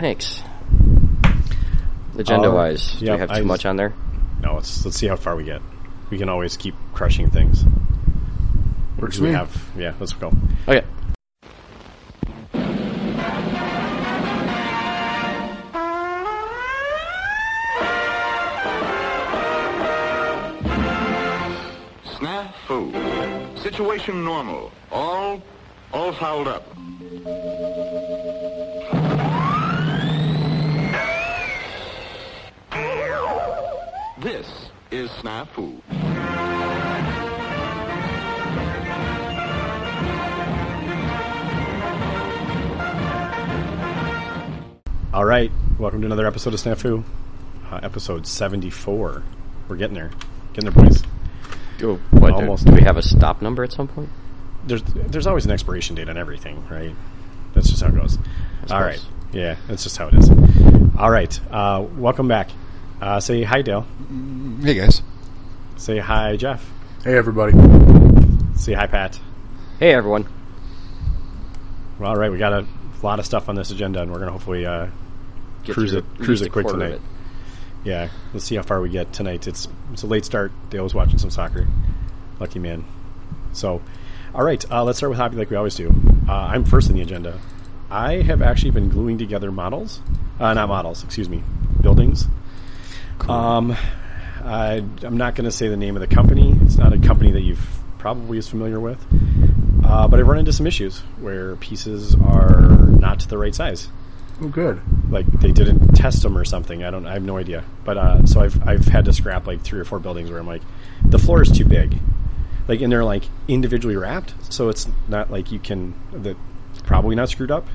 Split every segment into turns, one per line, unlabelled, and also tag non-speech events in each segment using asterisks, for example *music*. Thanks. Agenda wise, do
Uh, yeah,
we have
I
too much
just-
on there?
No, let's let's see how far we get. We can always keep crushing things. Works we have. Yeah, let's go.
Okay.
Snafu. Situation normal. All, all fouled up. This is Snafu.
All right, welcome to another episode of Snafu, uh, episode seventy-four. We're getting there, getting there, boys.
Go. What, do-
Almost.
Do we have a stop number at some point?
There's there's always an expiration date on everything, right? That's just how it goes. All right,
suppose.
yeah, that's just how it is. All right, uh, welcome back. Uh, say hi, Dale.
Hey guys.
Say hi, Jeff.
Hey everybody.
Oh,
Say hi, Pat.
Hey everyone.
Well, all right, we got a lot of stuff on this agenda, and we're gonna hopefully uh,
Get
Cruise
through
it-
at
cruise
least
it
a
quick
quarter of
tonight. Yeah, let's see how far we get tonight. It's it's a late start. Dale was watching some soccer. Lucky man. So, all right, uh, let's start with hobby like we always do. Uh, I'm first in the agenda. I have actually been gluing together models, uh, not models, excuse me, buildings. Um, I, I'm not going to say the name of the company. It's not a company that you've probably is familiar with, uh, but I've run into some issues where pieces are not the right size
Oh good.
like they didn't test them or something. I don't. I have no idea. But uh, so I've I've had to scrap like three or four buildings where I'm like, the floor is too big, like and they're like individually wrapped, so it's not like you can that probably not screwed up.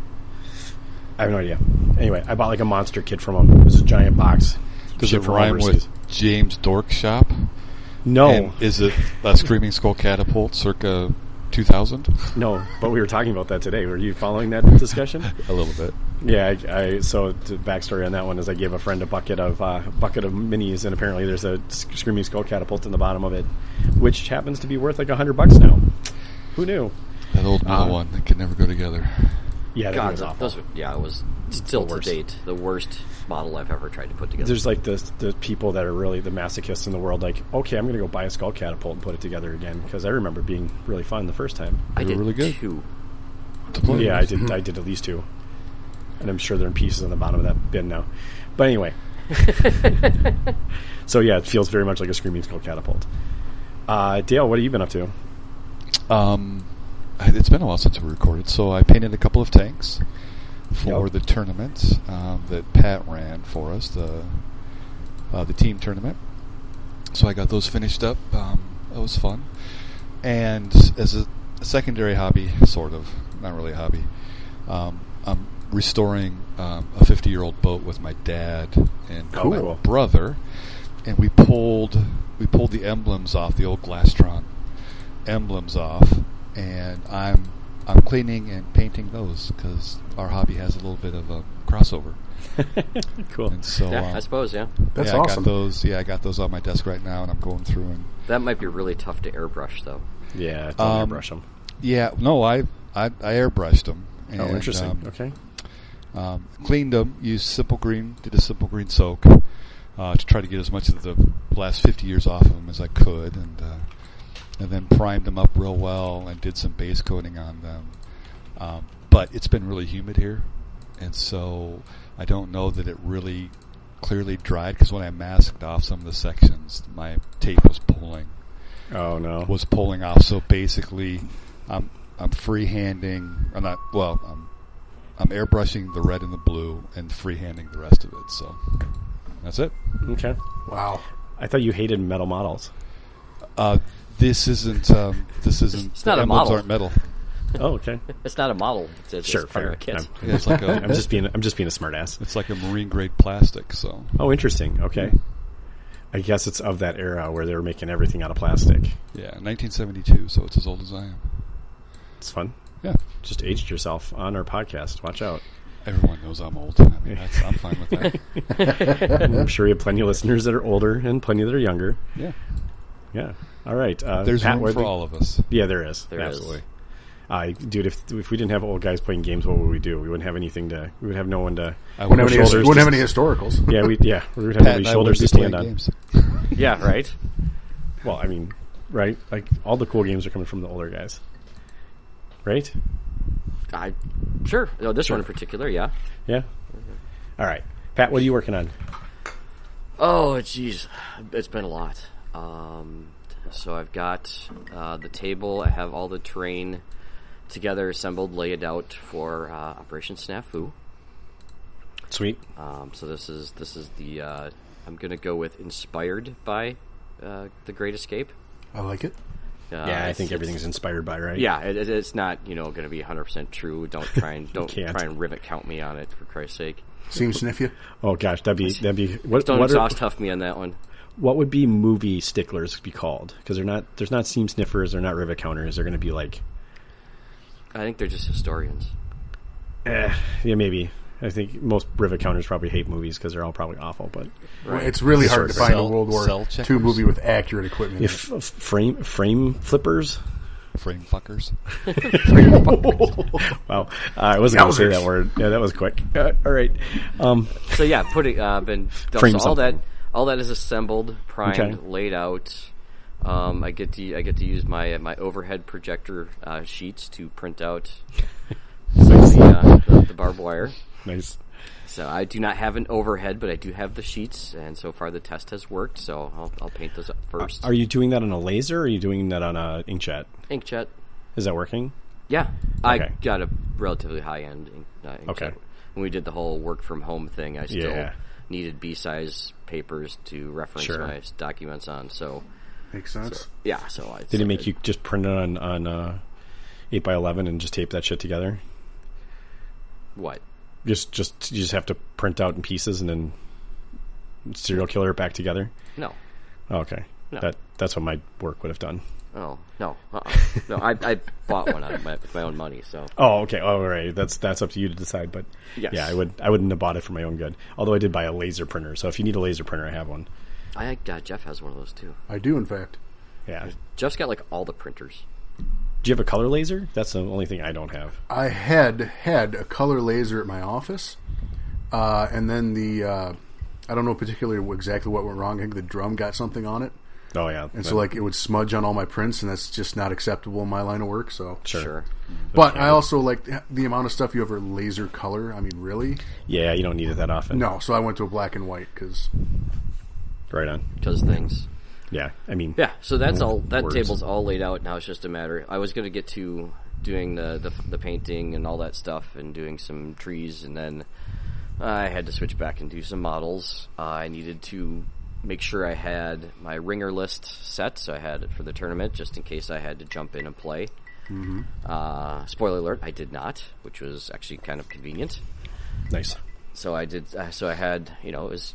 I have no idea. Anyway, I bought like a monster kit from them. It was a giant box.
Does
Shit
it
from
rhyme with
overseas.
James Dork Shop?
No,
And is it a Screaming Skull Catapult circa 2000?
no. But we were talking about that today. Were you following that discussion?
*laughs* *laughs* A little bit.
Yeah, I, I so the backstory on that one is I gave a friend a bucket of uh, bucket of minis, and apparently there's a s- screaming skull catapult in the bottom of it, which happens to be worth like a hundred bucks now. Who knew?
That old middle
Uh,
one that could never go together.
Yeah, that
God,
was
th-
awful.
those were, yeah, it was still to
worst.
date the worst model I've ever tried to put together.
There's like the the people that are really the masochists in the world. Like, okay, I'm gonna go buy a skull catapult and put it together again because I remember it being really fun the first time.
I
they were
did
really good.
two.
To play
Yeah, I
with.
did. I did at least two, and I'm sure they're in pieces on the bottom of that bin now. But anyway, so yeah, it feels very much like a screaming skull catapult. Uh, Dale, what have you been up to?
Um, I- it's been a while since we recorded, so I painted a couple of tanks for
Yep.
the tournament um, that Pat ran for us, the uh, the team tournament. So I got those finished up. Um, that was fun. And as a, a secondary hobby, sort of, not really a hobby, um, I'm restoring um, a 50 year old boat with my dad and my
Cool.
brother, and we pulled we pulled the emblems off the old Glastron emblems off, and I'm I'm cleaning and painting those because our hobby has a little bit of a crossover,
Cool.
and so
yeah,
um,
I suppose. Yeah,
yeah, I got those. Yeah, I got those on my desk right now, and I'm going through and
that might be really tough to airbrush though.
Yeah, it's
Um,
brush them.
yeah, no, I I, I airbrushed them. And,
Oh, interesting.
um,
okay.
um, cleaned them, used simple green, did a simple green soak uh, to try to get as much of the last 50 years off of them as I could, and uh, and then primed them up real well and did some base coating on them. Um, but it's been really humid here, and so I don't know that it really clearly dried because when I masked off some of the sections, my tape was pulling
Oh no.
was pulling off. So basically, I'm I'm freehanding. I'm not well. I'm I'm airbrushing the red and the blue and freehanding the rest of it. So that's it.
okay.
Wow.
I thought you hated metal
*laughs*
models.
Uh, this isn't. Um, this isn't.
It's not
the
a
emblems
model.
aren't metal.
oh, okay.
It's not a model. It's, it's
Sure.
part of
Fair.
a kit.
I'm,
Yeah, it's
*laughs*
like a.
I'm just being. I'm just being a smartass.
It's like a marine grade plastic. So
Oh, interesting. Okay. I guess it's of that era where they were making everything out of plastic.
yeah, 1972. So it's as old as I am.
It's fun.
Yeah.
Just aged yourself on our podcast. Watch out.
Everyone knows I'm old. I mean, that's, I'm fine with
*laughs*
that.
I'm sure we have plenty of listeners that are older and plenty that are younger.
Yeah,
Yeah. All right. Uh,
there's
Pat,
room
where
for
the-
all of us.
Yeah, there is.
There is.
Absolutely. Uh, dude, if if we didn't have old guys playing games, what would we do? We wouldn't have anything to. We would have no one to.
I
no
wouldn't
Wouldn't,
Our
have any,
shoulders
wouldn't
to-
have any
*laughs*
historicals.
Yeah, we yeah we would have
Pat
no
and I
shoulders to
wouldn't be
stand on.
playing games.
Yeah, right.
Well, I mean, right? Like all the cool games are coming from the older guys, right?
I sure. No, this one in particular, yeah.
Yeah. All right, Pat, what are you working on?
Oh, jeez, it's been a lot. Um, so I've got uh, the table. I have all the terrain together, assembled, laid out for uh, Operation Snafu.
Sweet.
Um, so this is this is the uh, I'm gonna go with inspired by uh, the Great Escape.
I like it.
Uh,
yeah, I
it's-
think
it's-
everything's inspired by right.
Yeah, it, it- it's not you know going to be 100 percent true.
*laughs*
Don't try and don't
can't.
try and rivet count me on it for Christ's sake.
Seems sniffy.
Oh gosh, that'd be that'd be what
Don't
what, are,
exhaust huff me on that one.
what would be movie sticklers be called? Because they're not there's not seam sniffers, they're not rivet counters. They're going to be like
I think they're just historians.
yeah maybe. I think most rivet counters probably hate movies because they're all probably awful. But
Well, It's really
Sort
hard to
of
find
cell-
a World
cell
War
checkers?
II movie with accurate equipment.
if f- frame frame flippers.
Frame fuckers. *laughs*
wow, Uh, I wasn't going to say
Yowzers.
that word. Yeah, that was quick. Uh, all right. Um,
So yeah, putting uh, been so
Frame
all that
something.
all that is assembled, primed,
Okay.
laid out. Um, I get to I get to use my my overhead projector uh, sheets to print
*laughs*
out the, uh, the, the barbed wire.
nice.
So I do not have an overhead, but I do have the sheets, and so far the test has worked. So I'll, I'll paint those up first.
Are you doing that on a laser? or Are you doing that on a inkjet?
inkjet?
Is that working?
Yeah, I
Okay.
got a relatively high end ink, uh, inkjet.
Okay.
When we did the whole work from home thing, I still
Yeah.
needed B size papers to reference
Sure.
my documents on. So
Makes sense.
yeah, so I
Did it make you just print it on on uh, eight by eleven and just tape that shit together?
uh, what?
Just just you just have to print out in pieces and then serial killer it back together.
No,
Oh, okay,
No.
that that's what my work would have done.
oh no,
*laughs*
uh-uh. no! I, I bought one out of my, with my own money. So
Oh, okay. Oh, all right. That's that's up to you to decide. But
Yes.
yeah, I would I wouldn't have bought it for my own good. Although I did buy a laser printer. So if you need a laser printer, I have one.
I uh, Jeff has one of those too.
I do, in fact.
Yeah.
Jeff's got like all the printers.
Do you have a color laser? That's the only thing I don't have.
I had had a color laser at my office, uh, and then the uh, I don't know particularly what- exactly what went wrong. I think the drum got something on it,
Oh yeah.
and so like it would smudge on all my prints, and that's just not acceptable in my line of work. So,
Sure.
but I also like the amount of stuff you ever laser color. I mean, really?
yeah, you don't need it that often.
No. So I went to a black and white because
Right on.
does things.
Yeah. I mean.
Yeah, so that's all. That
Words.
table's all laid out now. It's just a matter. I was going to get to doing the, the the painting and all that stuff, and doing some trees, and then I had to switch back and do some models. Uh, I needed to make sure I had my ringer list set, so I had it for the tournament, just in case I had to jump in and play.
Mm-hmm.
Uh, spoiler alert: I did not, which was actually kind of convenient
Nice.
so I did. uh, So I had, you know, it was,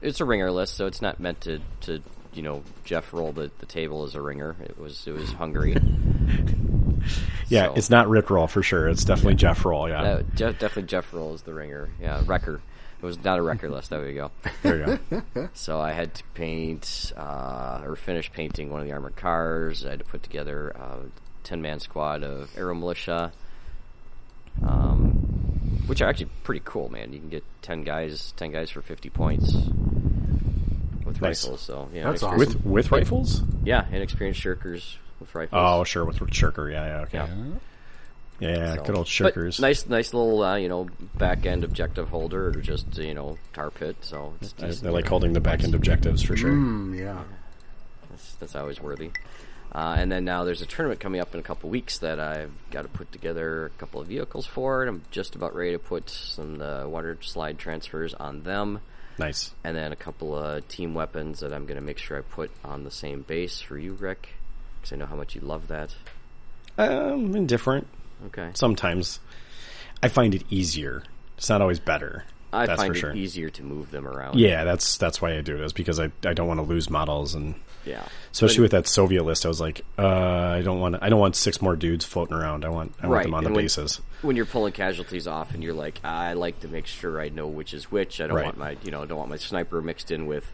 it's a ringer list, so it's not meant to, to you know, Jeff roll the, the table as a ringer. It was it was Hungary.
Yeah,
So-
it's not Rick Roll for sure. It's definitely Jeff Roll. Yeah.
Uh, Jeff, definitely Jeff roll is the ringer. Yeah, wrecker. It was not a record list. There we go. *laughs*
There you go.
So I had to paint uh, or finish painting one of the armored cars. I had to put together a ten man squad of aero militia, um, which are actually pretty cool, man. You can get ten guys, ten guys for fifty points with
Nice.
rifles. So yeah,
That's
inexper-
awesome.
with with rifles.
yeah, inexperienced shirkers with
Oh
rifles.
sure, with Shirker. Yeah. Oh, Yeah. Okay.
yeah.
Yeah.
So-
good old
but
Shirkers.
Nice, nice little uh, you know back end objective holder or just you know tar pit. So it's
I,
decent.
I like holding the back end objectives for sure.
mm, yeah,
That's, that's always worthy. Uh, and then now there's a tournament coming up in a couple weeks that I've got to put together a couple of vehicles for, and I'm just about ready to put some uh, water slide transfers on them,
Nice.
and then a couple of team weapons that I'm going to make sure I put on the same base for you, Rick, because I know how much you love that.
Um, indifferent.
Okay,
Sometimes I find it easier. It's not always better.
I
that's
find
for sure.
it easier to move them around.
Yeah, that's that's why I do it. Is because I I don't want to lose models and
yeah.
especially with that Soviet list. I was like, uh, I don't want I don't want six more dudes floating around. I want I want
Right,
them
and
on the
when-
bases.
When you're pulling casualties off, and you're like, I like to make sure I know which is which. I don't
Right.
want my, you know, I don't want my sniper mixed in with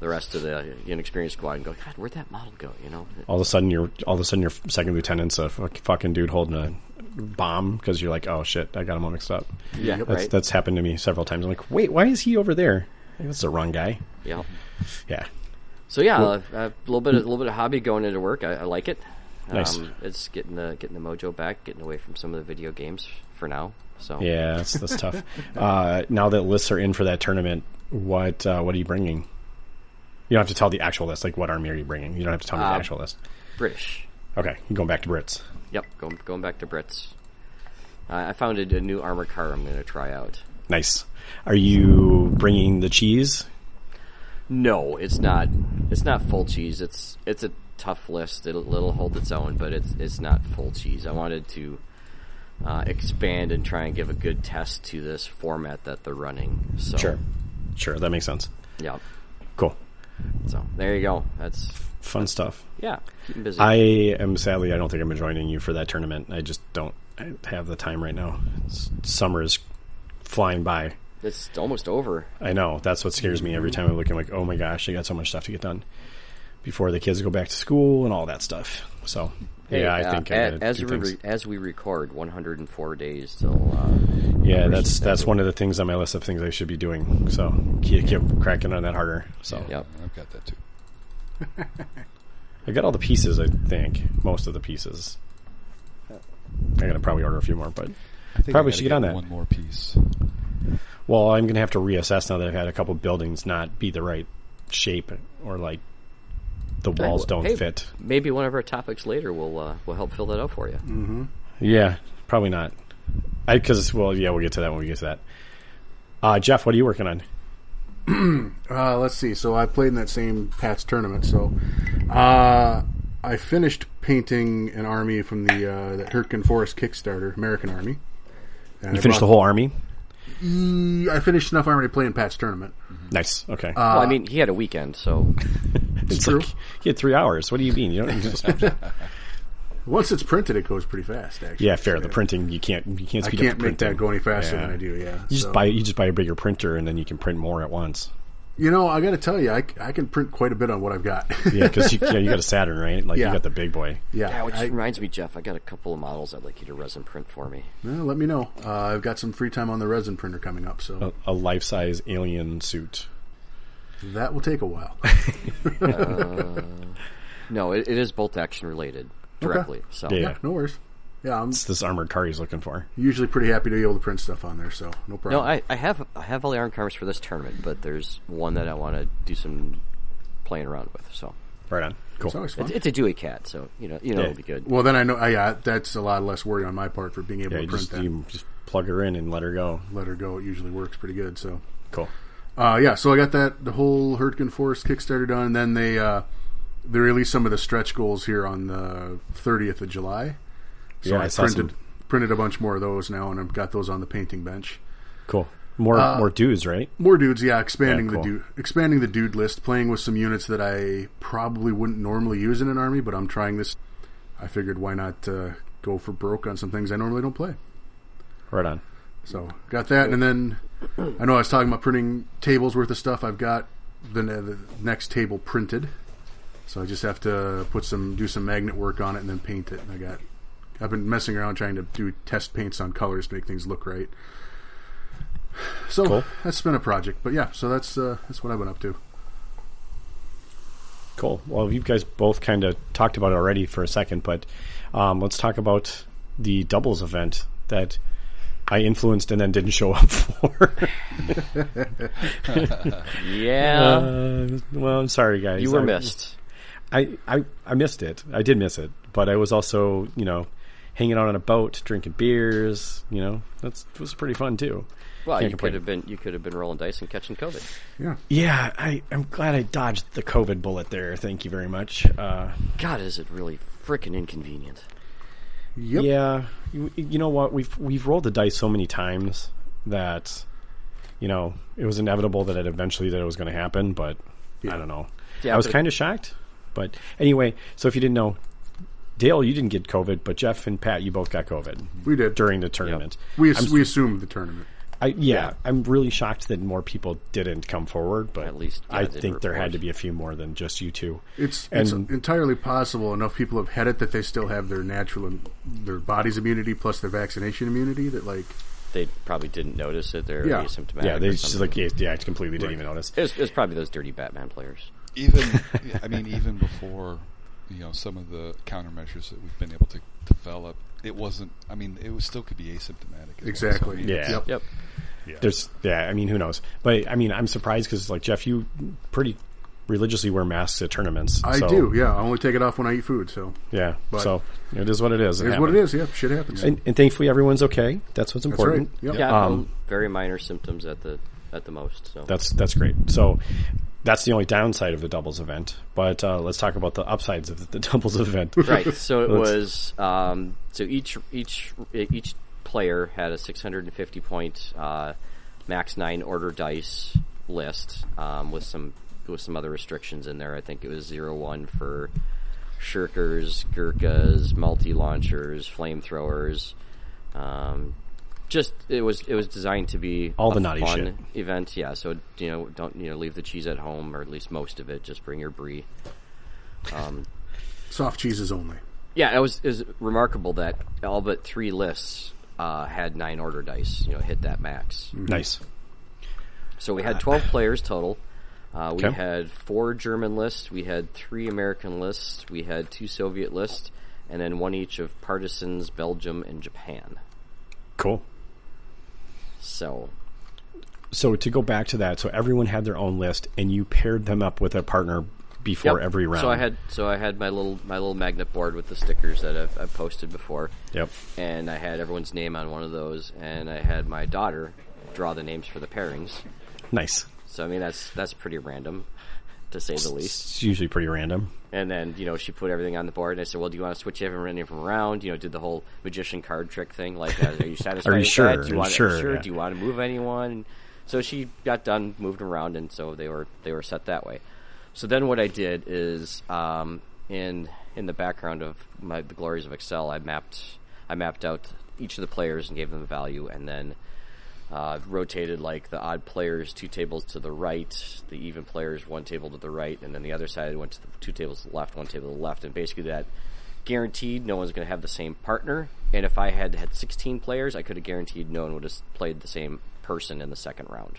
the rest of the inexperienced squad and go, God, where'd that model go? You know,
All of a sudden, you're all of a sudden your second lieutenant's a fuck- fucking dude holding a bomb because you're like, oh shit, I got him all mixed up.
yeah,
That's
right,
that's happened to me several times. I'm like, wait, why is he over there? That's the wrong guy.
yeah.
Yeah,
So yeah, a, a little bit, a little bit of hobby going into work. I, I like it.
Nice.
Um, it's getting the getting the mojo back, getting away from some of the video games for now. So
yeah, that's
*laughs*
that's tough. Uh, now that lists are in for that tournament, what uh, what are you bringing? You don't have to tell the actual list. Like, what army are you bringing? You don't have to tell me the
Uh,
actual list.
British.
Okay, you're going back to Brits.
Yep, going going back to Brits. Uh, I found a, a new armor car I'm going to try out.
Nice. Are you bringing the cheese?
No, it's not. It's not full cheese. It's it's a tough list. It'll, it'll hold its own, but it's it's not full cheese. I wanted to uh, expand and try and give a good test to this format that they're running. So
sure. That makes sense.
yeah.
Cool,
So there you go. That's
fun stuff.
yeah. Keep 'em busy.
I am sadly, I don't think I'm joining you for that tournament. I just don't I have the time right now. It's, summer is flying by.
it's almost over.
I know that's what scares me every time I look. I'm like, oh my gosh, I got so much stuff to get done before the kids go back to school and all that stuff. So yeah, I
uh,
think
a-
I gotta
as
do
we
things.
re- as we record, 104 days till. Uh,
yeah, that's that's one of the things on my list of things I should be doing. So keep, keep cracking on that harder. So
yep.
I've got that too.
I got all the pieces. I think most of the pieces. I gotta probably order a few more, but
I
Probably
think I gotta
should get on that.
One more piece.
well, I'm gonna have to reassess now that I've had a couple buildings not be the right shape or like the walls don't
Hey,
fit.
Maybe one of our topics later will uh, will help fill that out for you.
Uh, Yeah, probably not. I because well, yeah, we'll get to that when we get to that. Uh, Jeff, what are you working on?
Uh, let's see. So I played in that same Pat's tournament. So uh, I finished painting an army from the uh, that Herkin Forest Kickstarter American Army. And
You
I
finished the
brought-
whole army.
Mm, I finished enough army to play in Pat's tournament.
Nice. Okay,
well, I mean, he had a weekend, so
it's
Uh, true.
like you had three hours. What do you mean? You
*laughs*
don't.
Once it's printed, it goes pretty fast. Actually,
yeah, fair.
So
The printing you can't you can't
I
speed up
can't
the
make
printing.
that go any faster
Yeah.
than I do. Yeah,
You just buy you just buy a bigger printer and then you can print more at once.
You know, I got to tell you, I, c- I can print quite a bit on what I've got.
*laughs* Yeah, because you, yeah, you got a Saturn, right? Like you
Yeah.
got the big boy.
*laughs* yeah.
Yeah, which
I-
reminds me, Jeff, I got a couple of models I'd like you to resin print for me.
well, let me know. Uh, I've got some free time on the resin printer coming up, so
A, a life size alien suit.
that will take a while.
No, it, it is bolt action related directly. So
*laughs* Yeah.
no worries. Yeah, I'm
It's this armored car he's looking for.
usually pretty happy to be able to print stuff on there, so no
no,
problem.
I, I have I have all the iron cameras for this tournament, but there's one that I want to do some playing around with. So
Right on.
it's
Cool.
always fun.
it's, it's a Dewey cat, so you know you know
Yeah.
it'll be good.
*laughs* well, then I know. I, yeah, that's a lot less worry on my part for being able
Yeah,
to
you
print
just
that.
you just plug her in and let her go.
Let her go. It usually works pretty good. So,
Cool.
uh, yeah. So I got that the whole Hurtgen Forest Kickstarter done. And then they uh, they released some of the stretch goals here on the 30th of July. So
Yeah,
I,
I saw some-
printed printed a bunch more of those now, and I've got those on the painting bench.
Cool. More
Uh,
more dues, right?
More dudes, yeah, expanding
Yeah, cool.
the dude expanding the dude list, playing with some units that I probably wouldn't normally use in an army, but I'm trying this. I figured why not uh, go for broke on some things I normally don't play.
Right on.
So got that, and then I know I was talking about printing tables worth of stuff. I've got the, ne- the next table printed, so I just have to put some do some magnet work on it and then paint it. And I got I've been messing around trying to do test paints on colors to make things look right. So
Cool.
that's been a project, but yeah, so that's uh, that's what I've been up to.
Cool. Well, you guys both kind of talked about it already for a second, but um, let's talk about the doubles event that I influenced and then didn't show *laughs* up for.
Yeah,
uh, well, I'm sorry, guys.
you were
I-
missed.
I, I I missed it. I did miss it, but I was also you know hanging out on a boat, drinking beers. You know, that's it was pretty fun too.
Well,
Can't
you
complain.
could have been you could have been rolling dice and catching COVID.
Yeah,
Yeah, I, I'm glad I dodged the COVID bullet there. Thank you very much. Uh,
God, is it really freaking inconvenient?
yep.
Yeah, you, you know what? We've we've rolled the dice so many times that you know it was inevitable that it eventually that it was going to happen. But I don't know.
Yeah,
I was
but-
kind of shocked. But anyway, so if you didn't know, Dale, you didn't get COVID, but Jeff and Pat, you both got COVID
we did.
during the tournament.
we ass- we assumed the tournament.
I yeah, I'm really shocked that more people didn't come forward, but
At least, yeah,
I
did
think there had
report.
to be a few more than just you two.
It's
and
it's entirely possible enough people have had it that they still have their natural im- their body's immunity plus their vaccination immunity that like
They probably didn't notice it. They're
Yeah.
asymptomatic.
yeah, they
or
just
something.
like yeah, yeah, I completely didn't
Right.
even notice.
It was, it was probably those dirty Batman players.
*laughs* even I mean even before you know some of the countermeasures that we've been able to develop, it wasn't. I mean, it was still could be asymptomatic. as well. So, I
exactly
mean,
Yeah.
Yep.
Yep.
There's yeah, I mean, who knows? But I mean, I'm surprised because like Jeff, you pretty religiously wear masks at tournaments.
I
so,
do yeah I only take it off when I eat food so
Yeah,
But-
so it is what it is.
here's what it
happened.
is yeah shit happens
And, and thankfully, everyone's okay. That's what's
that's right
important.
yep.
Yeah, well,
Um,
very minor symptoms at the at the most. So
That's that's great. So that's the only downside of the doubles event. But uh, let's talk about the upsides of the *laughs* doubles event. *laughs*
right. So it
Let's-
was. Um, so each each each player had a 650 point uh, max nine order dice list um, with some with some other restrictions in there. I think it was zero one for shirkers, gurkhas, multi launchers, flamethrowers. Um, just it was it was designed to be
All
a
the naughty
fun
shit.
event. Yeah. So you know don't you know leave the cheese at home or at least most of it. Just bring your brie.
soft cheeses only
Yeah, it was it was remarkable that all but three lists uh, had nine order dice. You know, hit that max.
Nice.
So we had twelve players total. Uh, we
Okay.
had four German lists, we had three American lists, we had two Soviet lists, and then one each of partisans, Belgium, and Japan.
Cool.
So
So to go back to that, so everyone had their own list, and you paired them up with a partner before
Yep.
every round.
So I had so I had my little my little magnet board with the stickers that I've, I've posted before.
Yep.
And I had everyone's name on one of those, and I had my daughter draw the names for the pairings.
nice.
So I mean that's that's pretty random, to say the least.
It's usually pretty random.
And then you know she put everything on the board, and I said, "Well, do you want to switch everyone in from around?" You know, did the whole magician card trick thing. Like, uh, are
*laughs*
you satisfied?
Are you
with That?
sure?
Do
Are
you
you
want
sure? Yeah.
Do you want to move anyone? So she got done, moved around, and so they were they were set that way. So then what I did is um, in in the background of my, the glories of Excel, I mapped I mapped out each of the players and gave them a value, and then uh, rotated like the odd players two tables to the right, the even players one table to the right, and then the other side went to the two tables to the left, one table to the left, and basically that guaranteed no one's going to have the same partner. And if I had had 16 players, I could have guaranteed no one would have s- played the same person in the second round.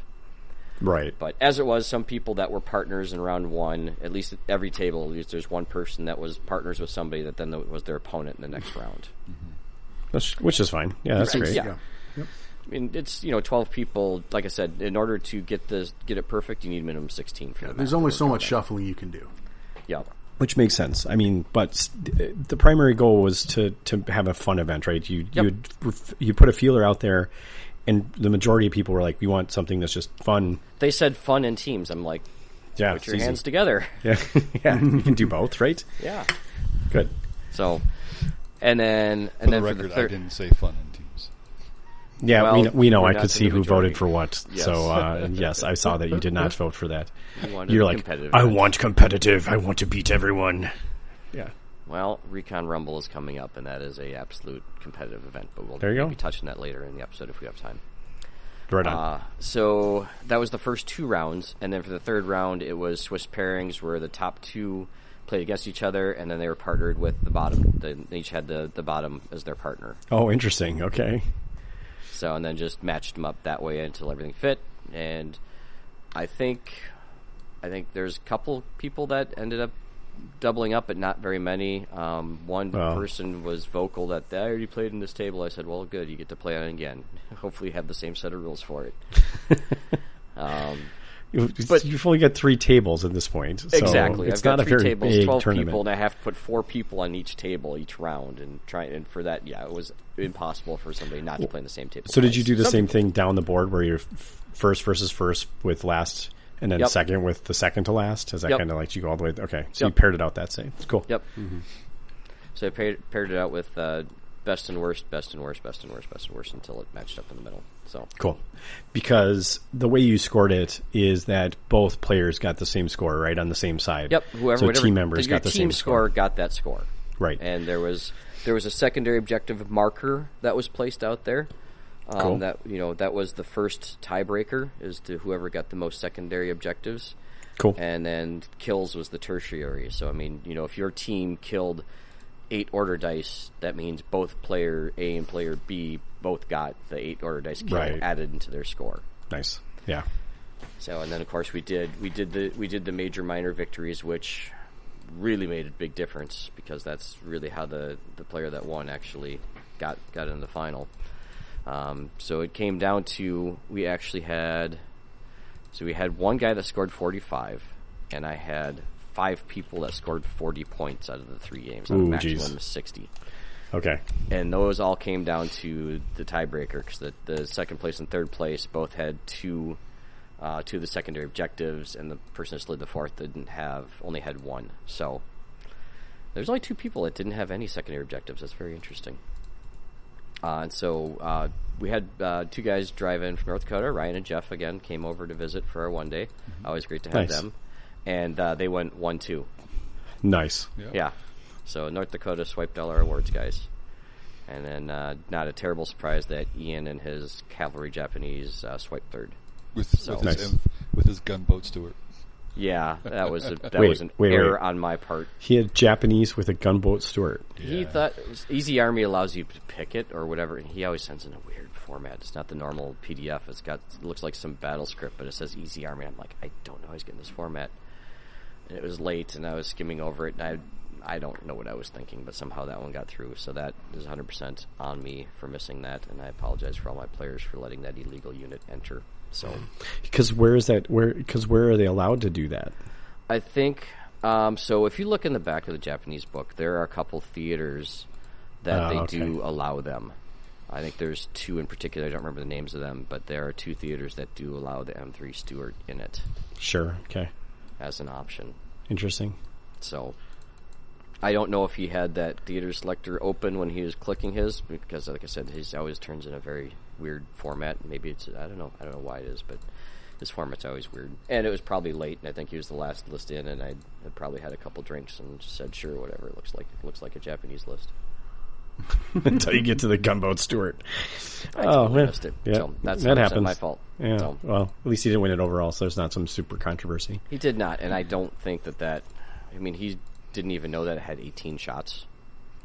Right.
But as it was, some people that were partners in round one, at least at every table, at least there's one person that was partners with somebody that then was their opponent in the next round.
That's- which is fine. Yeah, that's great.
Yeah. I mean, it's you know twelve people. Like I said, in order to get this get it perfect, you need minimum sixteen. For the
there's
math.
only so much shuffling you can do
yeah,
Which makes sense. I mean, but s- the primary goal was to to have a fun event, right? You
Yep.
you you put a feeler out there, and the majority of people were like, "We want something that's just fun."
they said fun in teams. I'm like,
Yeah,
put
it's
your
easy.
hands together.
*laughs* Yeah, yeah, *laughs* you can do both, right?
Yeah.
Good.
So, and then
For
and
the
then
record,
for the
I
third,
didn't say fun in teams.
Yeah,
Well,
we, we know.
we're
I
not
could
the
see who
majority.
voted for what.
Yes.
So uh, and yes, I saw that you did
*laughs*
not vote for that.
You wanted
You're like,
competitive.
I want competitive. I want to beat everyone. Yeah.
well, Recon Rumble is coming up, and that is a absolute competitive event. But we'll
There you go.
be touching that later in the episode if we have time.
Right on.
Uh, so that was the first two rounds, and then for the third round, it was Swiss pairings where the top two played against each other, and then they were partnered with the bottom. They they each had the, the bottom as their partner.
oh, interesting. Okay.
So and then just matched them up that way until everything fit. And I think I think there's a couple people that ended up doubling up, but not very many. Um, one
Well.
person was vocal that I already played in this table. I said, "Well, good, you get to play on it again. *laughs* Hopefully, you have the same set of rules for it."
You-
But-
you've only got three tables at this point. So
Exactly.
It's
I've
not
got
a
three
very
tables,
big
twelve
tournament.
people, and I have to put four people on each table each round, and try and for that, yeah, it was impossible for somebody not to play on the same table.
so did
twice.
you do the
Some
same
people-
thing down the board where you're f- first versus first with last, and then
Yep.
second with the second to last? Is that
Yep.
kind of like you go all the way? Okay. So
Yep.
you paired it out that same. It's cool.
Yep. So I paired, paired it out with uh, best and worst, best and worst, best and worst, best and worst until it matched up in the middle. So
Cool. Because the way you scored it is that both players got the same score, right? On the same side.
yep, whoever
so
whatever,
team members
your
got the
team
same
score got that score.
Right.
And there was there was a secondary objective marker that was placed out there. Um,
Cool.
That you know that was the first tiebreaker is to whoever got the most secondary objectives,
Cool.
and then kills was the tertiary. So I mean, you know, if your team killed eight order dice, that means both player A and player B both got the eight order dice kill
Right.
added into their score.
Nice. Yeah.
So and then of course we did we did the we did the major minor victories which really made a big difference because that's really how the the player that won actually got got in the final. Um, so it came down to we actually had so we had one guy that scored 45 and I had five people that scored 40 points out of the three games out of
Ooh,
maximum
geez.
of 60
Okay.
and those all came down to the tiebreaker because the, the second place and third place both had two uh, two of the secondary objectives, and the person that slid the fourth didn't have only had one. So there's only two people that didn't have any secondary objectives. That's very interesting. Uh, and so uh, we had uh, two guys drive in from North Dakota. Ryan and Jeff again came over to visit for our one day. Always great to have
Nice.
them. And uh, they went one two.
Nice.
Yeah. So North Dakota swiped all our awards, guys. And then, uh, not a terrible surprise that Ian and his cavalry Japanese uh, swiped third.
With, with,
Nice.
his, with his gunboat Stewart.
Yeah, that was *laughs* a, that
Wait,
was an
wait, wait.
error on my part.
He had Japanese with a gunboat Stuart.
He thought Easy Army allows you to pick it or whatever. and He always sends in a weird format. It's not the normal PDF. It's got it looks like some battle script, but it says Easy Army. I'm like, I don't know. how He's getting this format, and it was late, and I was skimming over it, and I I don't know what I was thinking, but somehow that one got through. So that is 100 percent on me for missing that, and I apologize for all my players for letting that illegal unit enter. So.
Because where is that? Where? Because where are they allowed to do that?
I think um, so. If you look in the back of the Japanese book, there are a couple theaters that
Ah,
they
okay.
do allow them. I think there's two in particular. I don't remember the names of them, but there are two theaters that do allow the M3 Stewart in it
Sure. Okay.
as an option.
Interesting.
So I don't know if he had that theater selector open when he was clicking his, because like I said, his always turns in a very weird format. Maybe it's I don't know. I don't know why it is, but his format's always weird. And it was probably late, and I think he was the last list in, and I had probably had a couple drinks and just said, "Sure, whatever. It looks like it looks like a Japanese list."
*laughs* Until you get to the gunboat Stuart. oh, man.
missed it.
Yeah.
So that's
that
100%
happens.
my fault.
Yeah.
So-
Well, at least he didn't win it overall, so there's not some super controversy.
He did not, and I don't think that that. I mean, he didn't even know that it had 18 shots.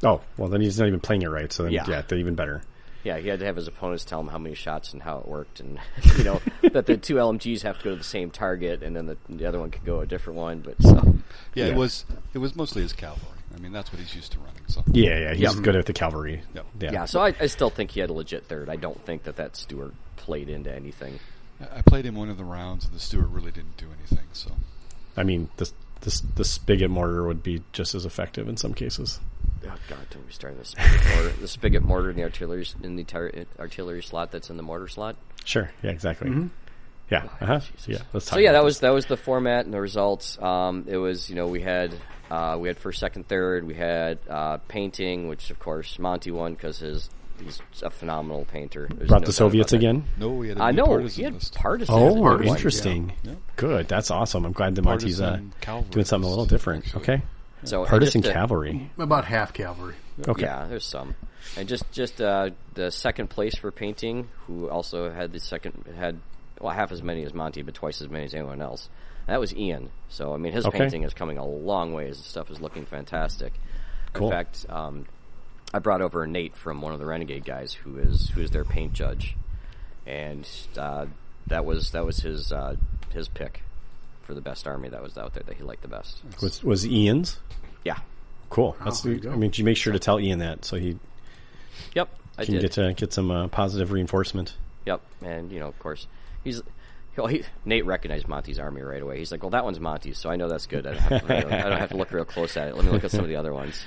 Oh, well, then he's not even playing it right. So then, yeah,
Yeah.
they're even better.
Yeah, he had to have his opponents tell him how many shots and how it worked, and *laughs* you know that the two LMGs have to go to the same target, and then the, the other one could go a different one. But so,
Yeah,
Yeah.
it was it was mostly his cavalry. I mean, that's what he's used to running. So
Yeah, yeah. He's good at the cavalry.
Yep.
Yeah.
yeah, so I, I still think he had a legit third. I don't think that that Stewart played into anything.
I I played him one of the rounds, and the Stewart really didn't do anything. So
I mean, this this the spigot mortar would be just as effective in some cases.
Oh God, don't be starting the spigot mortar, the spigot mortar, and the artillery s- in the tar- artillery slot that's in the mortar slot.
Sure. Yeah. Exactly. Yeah. Uh-huh. Yeah. Let's talk
Mm-hmm. So yeah,
about
that was that was the format and the results. Um, it was you know we had uh, we had first, second, third. We had uh, painting, which of course Monty won because his he's a phenomenal painter. There's
brought
no
the
doubt
Soviets
about that.
again.
no, we had a
I
new
know
partisan
he had
list.
partisan.
Oh,
as a good one.
interesting.
Yeah.
Good. That's awesome. I'm glad that Monty's uh,
Partisan cavalry
doing something a little
is-
different.
actually.
Okay.
So and
Partisan
just to-
cavalry.
About half cavalry.
Okay.
Yeah, there's some, and just just uh, the second place for painting, who also had the second had well half as many as Monty, but twice as many as anyone else. And that was Ian. So I mean, his
Okay.
painting is coming a long ways. The stuff is looking fantastic.
Cool.
In fact, um, I brought over Nate from one of the Renegade guys, who is who is their paint judge, and uh, that was that was his uh, his pick for the best army that was out there that he liked the best.
Was was Ian's?
Yeah.
Cool.
Oh,
That's,
there you go.
I mean, you make sure to tell Ian that so he
Yep. I
can
did.
get to get some uh, positive reinforcement.
Yep, and you know, of course, he's. Well, he, Nate recognized Monty's army right away. He's like, "Well, that one's Monty's, so I know that's good. I don't have to, I don't, I don't have to look real close at it. Let me look at some of the other
*laughs*
ones."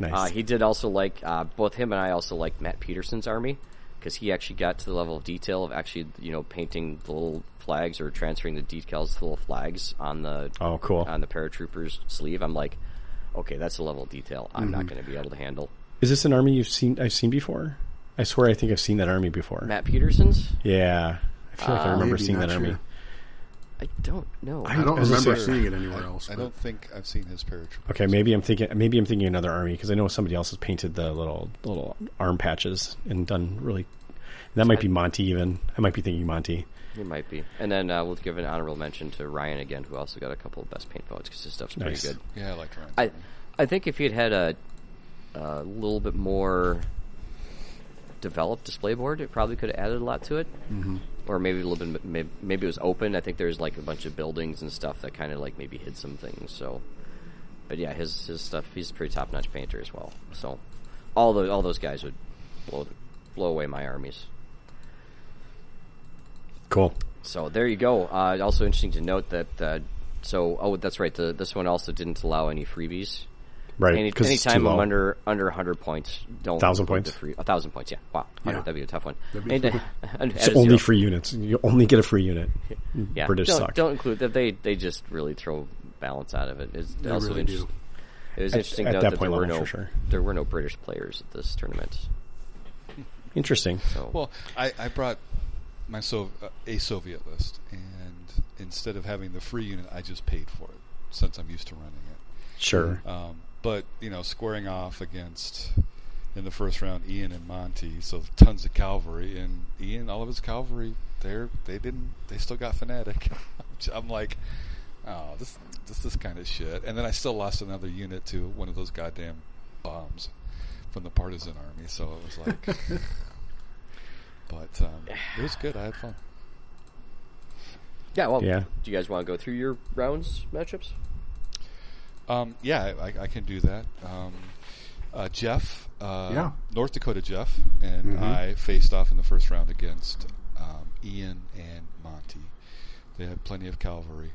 Nice.
Uh, he did also like uh, both him and I also liked Matt Peterson's army because he actually got to the level of detail of actually you know painting the little flags or transferring the decals to the little flags on the
oh, cool.
on the paratrooper's sleeve. I'm like, okay, that's a level of detail I'm
Mm-hmm.
not going to be able to handle.
Is this an army you've seen? I've seen before. I swear, I think I've seen that army before.
Matt Uh, Peterson's?
Yeah, I feel like I remember
maybe
seeing
not
that army.
sure.
I don't know.
I don't
As I
remember
said-
seeing it anywhere else.
I
but-
don't think I've seen his paratrooper.
Okay, maybe I'm thinking maybe I'm thinking another army because I know somebody else has painted the little little arm patches and done really. That might be Monty. Even I might be thinking Monty.
It might be. And then uh, we'll give an honorable mention to Ryan again, who also got a couple of best paint votes because his stuff's pretty
Nice.
good.
Yeah, I like Ryan.
I, I think if he'd had a, a little bit more developed display board, it probably could have added a lot to it. Mm-hmm. Or maybe a little bit, maybe, maybe it was open. I think there's like a bunch of buildings and stuff that kind of like maybe hid some things. So, but yeah, his his stuff. He's a pretty top notch painter as well. So, all the all those guys would blow blow away my armies.
Cool.
So there you go. Uh, also interesting to note that. Uh, so oh, that's right. The, this one also didn't allow any freebies.
Right.
Any,
'cause it's
anytime
too
I'm
low.
under under hundred points, don't
1,000
put the
points?
Free, a thousand points, yeah. Wow, 100,
Yeah.
that'd be a tough one.
That'd be
And,
tough.
uh, *laughs* and
It's
add a
only
zero.
free units. You only get a free unit.
Yeah.
British
don't,
suck.
Don't include that. They they just really throw balance out of it. It's
They
also
really
interest-
do.
It was
At-
interesting
at
to note
that
that
point
there were
level,
no
for sure.
there were no British players at this tournament.
Interesting.
So
Well, I, I brought my Sov- uh, a Soviet list, and instead of having the free unit, I just paid for it since I'm used to running it.
Sure.
Um, but you know, squaring off against in the first round, Ian and Monty, so tons of cavalry, and Ian, all of his cavalry, they're they didn't, they still got fanatic. *laughs* I'm like, oh, this this this kind of shit, and then I still lost another unit to one of those goddamn bombs from the partisan army. So it was like. But um, it was good. I had fun.
yeah, well,
Yeah.
Do you guys want to go through your rounds matchups?
Um, yeah, I, I can do that. Um, uh, Jeff, uh,
Yeah.
North Dakota Jeff, and I faced off in the first round against um, Ian and Monty. They had plenty of cavalry.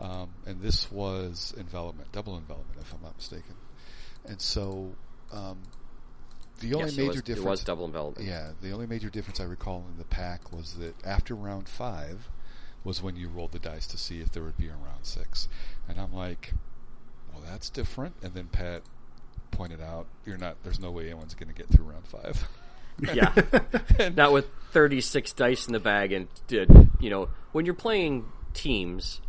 Um, and this was envelopment, double envelopment, if I'm not mistaken. And so um, the only
yes,
major
it was,
difference.
It was double envelopment.
Yeah, the only major difference I recall in the pack was that after round five was when you rolled the dice to see if there would be a round six. And I'm like, well, that's different. And then Pat pointed out, you're not, there's no way anyone's going to get through round five. *laughs*
Yeah. Not with 36 dice in the bag and, uh, you know, when you're playing teams,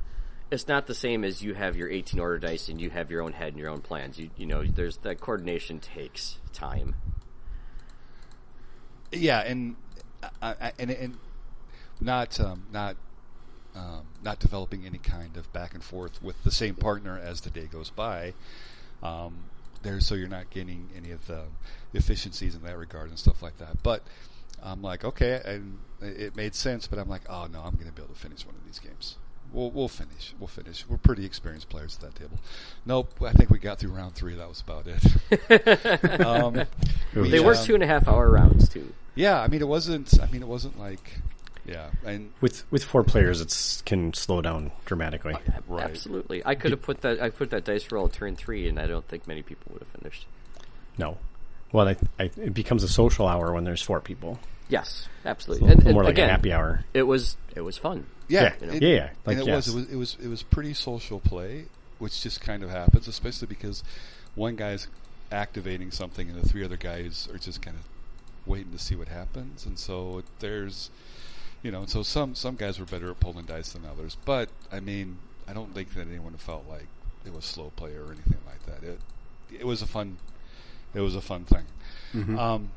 it's not the same as you have your 18 order dice and you have your own head and your own plans. You, you know, there's that coordination takes time.
Yeah, and I, I, and and not um, not um, not developing any kind of back and forth with the same partner as the day goes by. Um, there, so you're not getting any of the efficiencies in that regard and stuff like that. But I'm like, okay, and it made sense. But I'm like, oh no, I'm going to be able to finish one of these games. We'll, we'll finish. We'll finish. We're pretty experienced players at that table. Nope. I think we got through round three. That was about it. um, we,
They were
um,
two and a half hour rounds, too.
yeah, I mean it wasn't. I mean it wasn't like, yeah, and
With with four players, it's can slow down dramatically.
right.
Absolutely. I could have put that, I put that dice roll at turn three and I don't think many people would have finished.
No. Well, I, I, it becomes a social hour when there's four people.
Yes, absolutely.
More
And- and
like
again,
a happy hour.
It was, it was fun.
Yeah,
Yeah,
it-
yeah, yeah, like,
and it
yes.
was. It was. It was. It was pretty social play, which just kind of happens, especially because one guy's activating something and the three other guys are just kind of waiting to see what happens, and so there's, you know, so some some guys were better at pulling dice than others, but I mean, I don't think that anyone felt like it was slow play or anything like that. It it was a fun, it was a fun thing.
Mm-hmm.
Um,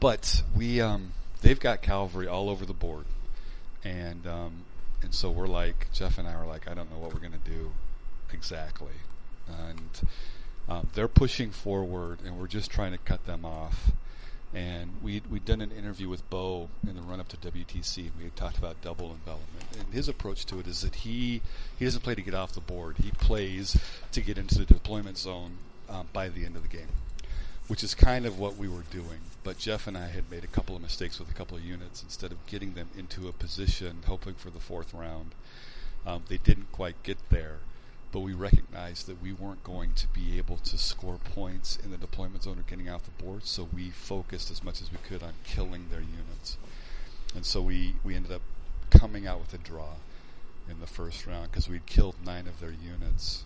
but we um, they've got Calvary all over the board, and um, and so we're like Jeff and I were like I don't know what we're gonna do exactly, and um, they're pushing forward, and we're just trying to cut them off. And we we'd done an interview with Bo in the run up to WTC. and We had talked about double envelopment, and his approach to it is that he he doesn't play to get off the board. He plays to get into the deployment zone um, by the end of the game which is kind of what we were doing. But Jeff and I had made a couple of mistakes with a couple of units. Instead of getting them into a position, hoping for the fourth round, um, they didn't quite get there. But we recognized that we weren't going to be able to score points in the deployment zone or getting off the board, so we focused as much as we could on killing their units. And so we, we ended up coming out with a draw in the first round because we'd killed nine of their units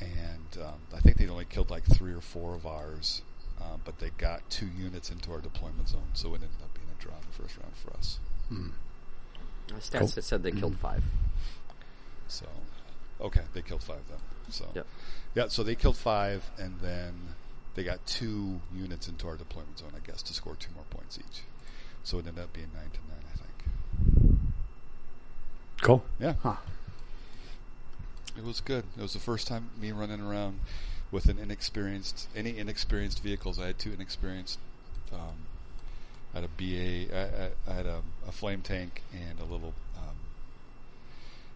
and um, I think they'd only killed like three or four of ours, um, but they got two units into our deployment zone, so it ended up being a draw in the first round for us.
Stats that said they killed five.
So, okay, they killed five then. So,
Yep.
yeah, so they killed five, and then they got two units into our deployment zone, I guess, to score two more points each. So it ended up being nine to nine, I think.
Cool.
Yeah.
Huh.
It was good. It was the first time me running around with an inexperienced, any inexperienced vehicles. I had two inexperienced. Um, I had a BA, I, I, I had a, a flame tank and a little um,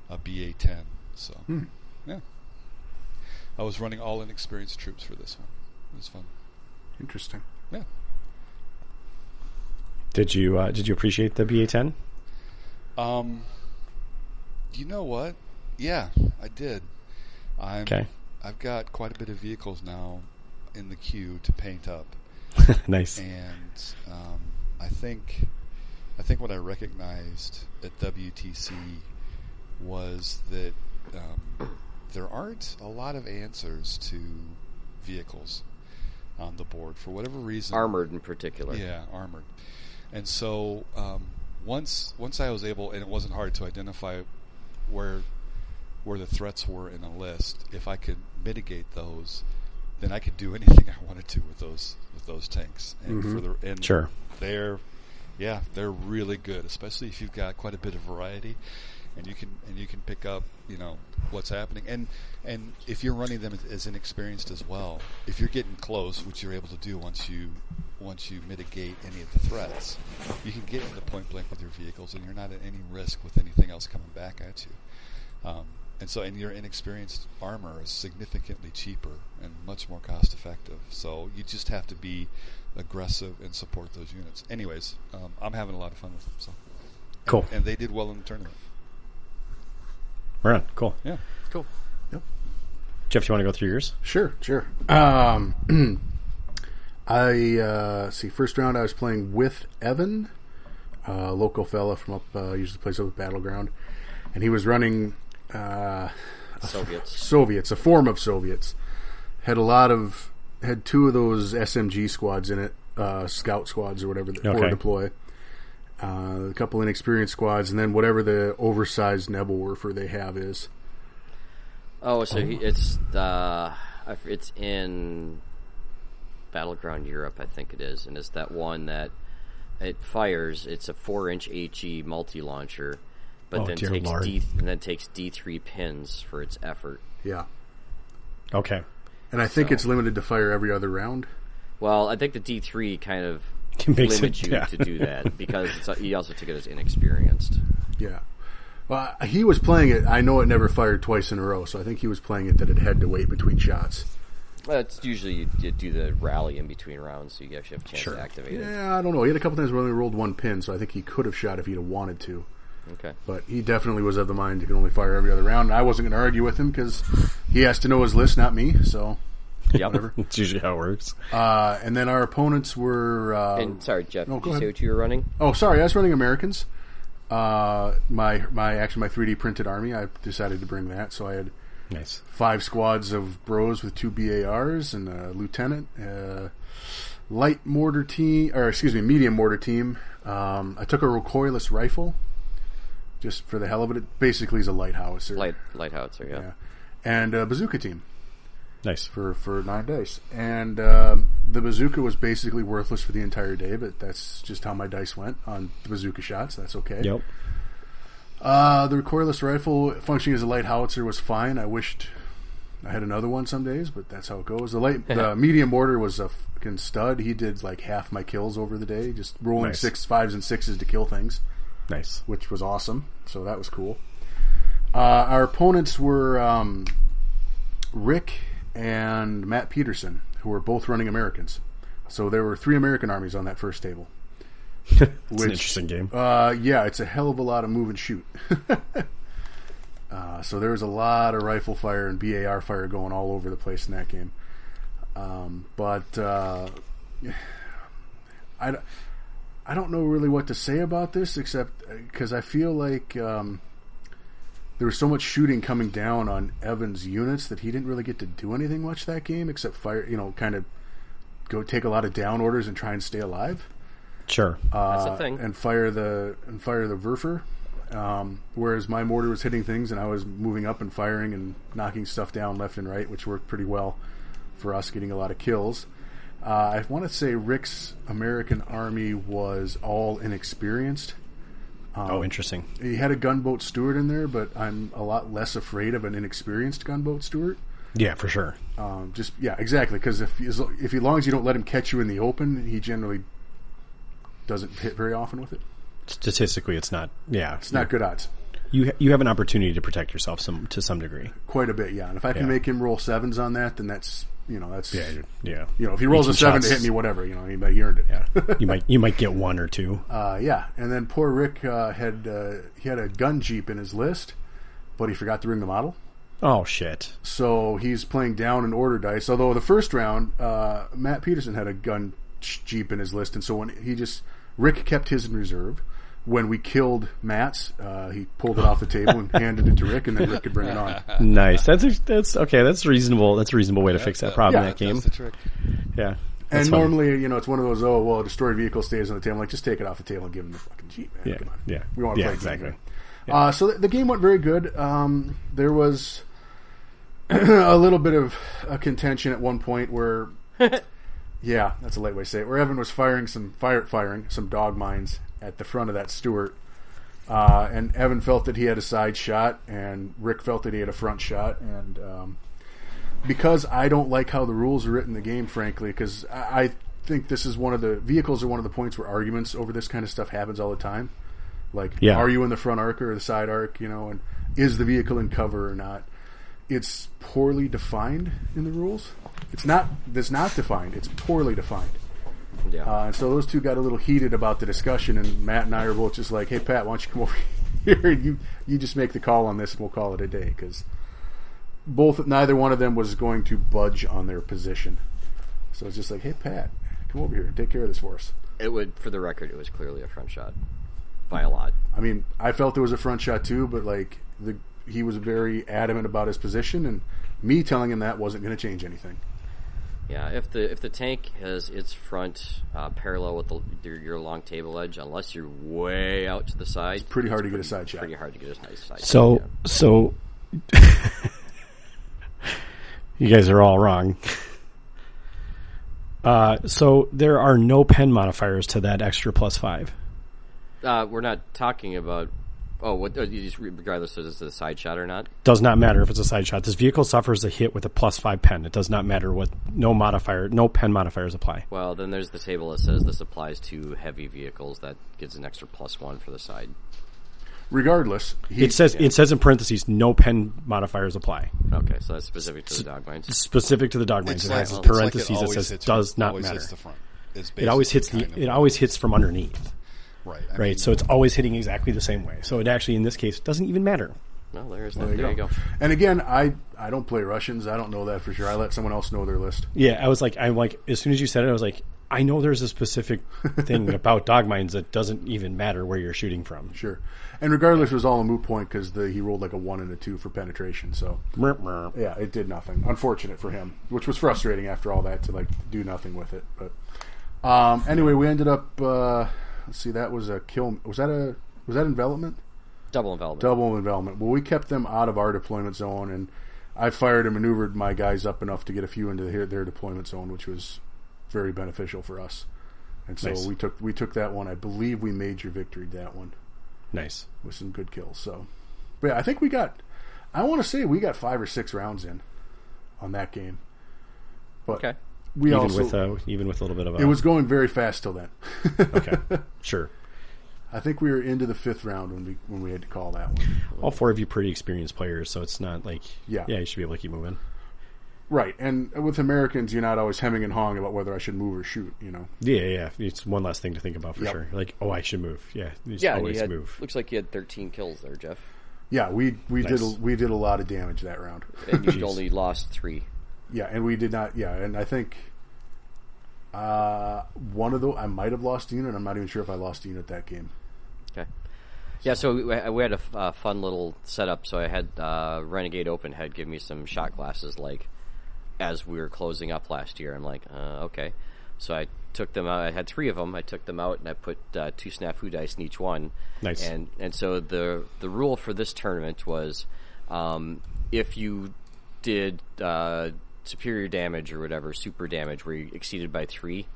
a BA ten. So yeah, I was running all inexperienced troops for this one. It was fun.
Interesting.
Yeah.
Did you uh, did you appreciate the BA10?
Um, you know what? Yeah, I did. I'm,
Okay. *laughs*
I've got quite a bit of vehicles now in the queue to paint up,
nice.
and um, I think I think what I recognized at WTC was that um, there aren't a lot of answers to vehicles on the board for whatever reason.
Armored in particular.
Yeah, armored. And so um, once once I was able, and it wasn't hard to identify where where the threats were in a list. If I could mitigate those, then I could do *laughs* anything I wanted to with those with those tanks. And for the and
Sure.
they're yeah they're really good, especially if you've got quite a bit of variety. And you can and you can pick up you know what's happening and and if you're running them as inexperienced as well if you're getting close which you're able to do once you once you mitigate any of the threats you can get into point blank with your vehicles and you're not at any risk with anything else coming back at you um, and so, and your inexperienced armor is significantly cheaper and much more cost effective. So you just have to be aggressive and support those units. Anyways, um, I'm having a lot of fun with them. So,
Cool.
and they did well in the tournament.
We're on. Cool.
Yeah,
Cool.
Jeff, you want to go through yours?
Sure, sure. Um, *clears throat* I uh, see. First round, I was playing with Evan, a local fella from up, uh, usually plays up at Battleground, and he was running uh,
Soviets.
Soviets, a form of Soviets. Had a lot of had two of those SMG squads in it, uh, scout squads or whatever that
Okay.
were deploy. Uh, a couple inexperienced squads, and then whatever the oversized Nebelwerfer they have is.
Oh, so he, it's uh, I f- it's in Battleground Europe, I think it is, and it's that one that it fires. It's a four-inch HE multi-launcher, but
Oh,
then
dear
takes
Lord.
D and then takes D three pins for its effort.
Yeah, *laughs*
Okay.
and I think it's limited to fire every other round.
Well, I think the D three kind of
Makes *laughs* it-
limits you
yeah.
to do that
*laughs*
because it's, he also took it as inexperienced.
Yeah. Well, he was playing it. I know it never fired twice in a row, so I think he was playing it that it had to wait between shots.
Well, it's usually you, you do the rally in between rounds, so you actually have a chance to activate it.
Yeah, I don't know. He had a couple times where he only rolled one pin, so I think he could have shot if he'd have wanted to.
Okay.
But he definitely was of the mind he could only fire every other round, and I wasn't going to argue with him because he has to know his list, not me. So,
Yep.
That's usually how it works.
uh, and then our opponents were. Uh,
And sorry, Jeff,
No,
did
go
you say
ahead.
what you were running?
oh, sorry, I was running Americans. Uh, my my actually my 3D printed army. I decided to bring that, so I had
Nice.
five squads of bros with two BARs and a lieutenant, a light mortar team, or excuse me, medium mortar team. Um, I took a recoilless rifle just for the hell of it. It basically is a lighthouser.
Light lighthouser, yeah.
Yeah. And a bazooka team
Nice.
for, for nine days. And um, the bazooka was basically worthless for the entire day, but that's just how my dice went on the bazooka shots. That's okay.
Yep.
Uh, the recoilless rifle functioning as a light howitzer was fine. I wished I had another one some days, but that's how it goes. The light, the medium mortar was a fucking stud. He did like half my kills over the day, just rolling
Nice.
six, fives, and sixes to kill things,
Nice.
which was awesome. So that was cool. Uh, our opponents were um, Rick and Matt Peterson, who were both running Americans. So there were three American armies on that first table.
It's an interesting game.
Uh, yeah, it's a hell of a lot of move and shoot. *laughs* uh, so there was a lot of rifle fire and BAR fire going all over the place in that game. Um, but uh, I, d- I don't know really what to say about this except because I feel like um, there was so much shooting coming down on Evans' units that he didn't really get to do anything much that game except fire, you know, kind of go take a lot of down orders and try and stay alive
Sure.
That's the
uh,
thing.
and fire the and fire the verfer. Um, whereas my mortar was hitting things, and I was moving up and firing and knocking stuff down left and right, which worked pretty well for us getting a lot of kills. Uh, I want to say Rick's American Army was all inexperienced.
oh, interesting.
He had a gunboat steward in there, but I'm a lot less afraid of an inexperienced gunboat steward.
Yeah, for sure.
Um, just yeah, exactly. Because if as, lo- if as long as you don't let him catch you in the open, he generally doesn't hit very often with it.
Statistically, it's not. Yeah,
It's not good odds.
You you have an opportunity to protect yourself some to some degree.
Quite a bit, yeah. And if I can
Yeah.
make him roll sevens on that, then that's you know that's yeah,
Yeah,
you know if he rolls a
18
seven to
shots.
hit me, *laughs* whatever you know he, he earned it. Yeah.
you might you might get one or two.
*laughs* Uh, yeah, and then poor Rick uh, had uh, he had a gun jeep in his list, but he forgot to bring the model,
Oh shit!
so he's playing down and order dice. Although the first round, uh, Matt Peterson had a gun ch- jeep in his list, and so when he just Rick kept his in reserve. When we killed Matt's, uh, he pulled it off the table and handed it to Rick, and then Rick could bring it on.
Nice. That's a, that's okay. That's reasonable. That's a reasonable way to fix that problem.
uh,
in
yeah,
that game.
That's the trick.
yeah. That's
And
fun.
normally, you know, it's one of those oh well, a destroyed vehicle stays on the table. Like, just take it off the table and give him the fucking jeep, man.
Yeah,
Come on.
yeah.
we want to
Yeah,
play
exactly.
exactly. Uh, so the, the game went very good. Um, there was *clears throat* a little bit of a contention at one point where, yeah, that's a light way to say it. Where Evan was firing some fire firing some dog mines at the front of that Stewart, uh, and Evan felt that he had a side shot, and Rick felt that he had a front shot, and. Um, because I don't like how the rules are written in the game, frankly, because I, I think this is one of the vehicles are one of the points where arguments over this kind of stuff happens all the time. Like,
Yeah.
are you in the front arc or the side arc? You know, and is the vehicle in cover or not? It's poorly defined in the rules. It's not. It's not defined. It's poorly defined.
Yeah.
Uh, and so those two got a little heated about the discussion, and Matt and I are both just like, "Hey, Pat, why don't you come *laughs* over here and you you just make the call on this, and we'll call it a day." Because both neither one of them was going to budge on their position. So it's just like, "Hey, Pat, come over here and take care of this for us."
it would, for the record, it was clearly a front shot by a lot.
I mean, I felt it was a front shot too, but like the he was very adamant about his position, and me telling him that wasn't going to change anything.
Yeah, if the if the tank has its front uh, parallel with the, your, your long table edge, unless you're way out to the side,
Pretty hard to get a side shot.
pretty hard to get a nice side.
So
shot, yeah.
so *laughs* you guys are all wrong. *laughs* Uh, so there are no pen modifiers to that extra plus five.
Uh, we're not talking about. Oh, what, uh, you just, regardless of it's a side shot or not.
Does not matter if it's a side shot. This vehicle suffers a hit with a plus five pen. It does not matter what. No modifier. No pen modifiers apply.
Well, then there's the table that says this applies to heavy vehicles. That gives an extra plus one for the side.
Regardless, he,
It says it says in parentheses no pen modifiers apply.
Okay, so that's specific to the dog mines.
Specific to the dog mines.
It's
It
like,
has
it's like
parentheses
it
that
always
says
hits
does
front.
not
always
matter.
Hits the front. It's
It always hits the
basically kind
it
of-
always hits from underneath.
right. I mean,
Right. So it's always hitting exactly the same way. So it actually in this case doesn't even matter.
No, there's that. There, you go.
And again, I I don't play Russians. I don't know that for sure. I let someone else know their list.
Yeah, I was like I'm like as soon as you said it I was like I know there's a specific thing about dog mines that doesn't even matter where you're shooting from.
Sure. And regardless, it was all a moot point because he rolled like a one and a two for penetration. So yeah, it did nothing. Unfortunate for him, which was frustrating after all that to like do nothing with it. But um, anyway, we ended up. Uh, let's see, that was a kill. Was that a was that envelopment?
Double envelopment.
Double envelopment. Well, we kept them out of our deployment zone, and I fired and maneuvered my guys up enough to get a few into their, their deployment zone, which was very beneficial for us. And so
Nice.
we took we took that one. I believe we made your victory that one
Nice.
with some good kills. So, but yeah, I think we got. I want to say we got five or six rounds in on that game. But
Okay.
we
Even
also
with uh, even with a little bit of a,
it was going very fast till then.
*laughs* okay. Sure.
*laughs* I think we were into the fifth round when we when we had to call that one.
All four of you pretty experienced players, so it's not like
Yeah.
yeah you should be able to keep moving.
Right, and with Americans, you're not always hemming and hawing about whether I should move or shoot. You know,
Yeah, yeah, yeah. It's one less thing to think about for
Yep.
sure. Like, oh, I should move. Yeah, you just
Yeah, and you
always
had,
move.
looks like you had 13 kills there, Jeff.
yeah, we we did
Nice.
a, we did a lot of damage that round.
*laughs*
And you
Jeez.
only lost three.
Yeah, and we did not. Yeah, and I think uh, one of the I might have lost a unit. I'm not even sure if I lost a unit that game.
Okay. Yeah, so we, we had a f- uh, fun little setup. So I had uh, Renegade Open had give me some shot glasses, like as we were closing up last year. I'm like, uh, okay. So I took them out. I had three of them. I took them out and I put uh, two snafu dice in each one.
Nice.
And and so the the rule for this tournament was, um, if you did uh, superior damage or whatever, super damage, where you exceeded by three,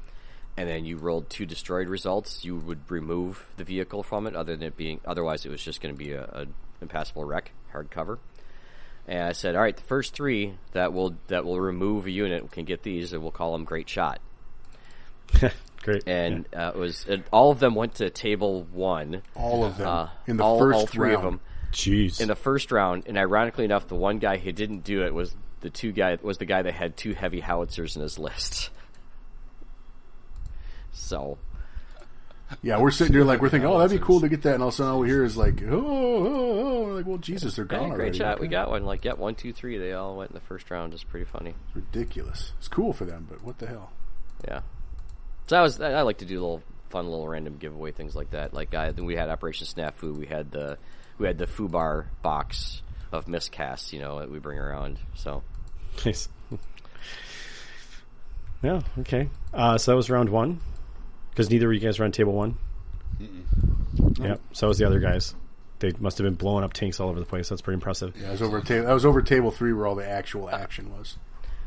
and then you rolled two destroyed results, you would remove the vehicle from it. Other than it being, otherwise, it was just going to be a, a impassable wreck, hard cover. And I said, all right, the first three that will that will remove a unit can get these, and we'll call them great shot.
Great.
And uh, it was and all of them went to table one.
All of them
Uh,
in the
all,
first
all three of
round.
them
Jeez.
in the first round, and ironically enough, the one guy who didn't do it was the two guy was the guy that had two heavy howitzers in his *laughs* list. So
Yeah, we're sitting here like we're thinking, oh, that'd be cool to get that, and all of a sudden all we hear is like, oh, oh, oh, We're like, well, Jesus, they're
yeah,
gone already.
great shot, we got one. Like, yep, one, two, three. They all went in the first round. It's pretty funny.
It's ridiculous. It's cool for them, but what the hell?
Yeah. So I was I I like to do little fun little random giveaway things like that. Like I we had Operation Snafu, we had the we had the Fubar box of miscasts, you know, that we bring around. So
Nice. yeah. Okay. Uh, so that was round one, because neither of you guys were on table one. Yeah. So was the other guys. They must have been blowing up tanks all over the place. That's pretty impressive.
Yeah, I was over table. I was over table three where all the actual action was.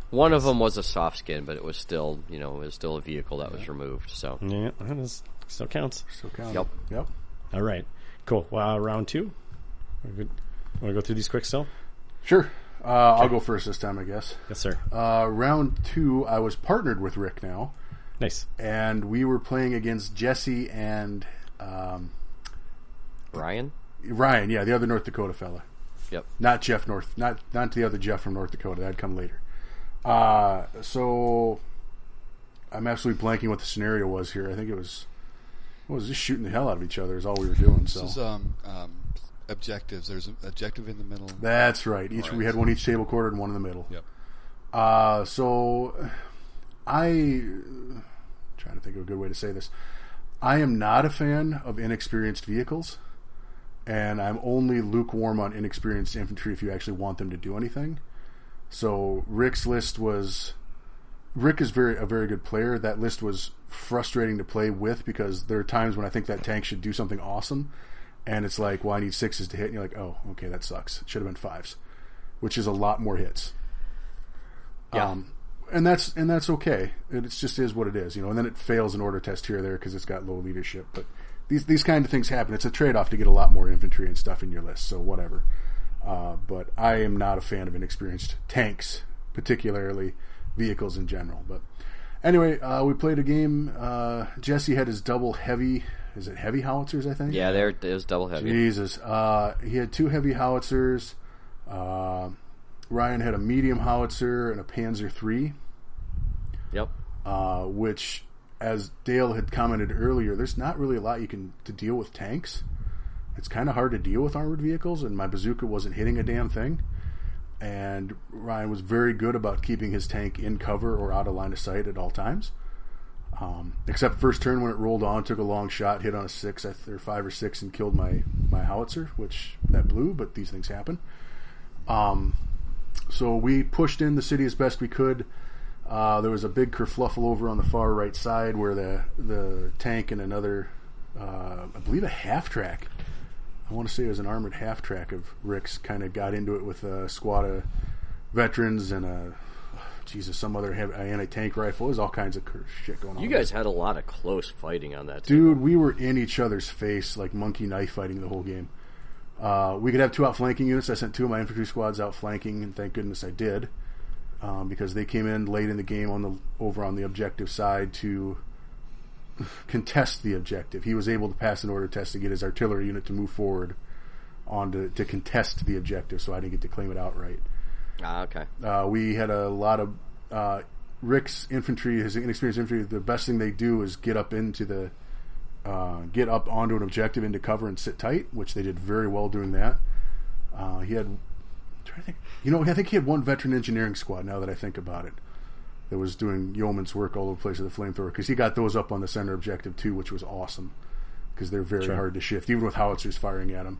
one of them was a soft skin, but it was still, you know, it was still a vehicle that was removed. So
Hmm.
Yeah. That is, still counts.
So count.
Yep.
Yep.
All right. Cool. Well, uh, round two. Want to go through these quick still?
Sure. Uh, I'll go first this time, I guess.
Yes, sir.
Uh, round two, I was partnered with Rick now,
nice.
and we were playing against Jesse and um,
Ryan?
Ryan. Yeah, the other North Dakota fella.
Yep.
not Jeff North, not not the other Jeff from North Dakota. That'd come later. Uh, so I'm absolutely blanking what the scenario was here. I think it was it was just shooting the hell out of each other is all we were doing. So
This is um, um, objectives. There's an objective in the middle.
that's right. Each we
Alright.
had one each table quarter and one in the middle.
Yep.
Uh, so I trying to think of a good way to say this. I am not a fan of inexperienced vehicles, and I'm only lukewarm on inexperienced infantry if you actually want them to do anything. So Rick's list was Rick is very a very good player. That list was frustrating to play with because there are times when I think that tank should do something awesome, and it's like, well, I need sixes to hit, and you're like, oh, okay, that sucks. It should have been fives, which is a lot more hits Um,
Yeah.
and that's and that's okay. It it's just is what it is, you know. And then it fails an order test here or there because it's got low leadership. But these these kind of things happen. It's a trade off to get a lot more infantry and stuff in your list. So whatever. Uh, but I am not a fan of inexperienced tanks, particularly vehicles in general. But anyway, uh, we played a game. Uh, Jesse had his double heavy. Is it heavy howitzers? I think.
yeah, there it was double heavy.
Jesus. Uh, he had two heavy howitzers. Uh, Ryan had a medium howitzer and a Panzer three
Yep.
uh, which, as Dale had commented earlier, there's not really a lot you can to deal with tanks. It's kind of hard to deal with armored vehicles, and my bazooka wasn't hitting a damn thing. And Ryan was very good about keeping his tank in cover or out of line of sight at all times. Um, except first turn when it rolled on, took a long shot, hit on a six I th- or five or six, and killed my my howitzer, which that blew. But these things happen. Um, so we pushed in the city as best we could. Uh, there was a big kerfluffle over on the far right side where the the tank and another, uh, I believe, a half track. I want to say it was an armored half track of Rick's. Kind of got into it with a squad of veterans and a Jesus, some other anti tank rifle. There's all kinds of cur- shit going on.
You guys had a lot of close fighting on that. too.
Dude, we were in each other's face like monkey knife fighting the whole game. Uh, we could have two outflanking units. I sent two of my infantry squads out flanking, and thank goodness I did, um, because they came in late in the game on the over on the objective side to *laughs* contest the objective. He was able to pass an order test to get his artillery unit to move forward on to, to contest the objective, so I didn't get to claim it outright.
Ah, okay.
Uh, we had a lot of uh, Rick's infantry, his inexperienced infantry. The best thing they do is get up into the, uh, get up onto an objective into cover and sit tight, which they did very well doing that. Uh, he had, I'm trying to think, you know, I think he had one veteran engineering squad. Now that I think about it, that was doing yeoman's work all over the place with the flamethrower because he got those up on the center objective too, which was awesome because they're very hard to shift, even with howitzers firing at them.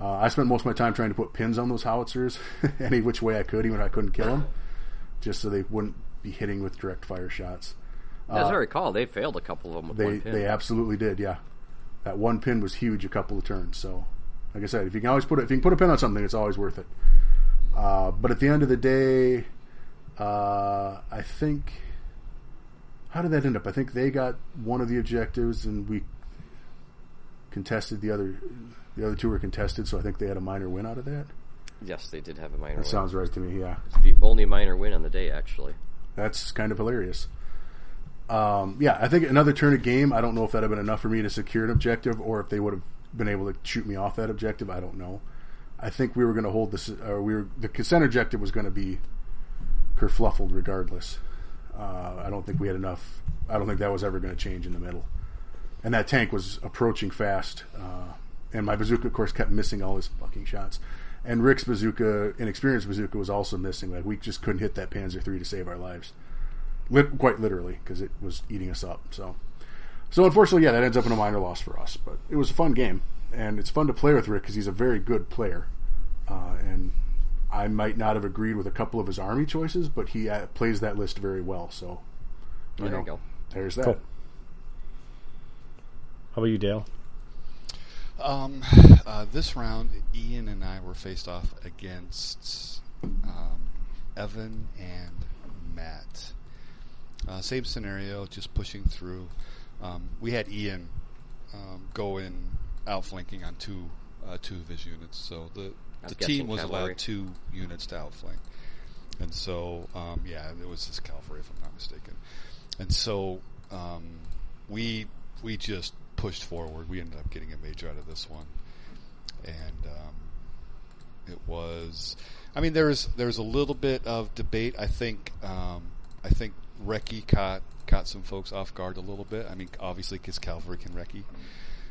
Uh, I spent most of my time trying to put pins on those howitzers *laughs* any which way I could, even if I couldn't kill them, just so they wouldn't be hitting with direct fire shots.
As I recall, they failed a couple of them with
They
one pin.
they absolutely did, yeah. That one pin was huge a couple of turns. So, like I said, if you can always put a, if you can put a pin on something, it's always worth it. Uh, but at the end of the day, Uh, I think. How did that end up? I think they got one of the objectives, and we contested the other. The other two were contested, so I think they had a minor win out of that.
Yes, they did have a minor
That
win.
sounds right to me. Yeah,
the only minor win on the day, actually.
that's kind of hilarious. Um, yeah, I think another turn of game. I don't know if that'd have been enough for me to secure an objective, or if they would have been able to shoot me off that objective. I don't know. I think we were going to hold this, or we were the consent objective was going to be kerfluffled regardless. Uh, I don't think we had enough. I don't think that was ever going to change in the middle. And that tank was approaching fast, uh, and my bazooka, of course, kept missing all his fucking shots. And Rick's bazooka, inexperienced bazooka, was also missing. Like we just couldn't hit that Panzer three to save our lives, Lit- quite literally, because it was eating us up. So, so unfortunately, yeah, that ends up in a minor loss for us. But it was a fun game, and it's fun to play with Rick because he's a very good player. Uh, and I might not have agreed with a couple of his army choices, but he uh, plays that list very well. So
There
know.
you go.
there's that.
Cool. How about you, Dale?
Um, uh, this round, Ian and I were faced off against um, Evan and Matt. Uh, same scenario, just pushing through. Um, we had Ian um, go in outflanking on two uh, two of his units, so the
I'm
the
guessing
team was
cavalry.
allowed two units to outflank, and so um, yeah, it was his cavalry, if I'm not mistaken, and so um, we we just pushed forward. We ended up getting a major out of this one, and um, it was. I mean, there was there was a little bit of debate. I think um, I think Reki caught caught some folks off guard a little bit. I mean, obviously, because Calvary can Reki,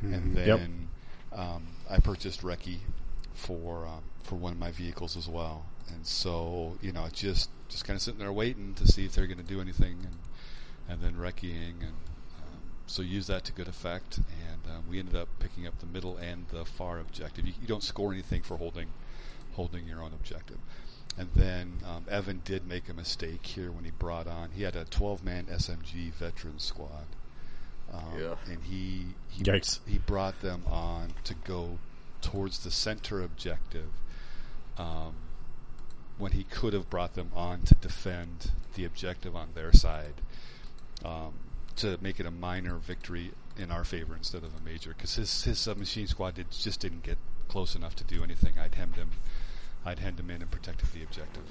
and
Yep.
then um, I purchased Reki for um, for one of my vehicles as well. And so you know, just just kind of sitting there waiting to see if they're going to do anything, and and then Rekiing, and um, so use that to good effect. And um, we ended up picking up the middle and the far objective. You, you don't score anything for holding holding your own objective. And then um, Evan did make a mistake here when he brought on. He had a 12 man SMG veteran squad. Um,
Yeah.
And he he,
Yikes.
he brought them on to go towards the center objective um, when he could have brought them on to defend the objective on their side um, to make it a minor victory in our favor instead of a major because his, his submachine squad did, just didn't get close enough to do anything. I'd hemmed him, I'd hemmed him in and protected the objective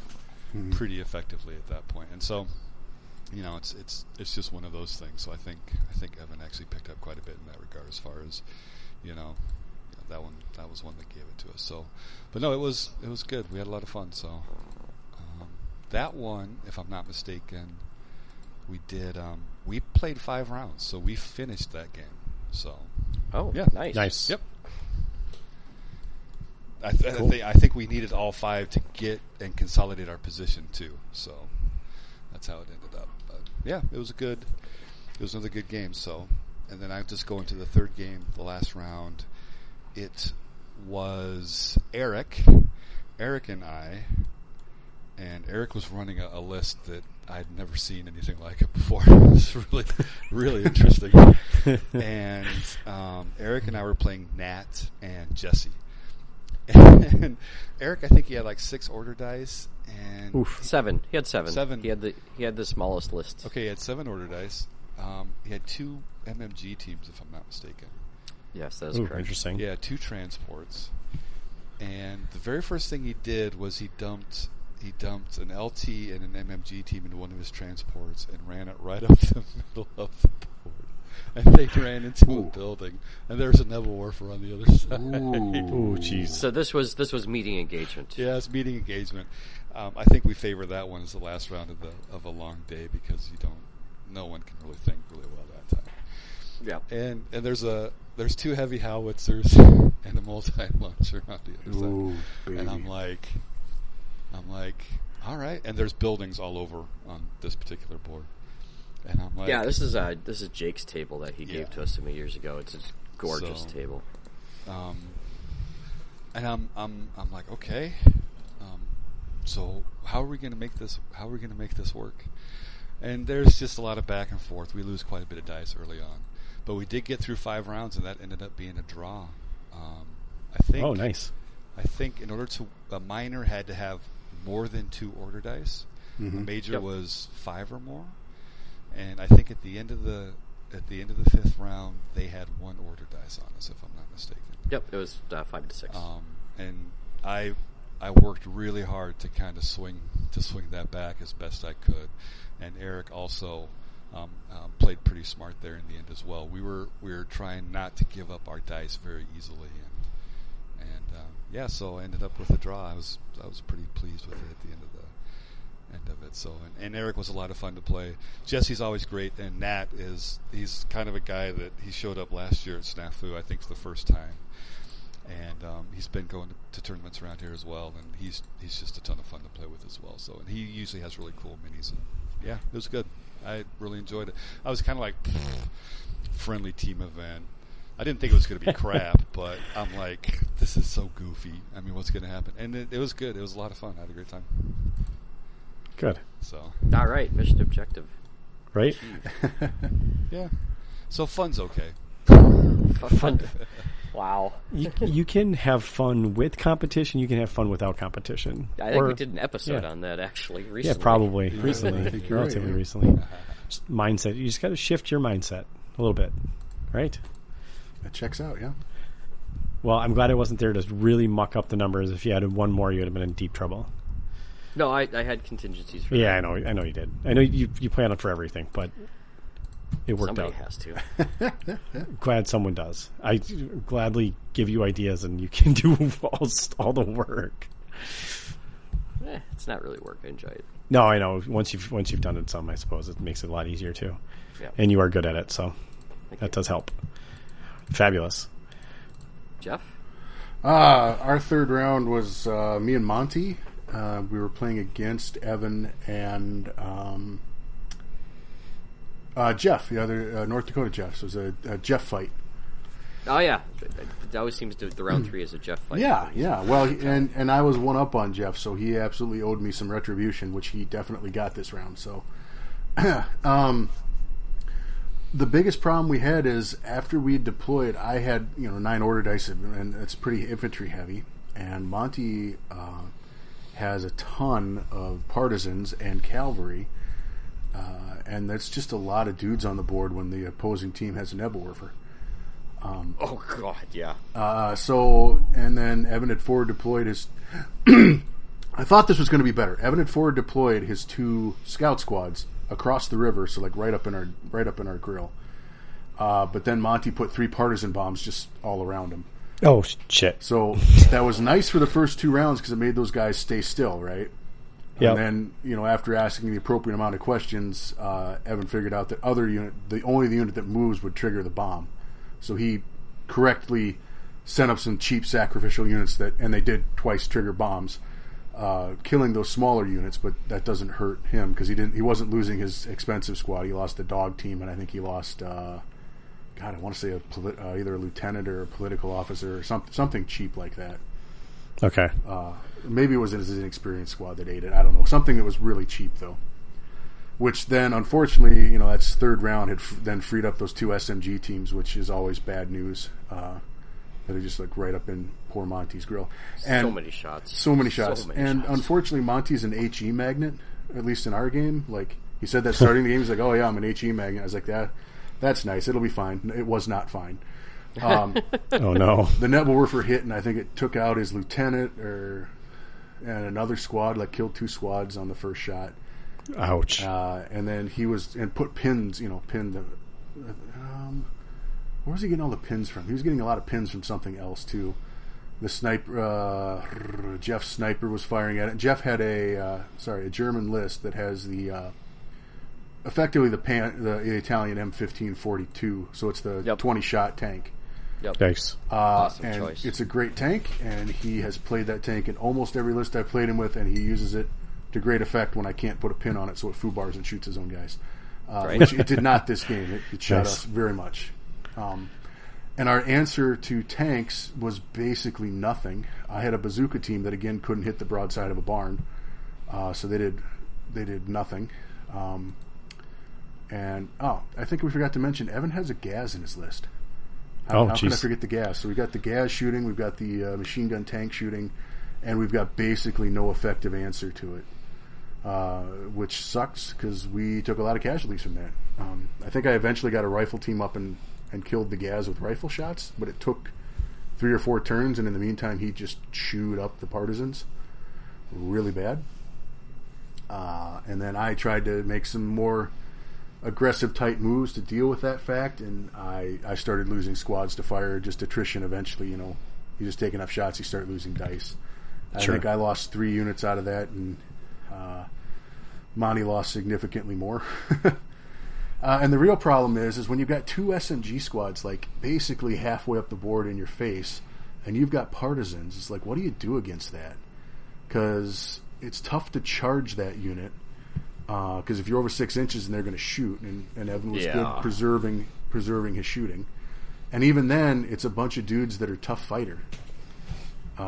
pretty effectively at that point. And so, you know, it's it's it's just one of those things. So I think I think Evan actually picked up quite a bit in that regard as far as you know that one that was one that gave it to us. So, but no, it was it was good. We had a lot of fun. So um, that one, if I'm not mistaken, we did um, we played five rounds, so we finished that game. So
Oh,
Yeah.
nice.
Nice.
Yep. I, th-
Cool.
I, think, I think we needed all five to get and consolidate our position too. So that's how it ended up. But yeah, it was a good. It was another good game. So, and then I just go into the third game, the last round. It was Eric, Eric and I, and Eric was running a, a list that I'd never seen anything like it before. *laughs* it was really, really interesting. and um, Eric and I were playing Nat and Jesse. *laughs* And Eric, I think he had like six order dice, and
Oof.
Seven. He had seven.
Seven.
He had the he had the smallest list.
Okay, he had seven order dice. Um, he had two MMG teams, if I'm not mistaken.
Yes, that is
Ooh,
correct.
interesting.
Yeah, two transports. And the very first thing he did was he dumped he dumped an LT and an MMG team into one of his transports and ran it right *laughs* up the middle of the board. And they ran into a
Ooh.
building, and there was another warfare on the other *laughs* side.
Ooh, jeez.
So this was this was meeting engagement.
Yeah, it's meeting engagement. Um, I think we favor that one as the last round of the of a long day because you don't, no one can really think really well that time.
Yeah.
And and there's a there's two heavy howitzers *laughs* and a multi launcher on the other
Ooh,
side. And I'm
baby.
like, I'm like, all right. And there's buildings all over on this particular board. And I'm like,
Yeah, this is uh this is Jake's table that he
Yeah.
gave to us some years ago. It's a gorgeous
So-
table.
um, and I'm I'm I'm like, okay, um, so how are we going to make this? How are we going to make this work? And there's just a lot of back and forth. We lose quite a bit of dice early on, but we did get through five rounds, and that ended up being a draw. Um, I think.
Oh, nice.
I think in order to a miner had to have more than two order dice,
Mm-hmm.
A major
Yep.
was five or more, and I think at the end of the at the end of the fifth round they had one order dice on us, if I'm not mistaken.
Yep, it was uh, five to six.
Um, and I I worked really hard to kind of swing to swing that back as best I could. And Eric also um, um, played pretty smart there in the end as well. We were we were trying not to give up our dice very easily, and and um, yeah, so I ended up with a draw. I was I was pretty pleased with it at the end of the end of it. So and, and Eric was a lot of fun to play. Jesse's always great, and Nat is he's kind of a guy that he showed up last year at Snafu, I think, for the first time and um, he's been going to, to tournaments around here as well, and he's he's just a ton of fun to play with as well. So, and he usually has really cool minis. And yeah, it was good. I really enjoyed it. I was kind of like friendly team event. I didn't think it was going to be crap, but I'm like, this is so goofy. I mean, what's going to happen? And it, it was good. It was a lot of fun. I had a great time.
Good,
So
All right, mission objective.
right?
yeah, so fun's okay. *laughs*
Fun. wow.
you, you can have fun with competition. You can have fun without competition.
I think
Or-
we did an episode
yeah.
on that actually recently.
Yeah, probably recently,
I think you're right,
relatively
yeah.
recently. Just mindset. You just got to shift your mindset a little bit, right?
That checks out, yeah.
Well, I'm glad I wasn't there to really muck up the numbers. If you added one more, you'd have been in deep trouble.
No, I, I had contingencies for
Yeah, I know. I know you did. I know you you plan it for everything, but it
that.
worked
Somebody
out.
has
*laughs*
to.
Glad someone does. I gladly give you ideas, and you can *laughs* do all all the work.
Eh, it's not really work. I enjoy it.
No, I know. Once you've once you've done it some, I suppose it makes it a lot easier too.
Yeah.
And you are good at it, so
Thank
that
you.
does help. Fabulous.
Jeff?
Uh, our third round was uh, me and Monty. Uh, we were playing against Evan and um, uh, Jeff, the other uh, North Dakota Jeff. So it was a, a Jeff fight.
Oh, yeah. It always seems to the round three is a Jeff fight.
Yeah, yeah. Well, and and I was one up on Jeff, so he absolutely owed me some retribution, which he definitely got this round. So, *clears throat* um, the biggest problem we had is after we deployed, I had you know nine order dice, and it's pretty infantry heavy, and Monty uh, has a ton of partisans and cavalry. Uh, and that's just a lot of dudes on the board when the opposing team has an Ebelwerfer.
Oh, God, yeah.
Uh, so, and then Evan had forward deployed his. *clears throat* I thought this was going to be better. Evan had forward deployed his two scout squads across the river, so like right up in our right up in our grill. Uh, but then Monty put three partisan bombs just all around him.
Oh sh- shit.
So that was nice for the first two rounds because it made those guys stay still, right?
Yeah.
And then you know, after asking the appropriate amount of questions, uh, Evan figured out that other unit, the only the unit that moves would trigger the bomb. So he correctly sent up some cheap sacrificial units that, and they did twice trigger bombs, uh, killing those smaller units. But that doesn't hurt him because he didn't. He wasn't losing his expensive squad. He lost the dog team, and I think he lost. Uh, God, I want to say a polit- uh, either a lieutenant or a political officer or something something cheap like that
okay.
maybe it was his inexperienced squad that ate it. I don't know. Something that was really cheap though. Which then, unfortunately, you know, that's third round had f- then freed up those two SMG teams, which is always bad news. Uh, that are just like right up in poor Monty's grill. And
so many shots.
so many shots.
many
and
shots.
unfortunately, Monty's an HE magnet, at least in our game. Like he said that starting the game, he's like, "Oh yeah, I'm an HE magnet." I was like, "That, that's nice. It'll be fine." It was not fine. Um,
Oh no.
the Nebelwerfer hit, and I think it took out his lieutenant or and another squad, like killed two squads on the first shot.
Ouch.
Uh, and then he was and put pins, you know, pinned the. Um, where was he getting all the pins from? He was getting a lot of pins from something else too. The sniper, uh, Jeff Sniper, was firing at it. Jeff had a uh, sorry, a German list that has the uh, effectively the pan, the Italian M1542. So it's the
Yep.
20 shot tank.
Yep.
Yikes.
uh, awesome
Uh, and
choice.
it's a great tank, and he has played that tank in almost every list I've played him with, and he uses it to great effect when I can't put a pin on it, so it foobars and shoots his own guys. Uh,
Right.
Which it did not this game. It, it shot
Nice.
us very much. Um, and our answer to tanks was basically nothing. I had a bazooka team that again couldn't hit the broadside of a barn, uh, so they did they did nothing. Um, and oh, I think we forgot to mention Evan has a gas in his list. How,
Oh,
how can I
jeez.
forget the gas? So we got the gas shooting, we've got the uh, machine gun tank shooting, and we've got basically no effective answer to it. uh, which sucks because we took a lot of casualties from that. Um, I think I eventually got a rifle team up and, and killed the Gaz with rifle shots, but it took three or four turns, and in the meantime, he just chewed up the partisans really bad. Uh, and then I tried to make some more aggressive type moves to deal with that fact, and I, I started losing squads to fire, just attrition eventually. You know, you just take enough shots, you start losing dice. I
Sure.
think I lost three units out of that, and uh, Monty lost significantly more. *laughs* uh, and the real problem is, is when you've got two SMG squads like basically halfway up the board in your face, and you've got partisans. It's like, what do you do against that? Because it's tough to charge that unit. Because if you're over six inches, and they're going to shoot, and, and Evan was
Yeah.
good preserving preserving his shooting. And even then, it's a bunch of dudes that are tough fighter.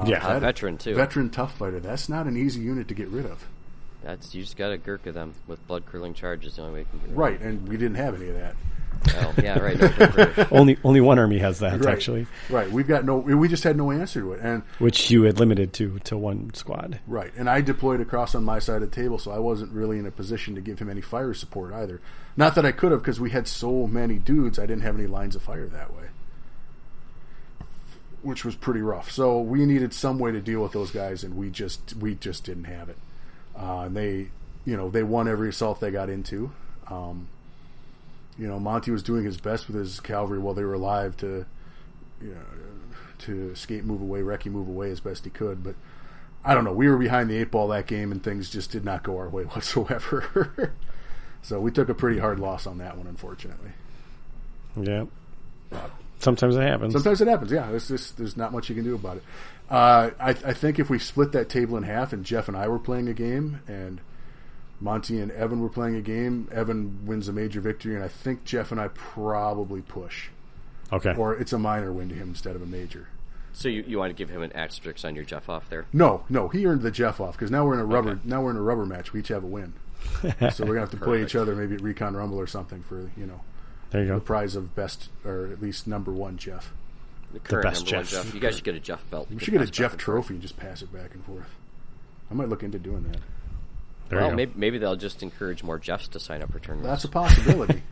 yeah, *laughs*
A veteran too.
Veteran tough fighter. That's not an easy unit to get rid of.
That's you just got to Gurkha them with blood curdling charges. The only way you can get rid
Right, and we didn't have any of that.
of them. Oh, yeah, right. No,
*laughs*
Gurkha.
only only one army has that
Right.
actually,
Right. We've got no we just had no answer to it. And
which you had limited to to one squad.
right, and I deployed across on my side of the table, so I wasn't really in a position to give him any fire support either. Not that I could have because we had so many dudes, I didn't have any lines of fire that way. Which was pretty rough. So we needed some way to deal with those guys and we just we just didn't have it. Uh, and they you know, they won every assault they got into. Um, you know, Monty was doing his best with his cavalry while they were alive to you know, to escape, move away, recce, move away as best he could. But I don't know. We were behind the eight ball that game, and things just did not go our way *laughs* whatsoever. so we took a pretty hard loss on that one, unfortunately.
Yeah, sometimes it happens.
Sometimes it happens. Yeah, there's just there's not much you can do about it. Uh, I, I think if we split that table in half, and Jeff and I were playing a game, and Monty and Evan were playing a game, Evan wins a major victory, and I think Jeff and I probably push,
Okay,
or it's a minor win to him instead of a major.
so you, you want to give him an asterisk on your Jeff off there?
No, no, he earned the Jeff off because now we're in a rubber.
Okay.
Now we're in a rubber match. We each have a win, so we're gonna have to
*laughs*
play each other maybe at Recon Rumble or something for you know
there you
the
go.
prize of best or at least number one Jeff.
The current
best
number
Jeff.
one Jeff. You guys should get a Jeff belt.
We should get a Jeff trophy and just pass it back and forth. I might look into doing that.
There
Well,
you go.
maybe, maybe they'll just encourage more Jeffs to sign up for tournaments.
That's
*laughs*
a possibility.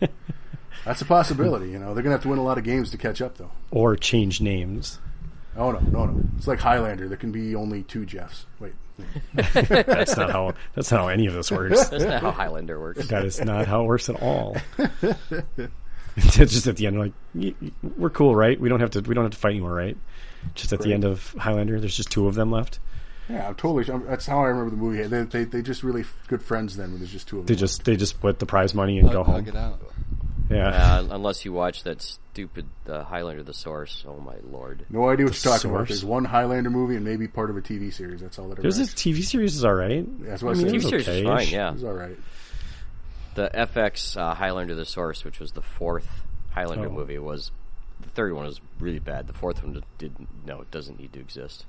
That's a possibility. You know they're gonna have to win a lot of games to catch up though.
Or change names.
Oh no, no, no! It's like Highlander. There can be only two Jeffs.
*laughs*
Wait,
That's not how. That's not how any of this
*laughs*
works.
That's not how Highlander works.
That is not how it works at all. *laughs* it's just at the end, like y- y- we're cool, right? We don't have to. We don't have to fight anymore, right? Just at the end of Highlander, there's just two of them left.
yeah, I'm totally. I'm, that's how I remember the movie. They they they just really f- good friends then when there's just two of
They
them.
just they just split the prize money and go home.
Hug it out.
Yeah,
Uh, unless you watch that stupid uh, Highlander the Source. Oh my lord.
No idea what you're talking about.
source.
There's one Highlander movie and maybe part of a TV series. That's all that.
there's
arrives.
this TV series is all right.
That's what I said.
it
TV
was
series is
okay-ish.
fine, yeah.
It's all right.
The FX uh, Highlander the Source, which was the fourth Highlander
Oh.
movie, was. The third one was really bad. The fourth one did no, it doesn't need to exist.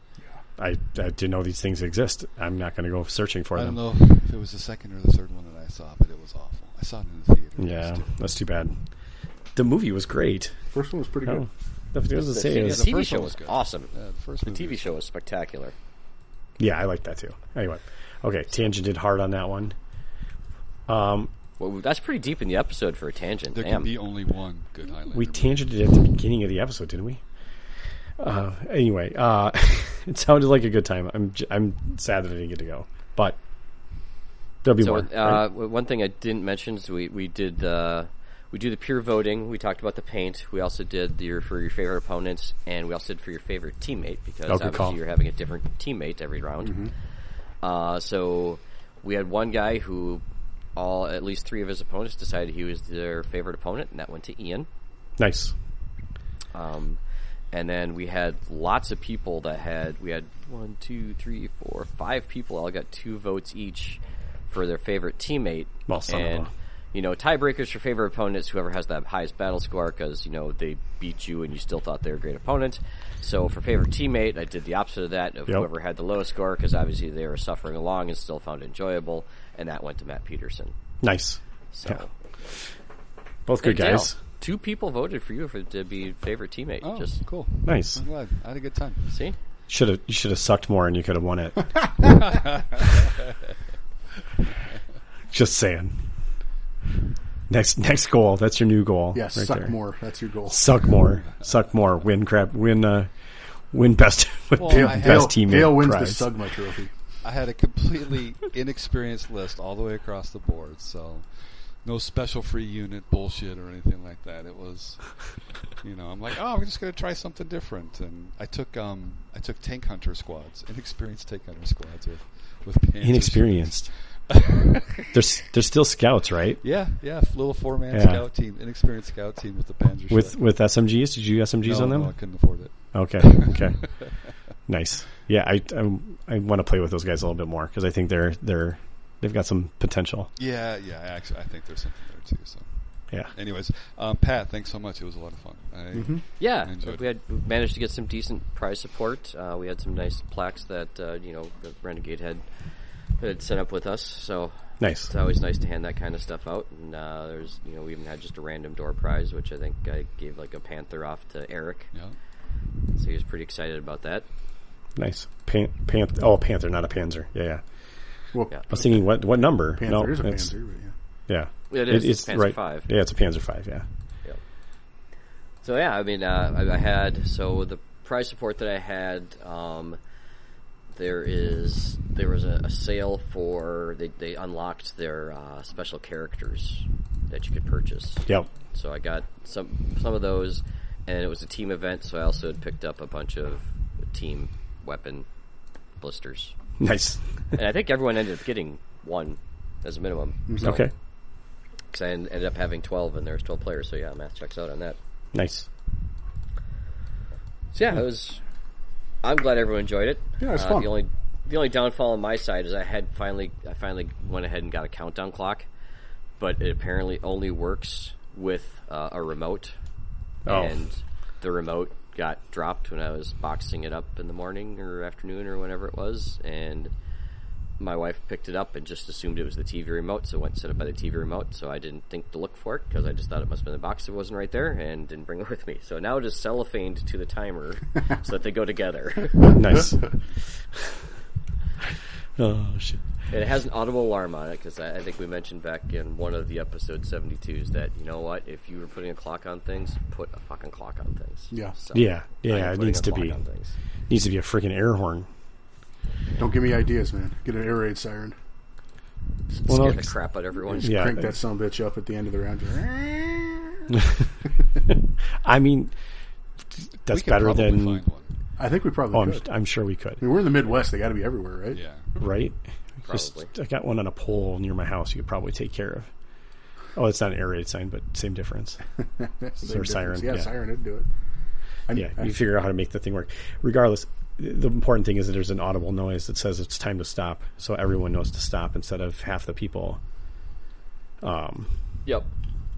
I, I didn't know these things exist. I'm not going to go searching for
I don't
them.
know if it was the second or the third one that I saw, but it was awful. I saw it in the theater.
Yeah,
It was
that's too bad. The movie was great.
First one was pretty
Oh,
good.
that doesn't say.
Yeah,
it
the
was-
TV
first
show
one
was
was good.
awesome.
Yeah, Uh, the first
The
movie
TV
was-
show was spectacular.
Yeah, I like that too. Anyway, okay, tangent did hard on that one. Um,
Well, that's pretty deep in the episode for a tangent.
There
Damn.
can be only one good Highlander.
we
movie.
tangented at the beginning of the episode, didn't we? Uh, anyway, uh, *laughs* it sounded like a good time. I'm j- I'm sad that I didn't get to go, but there'll be
so,
more.
uh,
right?
w- one thing I didn't mention is we we did uh, we do the peer voting. We talked about the paint. We also did the, your for your favorite opponents, and we also did for your favorite teammate because
Oh, good
obviously
call.
you're having a different teammate every round.
Mm-hmm.
Uh, so we had one guy who all at least three of his opponents decided he was their favorite opponent, and that went to Ian.
Nice.
Um, and then we had lots of people that had we had one, two, three, four, five people all got two votes each for their favorite teammate.
Well, son of
and
a-
you know tiebreakers for favorite opponents, whoever has the highest battle score, because you know they beat you and you still thought they were a great opponent. So for favorite teammate, I did the opposite of that of
Yep.
whoever had the lowest score, because obviously they were suffering along and still found it enjoyable, and that went to Matt Peterson.
Nice.
So
Yeah. Both good
Big deal.
guys.
Two people voted for you for to be favorite teammate.
Oh,
Just
cool.
Nice.
I'm glad. I had a good time.
see.
Should have you should have sucked more and you could have won it. Just saying. Next next goal. That's your new goal.
Yeah,
right
suck
there.
more. That's your goal.
Suck more. Suck more. Win crap. Win. Uh, win best. *laughs*
Well, I
best
have-
teammate.
Dale wins
prize.
the Sugma Trophy.
I had
*laughs*
a completely inexperienced list all the way across the board, so no special free unit bullshit or anything like that. It was, you know, I'm like, oh, I'm just gonna try something different, and I took um, I took tank hunter squads, inexperienced tank hunter squads with with Panzer
Inexperienced. there's there's still scouts, right?
Yeah, yeah, little four man
Yeah.
scout team, inexperienced scout team with the Panzer.
With
Shed.
with SMGs. Did you do SMGs
no,
on them?
No, I couldn't afford it.
Okay.
*laughs*
Okay. nice. Yeah, I I, I want to play with those guys a little bit more because I think they're they're they've got some potential.
Yeah, yeah. Actually, I think there's something there too. So,
Yeah.
anyways, um, Pat, thanks so much. It was a lot of fun. I,
Mm-hmm.
Yeah,
I enjoyed
we had managed to get some decent prize support. Uh, we had some nice plaques that uh, you know the Renegade had had set up with us. So
Nice.
it's always nice to hand that kind of stuff out. And uh, there's you know we even had just a random door prize, which I think I gave like a panther off to Eric.
Yeah.
So he was pretty excited about that.
Nice. Pan, pan, oh, Panther, not a Panzer. Yeah, yeah.
Well,
Yeah.
I was thinking, what what number?
Panther
no,
is a
it's-
Panther, but yeah.
Yeah,
It is.
it's
It's Panzer
right.
five.
Yeah, it's a Panzer Five. Yeah,
Yep. So yeah, I mean, uh, I, I had so the prize support that I had. Um, there is there was a, a sale for they, they unlocked their uh, special characters that you could purchase.
yep.
So I got some some of those, and it was a team event. So I also had picked up a bunch of team weapon blisters,
Nice.
and I think everyone ended up getting one as a minimum. So,
okay,
'cause I en- ended up having twelve, and there was twelve players. So yeah, math checks out on that.
nice.
So yeah, it was. I'm glad everyone enjoyed it.
Yeah, it was
uh,
fun.
The only the only downfall on my side is I had finally I finally went ahead and got a countdown clock, but it apparently only works with uh, a remote,
Oh.
and the remote got dropped when I was boxing it up in the morning or afternoon or whenever it was, and my wife picked it up and just assumed it was the TV remote, so went and set it by the TV remote. So I didn't think to look for it because I just thought it must have been in the box that wasn't right there and didn't bring it *laughs* with me. So now it is cellophaned to the timer so that they go together.
Nice. *laughs* oh shit.
And it has an audible alarm on it because I, I think we mentioned back in one of the episode 72s that, you know what, if you were putting a clock on things, put a fucking clock on things.
Yeah.
So
Yeah,
I am
yeah. It
putting
needs
a
to
clock
be
on things.
needs to be a freaking air horn.
Don't give me ideas, man. Get an air raid siren.
Well,
Scare
no,
the crap out of everyone.
Just
Yeah.
crank
*laughs*
that son of a bitch up at the end of the round.
I mean, that's
we could
better
probably
than.
Find one.
I think we probably
Oh, I'm,
could. Hmm. I
I'm sure we could.
mean, we're in the Midwest. They got to be everywhere, right?
Yeah.
right? Just,
Probably.
I got one on a pole near my house. You could probably take care of. Oh, it's not an air raid sign, but same difference.
That's a big
Or
difference.
siren,
Yeah,
yeah.
siren. It'd do it. I,
Yeah,
I-
you figure out how to make the thing work. Regardless, the important thing is that there's an audible noise that says it's time to stop, so everyone knows to stop instead of half the people
Yep.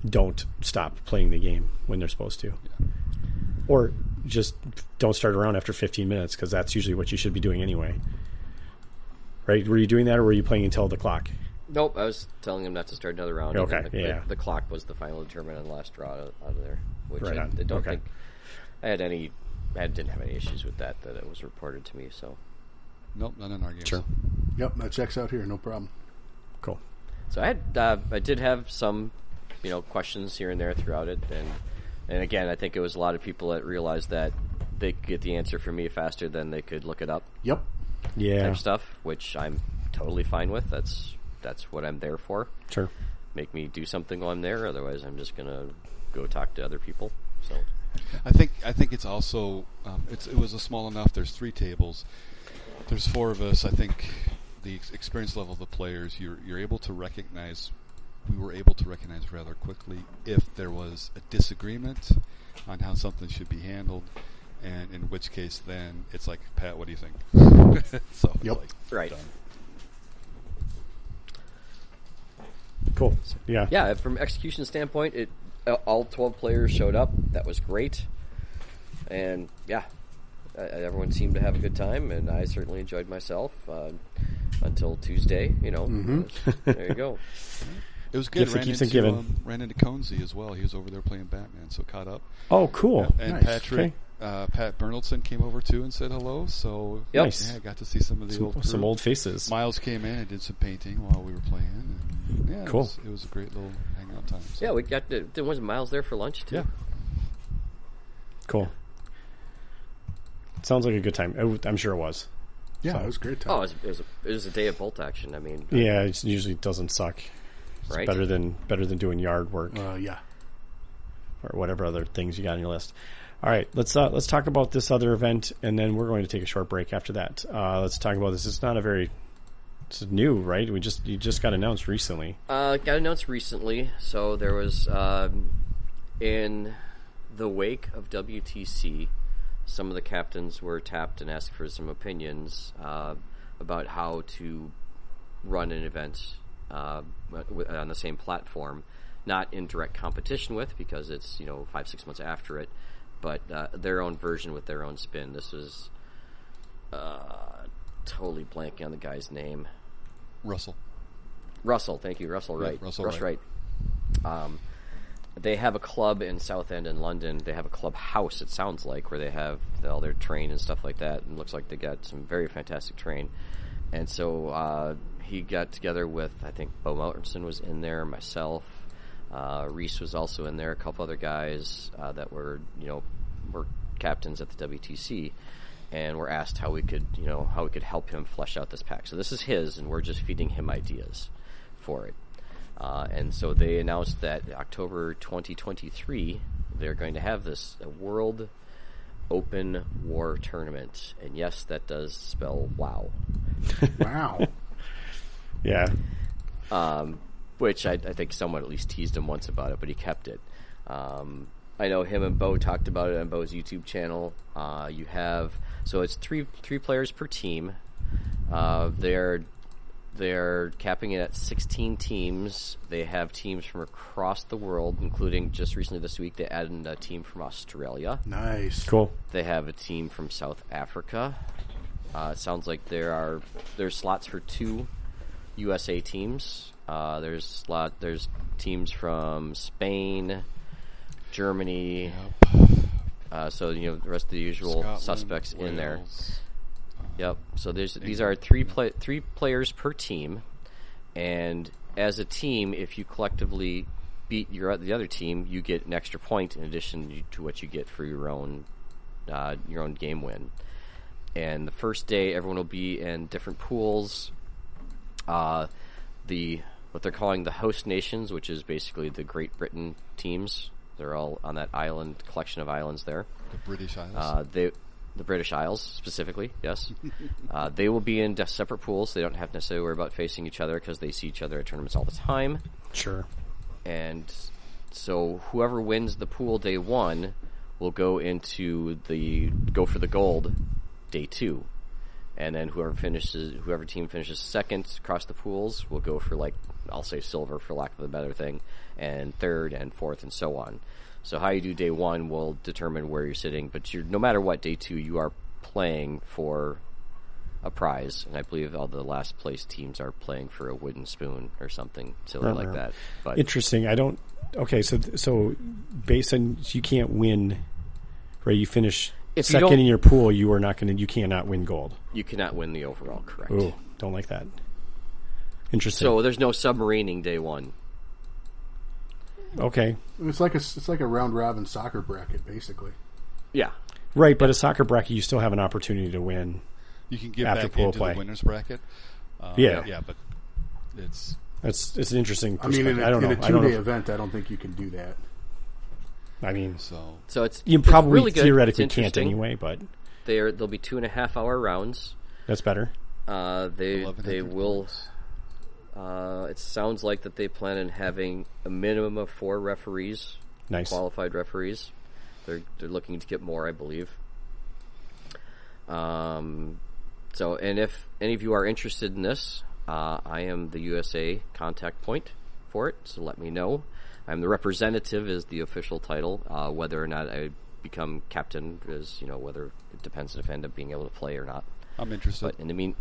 don't stop playing the game when they're supposed to, or just don't start around after 15 minutes because that's usually what you should be doing anyway. Right? Were you doing that, or were you playing until the clock?
Nope, I was telling him not to start another round.
Okay,
and the,
yeah.
The, the clock was the final determinant on the last draw out of, out of there, which
Right
I,
on,
I don't
okay.
think I had any. I didn't have any issues with that. That it was reported to me. So,
Nope, none in our games.
Sure.
Yep, that checks out here. No problem.
Cool.
so I had. Uh, I did have some, you know, questions here and there throughout it, and and again, I think it was a lot of people that realized that they could get the answer from me faster than they could look it up.
Yep.
Yeah.
Type stuff, which I'm totally fine with. That's that's what I'm there for.
Sure.
Make me do something while I'm there. Otherwise, I'm just gonna go talk to other people. So.
I think I think it's also um, it's it was a small enough. There's three tables. There's four of us. I think the ex- experience level of the players you're you're able to recognize. We were able to recognize rather quickly if there was a disagreement on how something should be handled, and in which case then it's like Pat, what do you think? *laughs* so it's
Yep.
like,
Right.
done.
Cool. Yeah.
yeah, from execution standpoint, it uh, all twelve players showed up. That was great, and yeah, uh, everyone seemed to have a good time, and I certainly enjoyed myself uh, until Tuesday. You know, *laughs* there you go.
It was good.
Gifts that
ran
keeps on
into
giving.
um, ran into Conzi as well. He was over there playing Batman, so caught up.
Oh, cool.
And
Nice.
Patrick, uh, Pat Bernaldson came over too and said hello. So
Yep.
Nice.
yeah, I got to see some of the old
Some
crew.
old faces.
Miles came in and did some painting while we were playing. and Yeah,
Cool.
It was, it was a great little hangout time. so.
Yeah, we got the, there was Miles there for lunch too.
Yeah.
Cool. Sounds like a good time. It- I'm sure it was.
Yeah,
That was a great time.
Oh, it was, it was a, it was a day of bolt action. I mean,
Yeah, it usually doesn't suck. It's
right?
better than better than doing yard work
Uh, yeah.
or whatever other things you got on your list. All right, let's uh, let's talk about this other event, and then we're going to take a short break after that. Uh, let's talk about this. It's not a very it's new, right? We just you just got announced recently.
Uh, got announced recently, so there was um, in the wake of WTC, some of the captains were tapped and asked for some opinions uh, about how to run an event uh, w- on the same platform, not in direct competition with because it's you know five six months after it, but uh, their own version with their own spin. This was uh, totally blanking on the guy's name.
Russell.
Russell, thank you, Russell Wright.
Russell
Russ
Wright.
Wright. Um, they have a club in Southend in London. They have a club house. It sounds like where they have all their train and stuff like that. And looks like they got some very fantastic train. And so uh, he got together with I think Bo Melterson was in there, myself, uh, Reese was also in there, a couple other guys uh, that were you know were captains at the WTC, and were asked how we could you know how we could help him flesh out this pack. So this is his, and we're just feeding him ideas for it. Uh, and so they announced that October 2023, they're going to have this a World Open War Tournament. And yes, that does spell wow.
Wow. *laughs*
Yeah,
Which I, I think someone at least teased him once about it, but he kept it. Um, I know him and Bo talked about it on Bo's YouTube channel. Uh, you have so it's three three players per team. Uh, they're They're capping it at 16 teams. They have teams from across the world, including just recently this week, they added a team from Australia.
nice.
cool.
They have a team from South Africa. Uh, it sounds like there are there's slots for two USA teams. Uh, there's slot there's teams from Spain, Germany. Uh, so you know the rest of the usual
Scotland,
suspects in there.
Wales.
Yep. So there's these are three play, three players per team, and as a team, if you collectively beat your the other team, you get an extra point in addition to what you get for your own uh, your own game win. And the first day, everyone will be in different pools. Uh, the what they're calling the host nations, which is basically the Great Britain teams. They're all on that island collection of islands there.
The British Isles.
Uh, they, the British Isles specifically, yes. uh, they will be in de- separate pools. They don't have to necessarily worry about facing each other because they see each other at tournaments all the time.
Sure.
And so whoever wins the pool day one will go into the go for the gold day two. And then whoever finishes, whoever team finishes second across the pools will go for like, I'll say silver for lack of a better thing, and third and fourth and so on. So how you do day one will determine where you're sitting, but you're, no matter what, day two you are playing for a prize, and I believe all the last place teams are playing for a wooden spoon or something silly like
Uh,
that. But
Interesting. I don't. Okay, so so based on you can't win, right? You finish
If you
second
don't-
in your pool, you are not going to. You cannot win gold.
you cannot win the overall, correct?
Ooh, don't like that. Interesting.
So there's no submarining day one.
okay,
It's like a it's like a round robin soccer bracket basically.
Yeah,
right, but a soccer bracket, you still have an opportunity to win.
you can get
after
back
pool
into
play.
the winners bracket. Uh,
Yeah.
yeah, but it's
That's it's an interesting.
I mean,
Perspective. I,
in a,
don't know.
in a
I don't
two
know.
day
if-
event, I don't think you can do that.
I mean,
so
so it's
you
it's
probably
really good.
theoretically
It's
can't
interesting.
anyway, but
There there'll be two and a half hour rounds.
that's better.
Uh, they they
1100
will.
points.
Uh, it sounds like that they plan on having a minimum of four referees
Nice.
qualified referees. They're they're looking to get more, I believe. Um, so, and if any of you are interested in this, uh, I am the USA contact point for it. So let me know. I'm the representative is the official title. Uh, whether or not I become captain is you know whether it depends if I end up being able to play or not.
I'm interested.
But in the mean,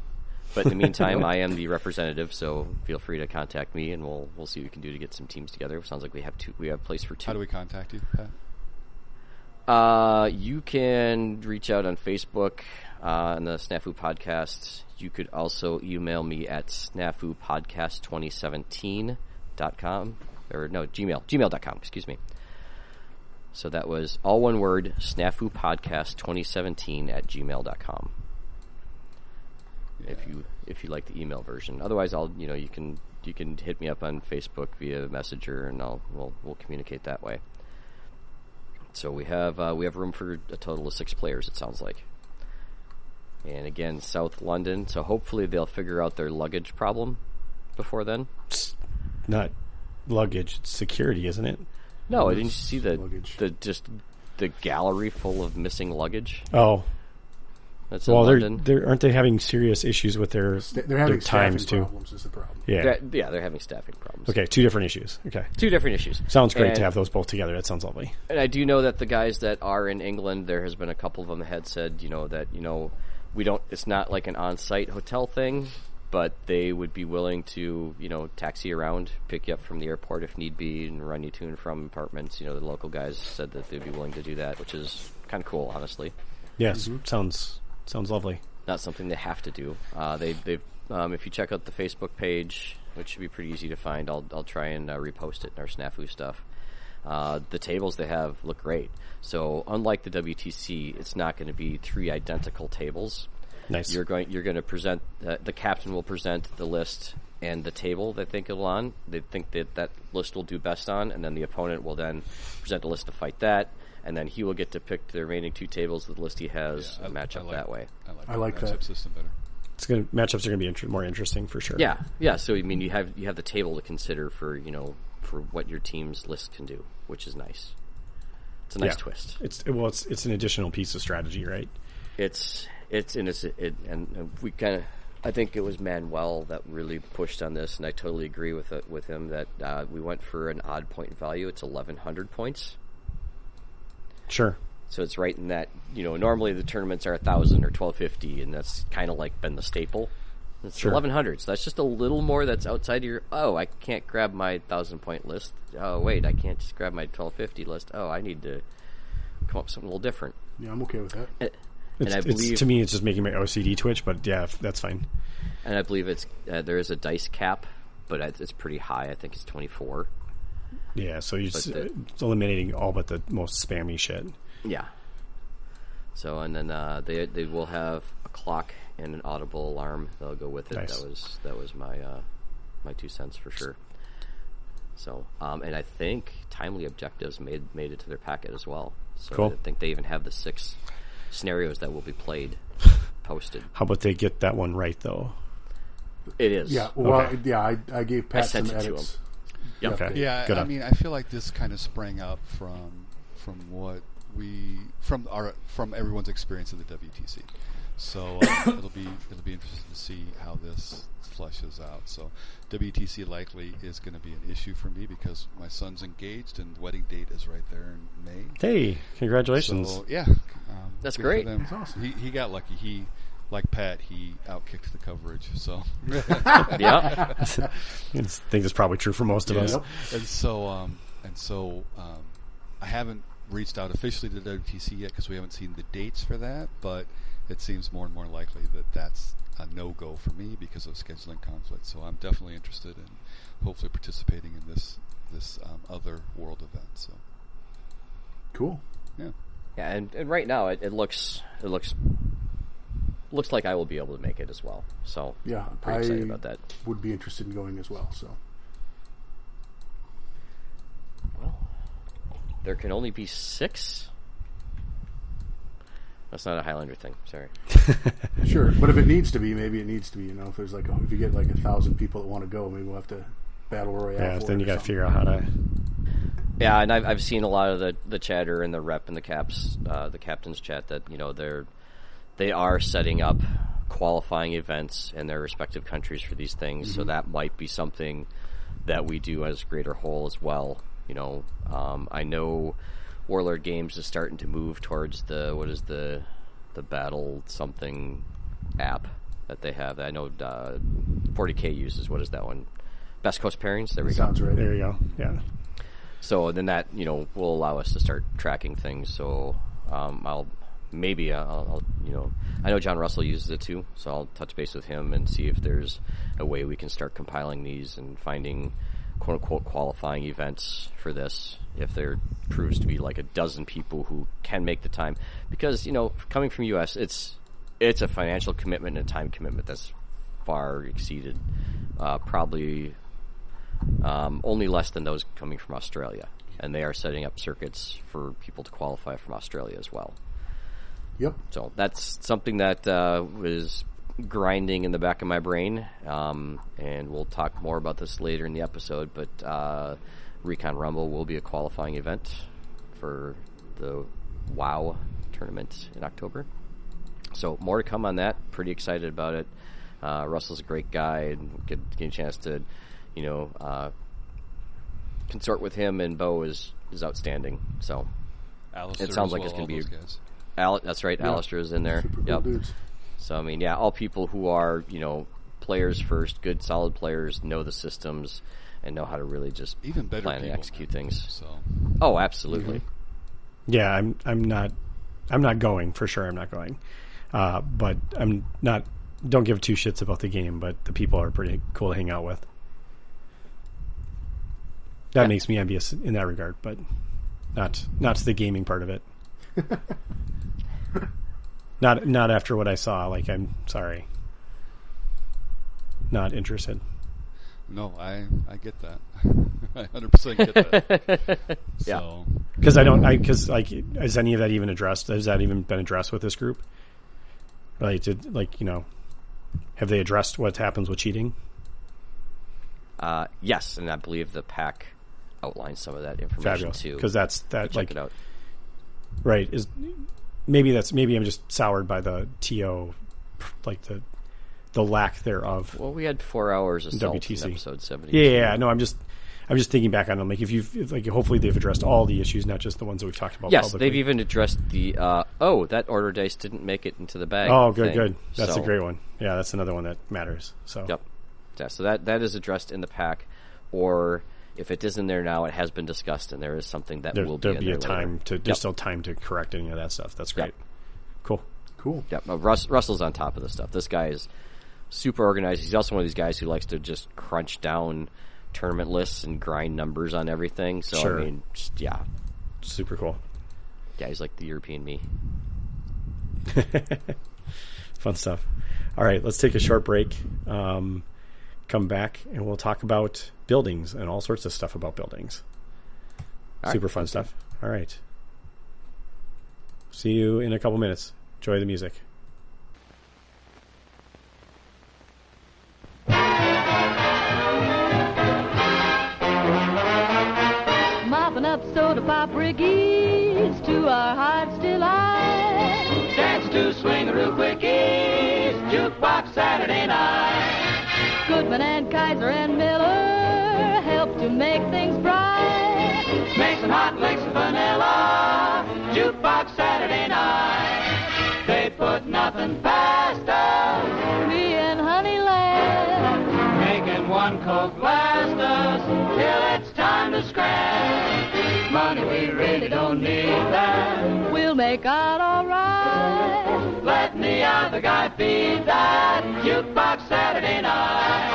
but in the meantime, I am the representative. So feel free to contact me, and we'll we'll see what we can do to get some teams together. Sounds like we have two. We have place for two.
How do we contact you, Pat?
Uh, you can reach out on Facebook uh, on the Snafu Podcast. You could also email me at snafupodcast2017 snapchat.com or no gmail gmail.com excuse me so that was all one word snafu podcast 2017 at gmail.com if you if you like the email version otherwise i'll you know you can you can hit me up on facebook via messenger and i'll we'll, we'll communicate that way so we have uh, we have room for a total of six players it sounds like and again south london so hopefully they'll figure out their luggage problem before then
Not luggage, it's security, isn't it?
no i didn't see the
Luggage.
the just the gallery full of missing luggage
Oh,
that's in
well, they're,
london
they're aren't they having serious issues with their
Th- They're
their
having staffing
times too?
problems. Is the problem?
Yeah.
They're- yeah they're having staffing problems
Okay, two different issues. Okay,
two different issues
sounds great
And-
to have those both together. That sounds lovely.
And I do know that the guys that are in England, there has been a couple of them that had said, you know, that you know, we don't. It's not like an on-site hotel thing, but they would be willing to, you know, taxi around, pick you up from the airport if need be, and run you to and from apartments. You know, the local guys said that they'd be willing to do that, which is kind of cool, honestly.
Yes,
Mm-hmm.
sounds sounds lovely.
Not something they have to do. Uh, they, they've. Um, if you check out the Facebook page, which should be pretty easy to find, I'll, I'll try and uh, repost it in our snafu stuff. Uh, the tables they have look great. So unlike the WTC, it's not going to be three identical tables.
Nice.
You're going. You're going to present. Uh, the captain will present the list and the table they think it'll on. They think that that list will do best on, and then the opponent will then present a list to fight that, and then he will get to pick the remaining two tables with the list he has and match up
like-
that way.
I like,
I like
matchup
that.
system better.
It's gonna matchups are gonna be inter- more interesting for sure.
Yeah, yeah. So I mean, you have you have the table to consider for you know for what your team's list can do, which is nice. It's a nice
Yeah.
twist.
It's well, it's it's an additional piece of strategy, right?
It's it's and it's it and uh, we kind of. I think it was Manuel that really pushed on this, and I totally agree with it, with him that uh, we went for an odd point value. It's eleven hundred points,
Sure.
so it's right in that you know normally the tournaments are thousand or twelve fifty, and that's kind of like been the staple. It's
Sure.
eleven hundred, so that's just a little more that's outside of your. Oh, I can't grab my thousand point list. Oh, wait, I can't just grab my twelve fifty list. Oh, I need to come up with something a little different.
Yeah, I'm okay with that.
And
It's,
I
it's
believe
to me, it's just making my OCD twitch, but yeah, f- that's fine.
And I believe it's uh, there is a dice cap, but it's it's pretty high. I think it's twenty four.
Yeah, so you're just,
the-
it's eliminating all but the most spammy shit.
Yeah. So and then uh, they they will have a clock and an audible alarm that'll go with it.
Nice.
That was that was my uh, my two cents for sure. So um, and I think timely objectives made made it to their packet as well. So
Cool.
I think they even have the six scenarios that will be
*laughs*
played posted.
How about they get that one right though?
It is *laughs*
Yeah. Well,
Okay.
yeah. I, I gave Pat
I sent
some
it to
edits.
him.
Yeah,
Okay.
Yeah,
Good
I
on.
mean, I feel like this kind of sprang up from from what we from our from everyone's experience of the WTC. So uh, *coughs* it'll be it'll be interesting to see how this flushes out. So WTC likely is going to be an issue for me because my son's engaged and the wedding date is right there in May.
Hey, congratulations!
So yeah, um,
That's
good for
great.
them.
That's awesome.
He, he got lucky. He like Pat, he outkicked the coverage.
*laughs*
So
yeah.
I think that's probably true for most of us.
Yeah. And so, um, and so, um, I haven't reached out officially to WTC yet because we haven't seen the dates for that. But it seems more and more likely that that's a no go for me because of scheduling conflict. So I'm definitely interested in hopefully participating in this this um, other world event. So
Cool.
yeah,
Yeah, and, and right now it, it looks it looks looks like I will be able to make it as well. So
Yeah,
I'm pretty
I-
excited about that.
Would be interested in going as well. So
There can only be six. That's not a Highlander thing. Sorry.
sure, but if it needs to be, maybe it needs to be. You know, if there's like a, if you get like a thousand people that want to go, maybe we'll have to battle royale.
Yeah,
for
then
it
you
or
got to
something.
figure out how to.
Yeah, and I've, I've seen a lot of the, the chatter and the rep and the caps, uh, the captain's chat that you know they're they are setting up qualifying events in their respective countries for these things. So that might be something that we do as a greater whole as well. You know, um, I know Warlord Games is starting to move towards the what is the the battle something app that they have. I know uh, 40k uses what is that one? Best Coast pairings. There we go.
Sounds right.
There you go. Yeah.
So then that you know will allow us to start tracking things. So um, I'll maybe uh, I'll, I'll you know I know John Russell uses it too, so I'll touch base with him and see if there's a way we can start compiling these and finding quote unquote qualifying events for this if there proves to be like a dozen people who can make the time because you know coming from us it's it's a financial commitment and a time commitment that's far exceeded uh, probably um, only less than those coming from australia and they are setting up circuits for people to qualify from australia as well
Yep.
so that's something that uh, was grinding in the back of my brain, um, and we'll talk more about this later in the episode. But uh, Recon Rumble will be a qualifying event for the WoW tournament in October. So more to come on that. Pretty excited about it. Uh, Russell's a great guy, and get, get a chance to, you know, uh, consort with him. And Bo is is outstanding. So
Alistair
sounds
as
like
well,
it's gonna
all
be-
those guys.
Al- that's right, Alistair is in there.
Super cool
Yep.
dudes.
So I mean, yeah, all people who are you know players first, good solid players, know the systems, and know how to really just
even better
plan
people.
and execute things.
So
Oh, absolutely.
Mm-hmm. Yeah, I'm I'm not I'm not going for sure. I'm not going, uh, but I'm not. Don't give two shits about the game, but the people are pretty cool to hang out with. That makes me envious in that regard, but not not to the gaming part of it. not not after what I saw. Like I'm sorry, not interested.
no, I I get that. *laughs* I hundred percent get that.
*laughs* Yeah.
So
Because I don't, I because like, is any of that even addressed? Has that even been addressed with this group? Like, did like you know, have they addressed what happens with cheating?
Uh, yes, and I believe the pack outlines some of that information
Fabulous,
too.
because that's that
check
like
it out.
right is maybe that's maybe I'm just soured by the to like the the lack thereof.
Well, we had four hours of salt in
WTC.
episode seventy.
yeah, yeah, yeah, no, I'm just I'm just thinking back on them. Like if you've if, like hopefully they've addressed all the issues, not just the ones that we've talked about.
Yes,
publicly.
they've even addressed the uh, oh that order dice didn't make it into the bag.
Oh, good,
thing.
good. That's
So-
a great one. Yeah, that's another one that matters. So
Yep. Yeah, so that that is addressed in the pack, or if it is in there now, it has been discussed, and there is something that
there,
will
will
be
there'll
in
be a
there later.
time to there's
Yep.
still time to correct any of that stuff. That's great.
Yep.
Cool.
Cool.
Yep. uh, Russ, Russell's on top of this stuff. This guy is super organized. He's also one of these guys who likes to just crunch down tournament lists and grind numbers on everything. So
Sure.
I mean, just, yeah,
Super cool.
yeah, he's like the European me.
Fun stuff. All right, let's take a short break. Um, come back and we'll talk about buildings and all sorts of stuff about buildings.
All
Super fun stuff. All right. See you in a couple minutes. Enjoy the music.
mopping up soda pop briggies to our heart's delight.
Chance to swing the real quickies. Jukebox Saturday night.
Goodman and Kaiser and Miller help to make things bright.
Make some hot, make some vanilla. Jukebox Saturday night. They put nothing past us.
Me and Honeyland,
Making one coke last us till it's time to scratch. Money we really don't need that.
we'll make out all right.
Let the other guy feed that. Jukebox Saturday night.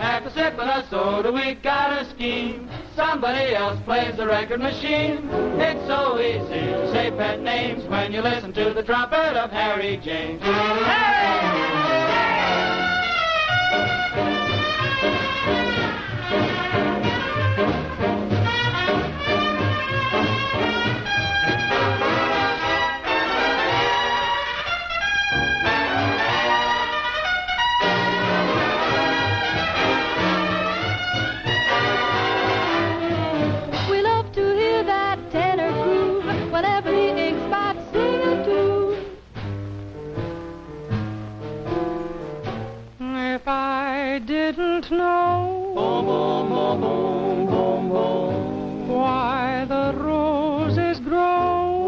After sipping a soda, we got a scheme. Somebody else plays the record machine. It's so easy to say pet names when you listen to the trumpet of Harry James.
We love to hear that tenor groove whenever the ink spots sing a tune. If I didn't know why the roses grow,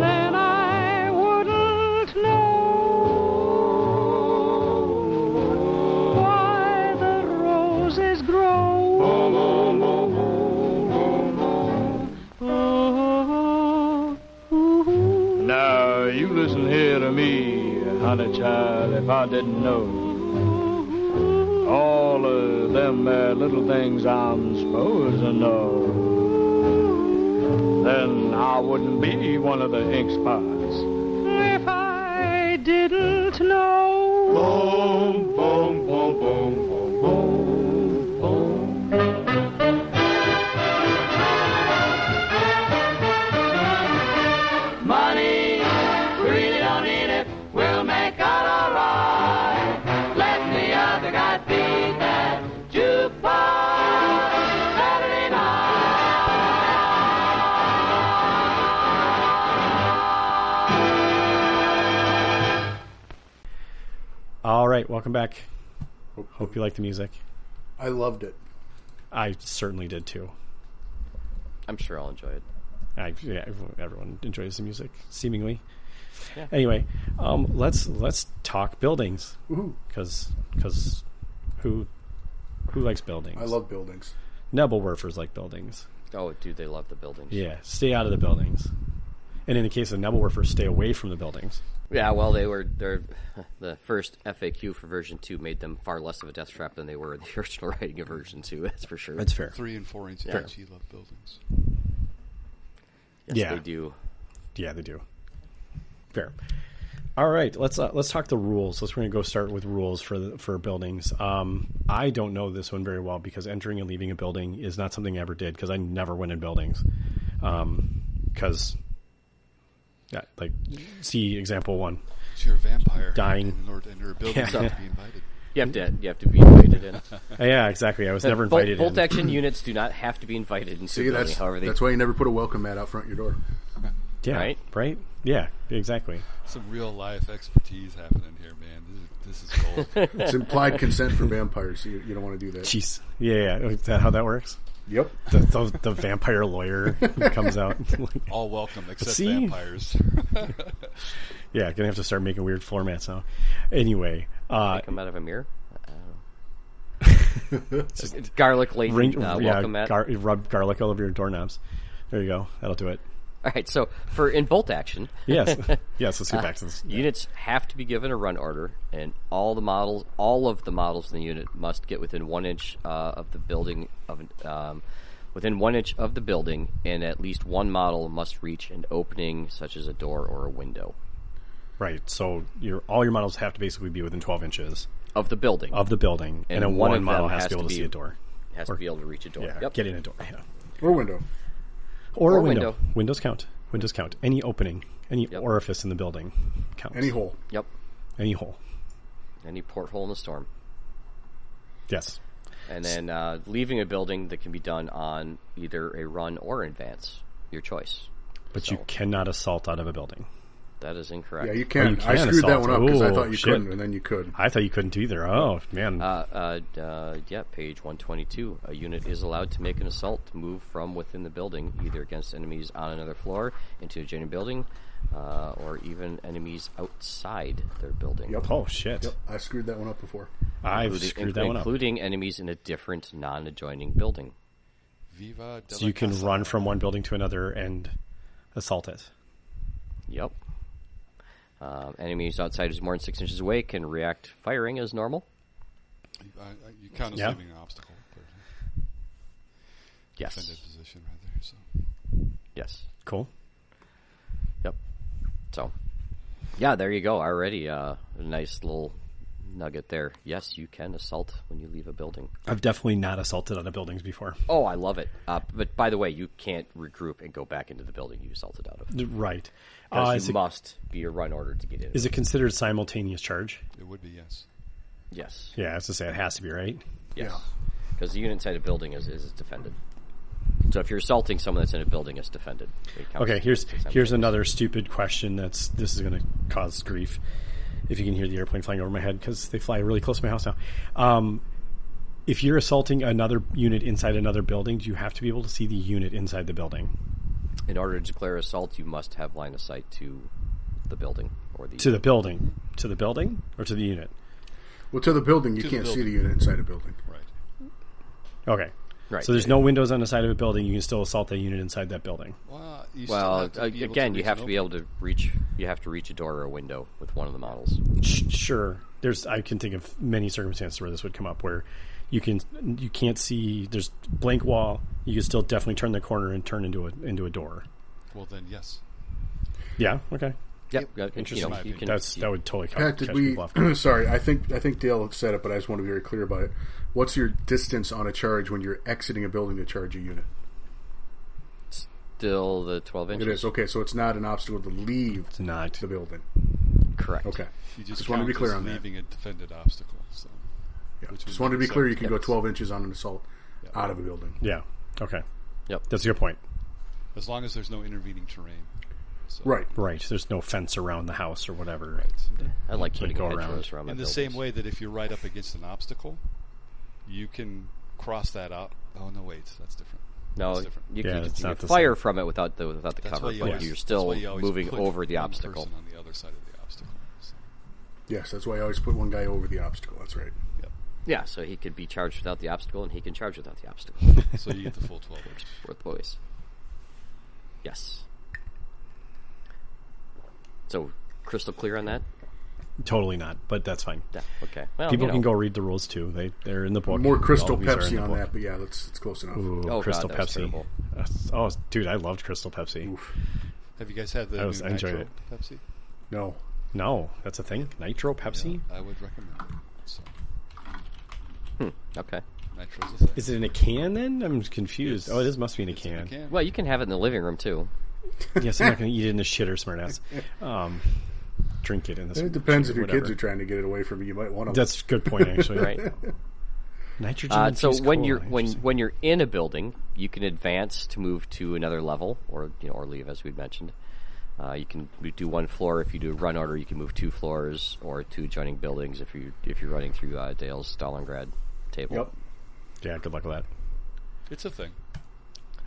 then I wouldn't know why the roses grow. Ooh, ooh, ooh.
Now, you listen here.
dear to me, honey child, if I didn't know all of them uh, little things I'm supposed to know, then I wouldn't be one of the ink spots if I didn't know. Boom, boom, boom, boom, boom, boom, boom. Money, really don't need it. We'll make out alright. Let the other guy be that jukebox Saturday night.
All right, welcome back. Hope you like the music.
I loved it.
I certainly did too.
I'm sure I'll enjoy it.
I, yeah, everyone enjoys the music, seemingly. Anyway, um, let's let's talk buildings because who who likes buildings?
I love buildings.
Nebelwerfers like buildings.
Oh, dude, they love the buildings.
Yeah, stay out of the buildings. And in the case of Nebelwerfers, stay away from the buildings.
Yeah, well, they were they're, *laughs* the first FAQ for version two made them far less of a death trap than they were in the *laughs* original writing of version two. That's for sure.
That's fair.
Three and four inch
Fair.
HE love buildings.
yes,
yeah.
they do.
Yeah, they do. Fair. All right, let's uh, let's talk the rules. Let's we're gonna go start with rules for the, for buildings. Um, I don't know this one very well because entering and leaving a building is not something I ever did because I never went in buildings. Because yeah, like see example one.
So you're a vampire.
Dying.
And in order to enter a building, you have to be invited.
You have to you have to be invited in.
Uh, Yeah, exactly. I was Mm-hmm. *laughs* never
bolt,
invited.
bolt
in.
action *laughs* units do not have to be invited into
See,
the building.
that's
however, they
that's why you never put a welcome mat out front your door.
Yeah,
right?
Right. Yeah. Exactly.
Some real life expertise happening here, man. This is, this is gold.
*laughs*
It's implied consent for vampires. So you, you don't want to do that.
Jeez. Yeah. yeah. Is that how that works?
Yep.
The, the, the vampire lawyer *laughs* who comes out. *laughs*
All welcome except
See?
vampires. *laughs*
yeah, gonna have to start making weird floor mats now. Anyway, uh,
come out of a
*laughs*
mirror. I don't know. Garlic lady,
ring,
uh,
yeah,
welcome Matt.
gar- rub garlic all over your doorknobs. There you go. That'll do it.
All right, so for in bolt action, *laughs*
Yes. yes. Let's get back to this.
units have to be given a run order, and all the models, all of the models in the unit must get within one inch uh, of the building of an, um, within one inch of the building, and at least one model must reach an opening such as a door or a window
Right. So your all your models have to basically be within twelve inches
of the building.
of the building,
And
and, then
one
one,
of
model
them
has to be able to see
be-
a door.
has to be able to reach a door.
Yeah.
Yep.
Get in a door. Yeah.
Or window.
Or,
Or
a window.
window.
Windows count. Windows count. Any opening, any orifice in the building counts.
Any hole.
Yep.
Any hole.
Any porthole in the storm.
Yes.
And then uh, leaving a building that can be done on either a run or advance, your choice.
But you
So-
cannot assault out of a building.
That is
Yeah,
incorrect.
you can.
Oh, you
I
can
screwed that
assault.
one up because I
Ooh,
thought you
shit.
couldn't, and then you could.
I thought you couldn't either. Oh man.
uh, uh, uh, yeah, page 122. A unit is allowed to make an assault move from within the building, either against enemies on another floor into adjoining building, uh, or even enemies outside their building.
Yep.
oh shit.
Yep. I screwed that one up before.
I've
Including,
screwed that
including,
one up.
enemies in a different non-adjoining building.
Viva de
So
la
you can
casa.
run from one building to another and assault it.
Yep. Um, enemies outside who's more than six inches away can react firing as normal.
I, I, uh, you count as
Yeah.
leaving an obstacle. But
Yes.
defended position right there. So
Yes.
Cool.
Yep. So, yeah, there you go. Already uh, a nice little nugget there. Yes, you can assault when you leave a building.
I've definitely not assaulted out of buildings before.
Oh, I love it. Uh, but by the way, you can't regroup and go back into the building you assaulted out of.
Right.
'Cause
Uh,
you
is, it,
must be a run order to get in.
is it considered simultaneous charge?
it would be yes.
yes.
Yeah, I was to say it has to be right.
Yes. Because the unit inside a building is, is defended. So if you're assaulting someone that's in a building, it's defended. It counts
Okay,
as-
here's
as
here's
simultaneous.
another stupid question. That's this is going to cause grief if you can hear the airplane flying over my head because they fly really close to my house now. Um, if you're assaulting another unit inside another building, do you have to be able to see the unit inside the building
In order to declare assault, you must have line of sight to the building or the
to the building to the building or to the unit?
Well, to the building, you
To the
can't see the
Oh,
building.
unit inside a building.
Right.
Okay,
Right.
So there's no windows on the side of a building. You can still assault that unit inside that building.
Well, you still
Well,
have to
a-
be able
again,
to
you
reach
have
it
to be
open.
able to reach. You have to reach a door or a window with one of the models.
Sh- Sure, there's I can think of many circumstances where this would come up where you can you can't see there's blank wall. You can still definitely turn the corner and turn into a into a door.
Well, then yes.
Yeah. Okay.
Yep. uh, and, You,
Interesting.
know, you can,
That's
you-
that would totally catch,
Pat, did
catch
we?
people off guard.
*clears throat* sorry, I think I think Dale said it, but I just want to be very clear about it. What's your distance on a charge when you're exiting a building to charge a unit?
still the 12 inches.
It is okay, so it's not an obstacle to leave
It's not.
the building.
Correct.
Okay,
You just,
Just wanted to be
count
clear
as
on that.
leaving a defended obstacle. So.
yeah.
Which
just
would
wanted to be
make
clear. You
sense.
can go 12 inches on an assault out of a building.
Yeah. Okay.
Yep.
That's your point.
As long as there's no intervening terrain. So.
Right.
Right. There's no fence around the house or whatever.
I like
Can't
putting
go
go
around.
around. around my
In the same
buildings.
way that if you're right up against an obstacle, you can cross that out. Oh no, wait, that's different.
No,
That's
you,
different.
you
Yeah,
can
it's
you
not
can
the
fire from it without the without the
That's
cover,
why you
but
always,
you're
that's
still
why you always
moving
put
over the
one
obstacle.
person on the other side of the obstacle. So,
Yes, that's why I always put one guy over the obstacle. That's right.
yep.
Yeah, so he could be charged without the obstacle, and he can charge without the obstacle.
so you get the full twelve inch.
Both ways. Yes. So crystal clear on that.
Totally not. But that's fine.
Yeah. Okay. Well,
People
you
can
know.
go read the rules too. They they're in the book.
More
All
Crystal
these are in
Pepsi
the
on
book.
that, but yeah, that's it's close enough.
Ooh,
Oh, God,
Crystal
that was
Pepsi.
terrible.
That's- Oh, dude, I loved Crystal Pepsi.
*laughs* Have you guys had the
I was-
new
I enjoyed
Nitro
it.
Pepsi?
No,
No, that's a thing. Nitro Pepsi.
Yeah, I would recommend it. So,
Okay.
Nitro's a thing.
Is it in a can then? I'm confused.
It's-
oh, this must be in a
It's in
can.
a can.
Well, you can have it in the living room
*laughs*
too.
yes, I'm
*laughs*
not going to eat it in a shitter, smartass. Um, drink it in this.
it depends if your
whatever.
kids are trying to get it away from you. You might want to.
That's a good point,
*laughs*
actually.
Right.
Nitrogen.
Uh, so
infused
when
cola,
you're when
interesting.
when you're in a building, you can advance to move to another level, or you know, or leave as we mentioned. Uh, you can do one floor if you do run order. You can move two floors or two adjoining buildings if you if you're running through uh, Dale's Stalingrad table.
Yep.
yeah, good luck with that.
It's a thing.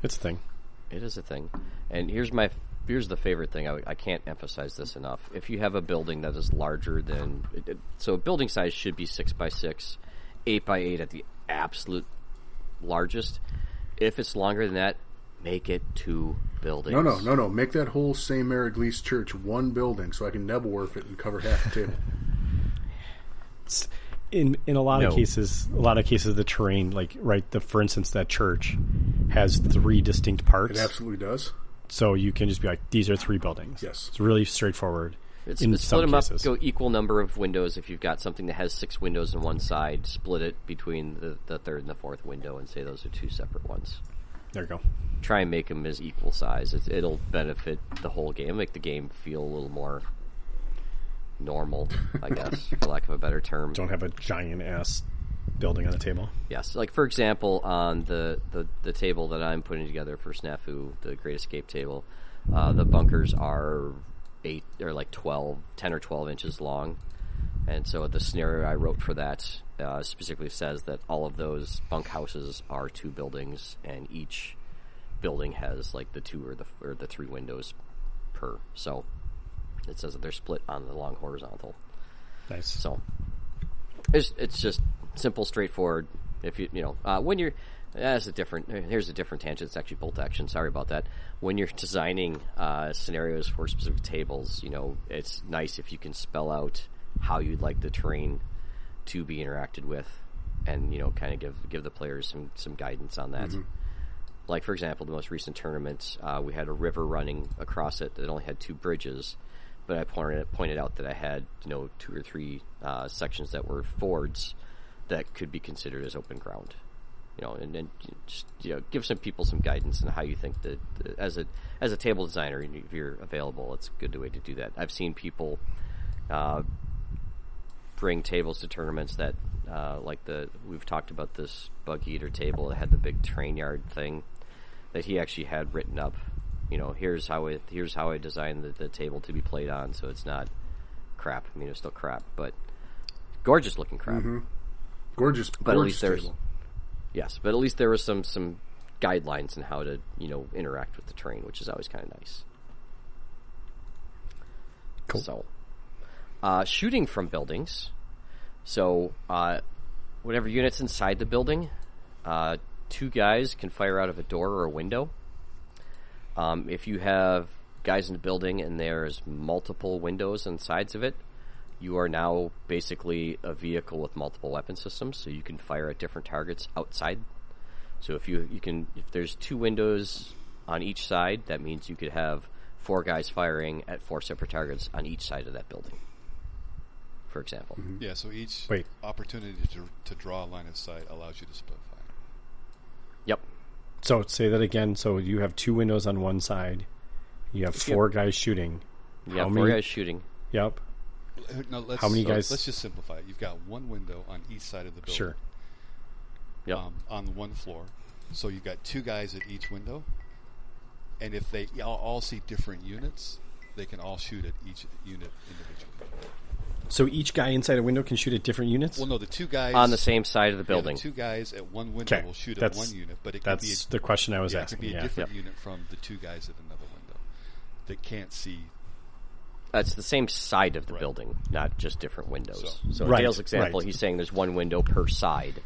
It's a thing.
It is a thing. And here's my here's the favorite thing. I, I can't emphasize this enough. If you have a building that is larger than it- it- so, building size should be six by six, eight by eight at the absolute largest. If it's longer than that, make it two buildings.
No, no, no, no. Make that whole St. Mary Glees Church one building so I can Nebelwerf it and cover half the
*laughs*
table.
It's- in in a lot of
No.
cases, a lot of cases, the terrain, like right, the for instance, that church has three distinct parts.
It absolutely does.
So you can just be like, these are three buildings.
Yes.
it's really straightforward.
It's,
in
it's
some
split them up.
cases.
Go equal number of windows. If you've got something that has six windows on one side, split it between the, the third and the fourth window, and say those are two separate ones.
There you go.
try and make them as equal size. It, it'll benefit the whole game, make the game feel a little more normal, I guess, for lack of a better term.
Don't have a giant ass building on the table.
Yes, like for example, on the, the, the table that I'm putting together for Snafu, the Great Escape table, uh, the bunkers are eight or like 12, 10 or twelve inches long, and so the scenario I wrote for that uh, specifically says that all of those bunkhouses are two buildings, and each building has like the two or the or the three windows per. So it says that they're split on the long horizontal.
Nice.
So it's it's just simple, straightforward. If you you know uh, when you're that's a different. Here's a different tangent. It's actually bolt action. Sorry about that. When you're designing uh, scenarios for specific tables, you know it's nice if you can spell out how you'd like the terrain to be interacted with, and you know kind of give give the players some some guidance on that like for example, the most recent tournament, uh, we had a river running across it that only had two bridges, but I pointed pointed out that I had you know two or three uh, sections that were fords that could be considered as open ground, you know, and then just you know give some people some guidance on how you think that that as a as a table designer, and if you're available, it's a good way to do that. I've seen people. Uh, bring tables to tournaments that, uh, like the we've talked about this bug eater table that had the big train yard thing that he actually had written up. You know, here's how it here's how I designed the, the table to be played on, so it's not crap. I mean, it's still crap, but gorgeous looking crap.
Gorgeous,
But at
gorgeous
least there's
table.
yes, but at least there was some some guidelines on how to you know interact with the train, which is always kind of nice.
Cool.
So, uh, shooting from buildings. So, uh, whatever units inside the building, uh, two guys can fire out of a door or a window. Um, if you have guys in the building and there's multiple windows and sides of it, you are now basically a vehicle with multiple weapon systems, so you can fire at different targets outside. So if you you can if there's two windows on each side, that means you could have four guys firing at four separate targets on each side of that building. For example.
Mm-hmm.
Yeah, so each
Wait.
opportunity to, to draw a line of sight allows you to split fire.
Yep.
So say that again. So you have two windows on one side. You have four guys shooting.
You
How
have four
many-
guys shooting.
Yep.
No, let's,
How many
so
guys-
Let's just simplify it. You've got one window on each side of the building.
Sure.
Yep.
um, on the one floor. So you've got two guys at each window, and if they all, all see different units, they can all shoot at each unit individually.
So each guy inside a window can shoot at different units.
Well, no, the two guys
on the same side of the
yeah, the
building.
two guys at one window
Okay,
will shoot
that's-
at one unit, but it could be
That's
a,
the question I was
yeah, it could
asking.
be a
yeah.
different
Yep.
unit from the two guys at another window that can't see.
That's the same side of the
Right.
building, not just different windows.
So-
So, in
Right,
Dale's example,
right.
he's saying there's one window per side.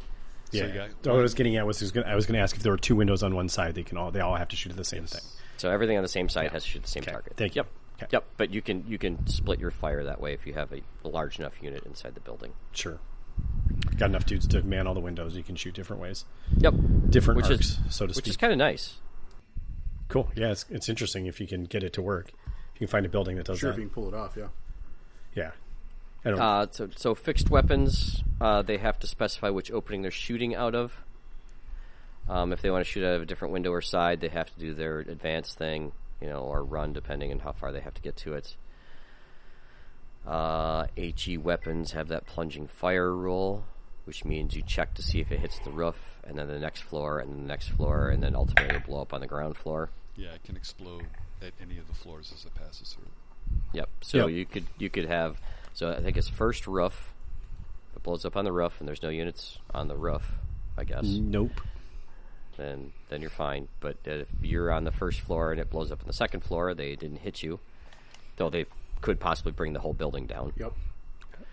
Yeah.
you got
what I was getting at was, was gonna, I was going to ask if there were two windows on one side. They can all they all have to shoot at the same thing.
So everything on the same side has to shoot the same
Okay,
target.
thank you.
yep.
Okay.
Yep. But you can you can split your fire that way if you have a, a large enough unit inside the building.
Sure. Got enough dudes to man all the windows. You can shoot different ways,
Yep.
different
Which
arcs,
is
so to
which
speak.
is kind of nice.
cool. Yeah, it's, it's interesting if you can get it to work. If you can find a building that does
Sure, if
that.
you can pull it off, yeah.
Yeah. I don't.
Uh, so, so fixed weapons, uh, they have to specify which opening they're shooting out of. Um, if they want to shoot out of a different window or side, they have to do their advance thing, you know, or run depending on how far they have to get to it. Uh, HE weapons have that plunging fire rule, which means you check to see if it hits the roof, and then the next floor, and then the next floor, and then ultimately it'll blow up on the ground floor.
Yeah, it can explode at any of the floors as it passes through.
Yep. So
Yep.
you could you could have so I think it's first roof. If it blows up on the roof and there's no units on the roof, I guess.
nope.
Then then you're fine. But if you're on the first floor and it blows up on the second floor, they didn't hit you. Though they could possibly bring the whole building down.
Yep.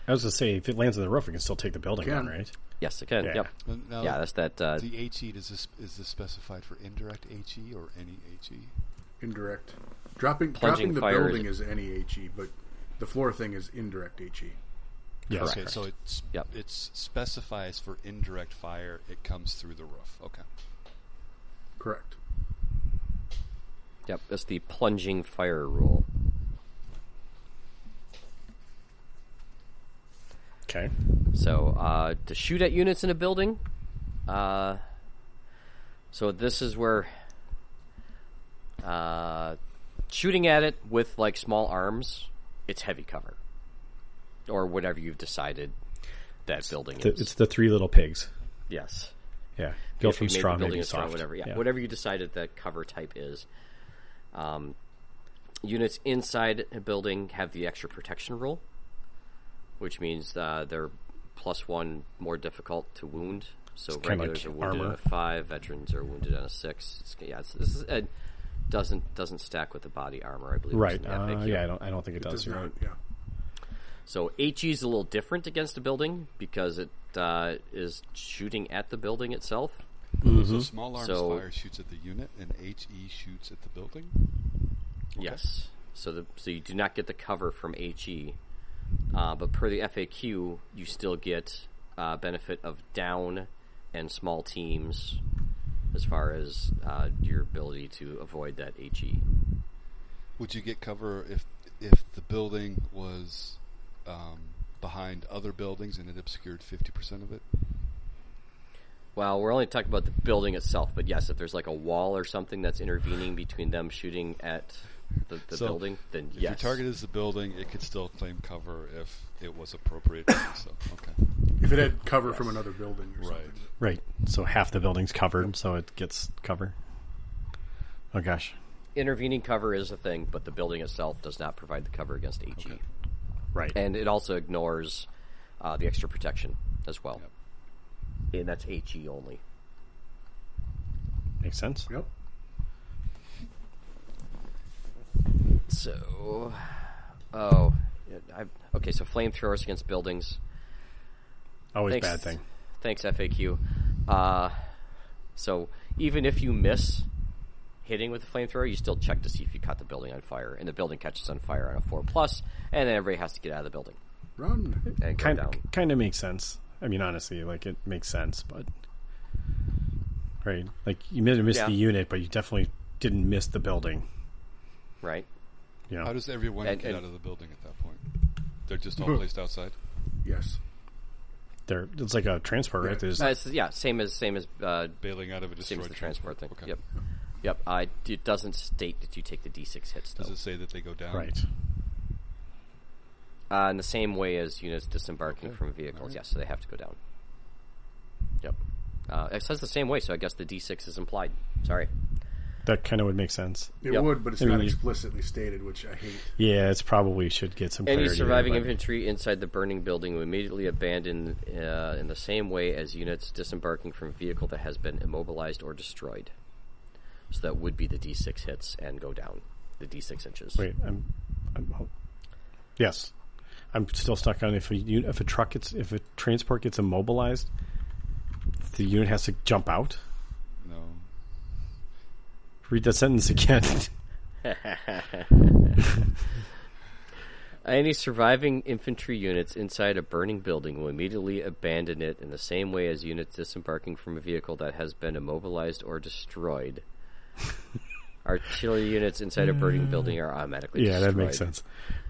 I was going to say if it lands on the roof, we can still take the building
Can.
down, right?
Yes, they can.
Yeah.
Yep.
And Now,
Yeah, that's that uh,
the HE is this is this specified for indirect HE or any E? HE?
Indirect. Dropping
Plunging
dropping the
fire is-
building is any HE, E, but the floor thing is indirect E. HE.
Yes.
Okay, so it's
Yep.
it specifies for indirect fire. It comes through the roof. Okay.
Mm-hmm.
Correct.
Yep, that's the plunging fire rule.
Okay.
So uh, to shoot at units in a building, uh, so this is where uh, shooting at it with like small arms, it's heavy cover, or whatever you've decided that building
The-
is.
it's the three little pigs.
yes,
Yeah. Go
if
from
you made the
strong
building
maybe
is strong,
soft.
whatever. Yeah, whatever you decided that cover type is. Um, units inside a building have the extra protection rule, which means uh, they're plus one more difficult to wound. So
kinda
regulars
like
are wounded
armor.
on a five, veterans are wounded on a six. It's, yeah, it's, this is, it doesn't doesn't stack with the body armor. I believe
Right.
It's in the
Uh,
FAQ.
yeah. I don't. I don't think it, does.
Does
You're
not,
right.
yeah.
So HE is a little different against a building because it uh, is shooting at the building itself.
So small arms
So-
fire shoots at the unit, and HE shoots at the building.
Yes. So the so you do not get the cover from HE, uh, but per the FAQ, you still get uh, benefit of down and small teams as far as uh, your ability to avoid that E. HE.
Would you get cover if if the building was um, behind other buildings and it obscured fifty percent of it?
Well, we're only talking about the building itself, but yes, if there's like a wall or something that's intervening between them shooting at the, the
So,
building, then
If your
yes.
target is the building, it could still claim cover if it was appropriate. to do so okay,
If it had cover from another building or something.
Right. So half the building's covered, so it gets cover. Oh gosh.
intervening cover is a thing, but the building itself does not provide the cover against E. HE.
Right.
and it also ignores uh, the extra protection as well. And that's
E
HE only.
Makes sense.
Yep.
So, oh, yeah, I, okay. So flamethrowers against buildings.
Always
Thanks,
bad thing.
Thanks FAQ. Uh, So even if you miss hitting with the flamethrower, you still check to see if you caught the building on fire, and the building catches on fire on a four plus, and then everybody has to get out of the building
Run.
and go
Kind
down.
kind of makes sense. I mean, honestly, like it makes sense, but right, like you may have missed
Yeah.
the unit, but you definitely didn't miss the building.
Right?
You know,
How does everyone
And-
get
and-
out of the building at that point? They're just all placed outside.
Yes.
They're, it's like a transfer, right? There's
Uh, it's- yeah, same as same as uh,
bailing out of a
same
destroyed
as the transport thing.
Okay.
Yep. Yep. I, it doesn't state that you take the D6 hits though.
Does it say that they go down?
right.
Uh, in the same way as units disembarking
Okay.
from vehicles,
Alright.
yes, so they have to go down. Yep. Uh, it says the same way, so I guess the D6 is implied. Sorry.
That kind of would make sense.
It
Yep.
would, but it's
I mean,
not
you-
explicitly stated, which I hate.
Yeah, it's probably should get some.
Any
clarity there,
surviving
but-
infantry inside the burning building will immediately abandon uh, in the same way as units disembarking from vehicle that has been immobilized or destroyed. So that would be the D6 hits and go down. The D6 inches.
Wait, I'm, I'm. ho- Yes, I'm still stuck on if a unit, if a truck gets if a transport gets immobilized, the unit has to jump out.
No.
Read that sentence again. *laughs*
*laughs* Any surviving infantry units inside a burning building will immediately abandon it in the same way as units disembarking from a vehicle that has been immobilized or destroyed.
*laughs*
Artillery units inside a burning building are automatically
Mm. yeah, that
destroyed.
makes sense.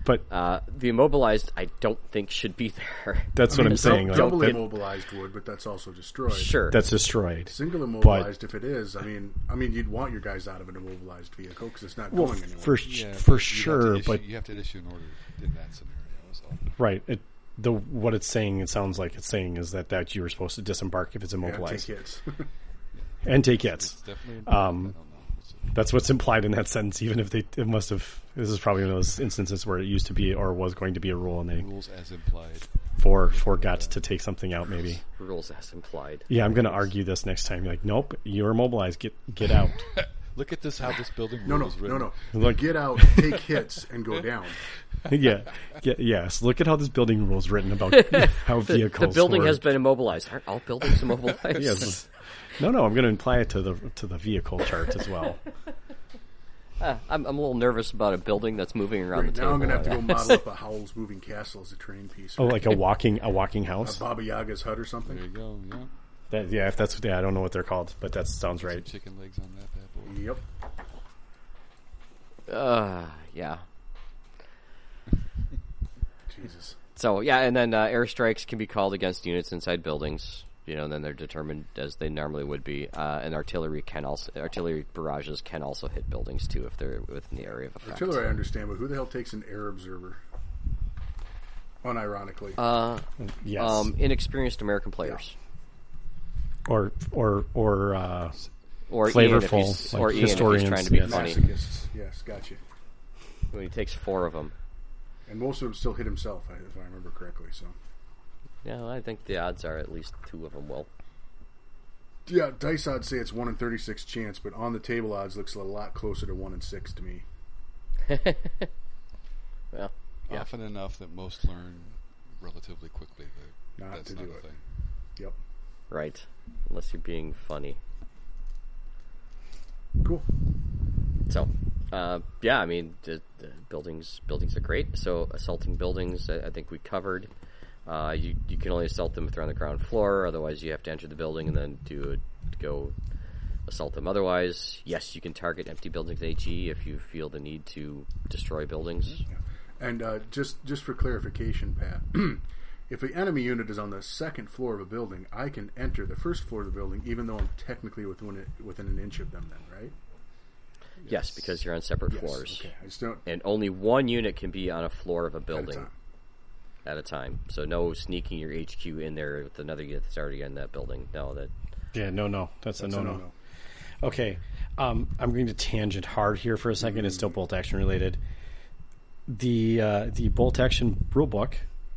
But
Uh, the immobilized, I don't think, should be *laughs* there.
that's what I'm saying. Like,
Double
that-
immobilized would, but that's also destroyed.
sure.
that's destroyed.
Single immobilized, if it is, I mean, I mean, you'd want your guys out of an immobilized vehicle because it's not
Well,
going anywhere.
for
Yeah, but
for
you'd have to
sure,
issue-
but
you have to issue an order in that scenario. Is all.
right. It, the what it's saying, it sounds like it's saying is that that you were supposed to disembark if it's
yeah, take
immobilized
hits. *laughs*
and take hits.
It's
Um,
definitely. I don't know. It's a-
That's what's implied in that sentence. Even if they, it must have. This is probably one of those instances where it used to be or was going to be a rule, and they
rules as implied.
for forgot to take something out. Maybe.
Rules as implied.
Yeah, I'm going to argue this next time. You're like, nope, you're immobilized. Get get out. *laughs*
Look at this. How this building rule
No, no,
is
no,
written.
no.
Look-
Get
*laughs*
out, take hits, and go down.
yeah, yeah, yes. Look at how this building rules written *laughs* about how
The
vehicles.
building
were-
has been immobilized. Aren't all
*laughs*
buildings immobilized?
Yes. *laughs* No, no. I'm going to imply it to the to the vehicle chart as *laughs* well.
I'm, I'm a little nervous about a building that's moving around
Right
the
now,
table.
I'm going to have to
like
go model up a Howl's Moving Castle as a terrain piece.
Oh,
or
like a walking a walking
a
house.
Baba Yaga's hut or
There you
something.
go. Yeah.
That, yeah, if that's yeah, I don't know what they're called, but that sounds
Some
right.
chicken legs on that bad boy.
Yep.
that. Uh, yeah.
Jesus.
So yeah, and then uh, airstrikes can be called against units inside buildings. You know, and then they're determined as they normally would be. Uh, and artillery can also artillery barrages can also hit buildings too if they're within the area of effect.
Artillery, I understand, but who the hell takes an air observer? Unironically.
Uh,
Yes.
um, inexperienced American players
or or or uh,
or Ian if
Flavorful,
he's,
like
or Ian if he's
historians,
trying to be
yes.
funny.
Masochists. Yes, gotcha.
When he takes four of them.
And most of them still hit himself, I- if I remember correctly. So,
Yeah, I think the odds are at least two of them will.
yeah, dice odds say it's one in thirty-six chance, but on the table odds looks a lot closer to one in six to me.
Well, Yeah.
Often enough that most learn relatively quickly. That
Not
that's
to
not
do
a
it.
thing.
Yep.
right, unless you're being funny.
Cool.
So, uh, yeah, I mean, the, the buildings buildings are great. So, assaulting buildings, I, I think we covered. Uh, you you can only assault them if they're on the ground floor. Otherwise, you have to enter the building and then do go assault them. Otherwise, yes, you can target empty buildings AG if you feel the need to destroy buildings.
And uh, just just for clarification, Pat, *clears throat* if the enemy unit is on the second floor of a building, I can enter the first floor of the building, even though I'm technically within within an inch of them. Then, right?
Yes, because you're on separate floors,
Okay. I just don't.
and only one unit can be on a floor of a
at a
building
time.
at a time. So, no sneaking your HQ in there with another unit that's already in that building. No, that
yeah, no, no, that's,
It's
a
a
no, no.
no-no.
Okay, um, I'm going to tangent hard here for a 2nd It's still bolt action related. The uh, the bolt action rulebook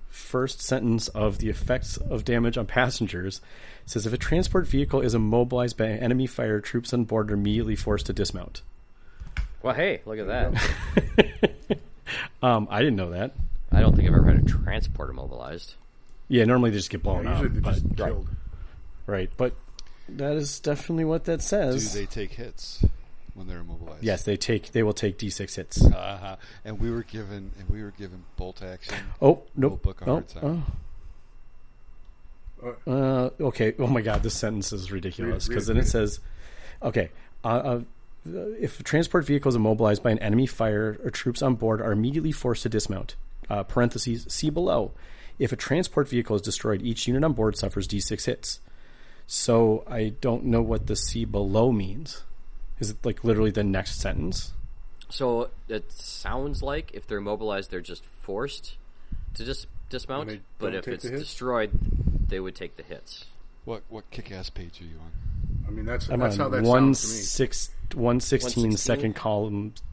first sentence of the effects of damage on passengers says if a transport vehicle is immobilized by enemy fire, troops on board are immediately forced to dismount.
well, hey, look at that.
Um, I didn't know that.
I don't think I've ever had a transport immobilized.
Yeah, normally they just get blown
Yeah,
up,
usually they're
but
just killed.
right, but That is definitely what that
Do
says.
they take hits when they're immobilized?
yes, they take. They will take d6 hits.
Uh-huh. And we were given and we were given bolt action.
Oh
We'll
nope.
book a
oh,
hard time.
oh. Uh, okay. Oh my God, this sentence is ridiculous
Read it,
because
read
then it
it, read it.
says, "Okay, uh, uh, if a transport vehicle is immobilized by an enemy fire, or troops on board are immediately forced to dismount." Uh, parentheses see below. If a transport vehicle is destroyed, each unit on board suffers d6 hits. So I don't know what the see below means. Is it like literally the next sentence?
So it sounds like if they're immobilized, they're just forced to just dismount.
And they
But
don't
if
take
it's
the hits?
destroyed, they would take the hits.
What what kick ass page are you on?
I mean, that's
I'm
that's
on
how that
one
sounds
six one sixteen
116?
second column
to me.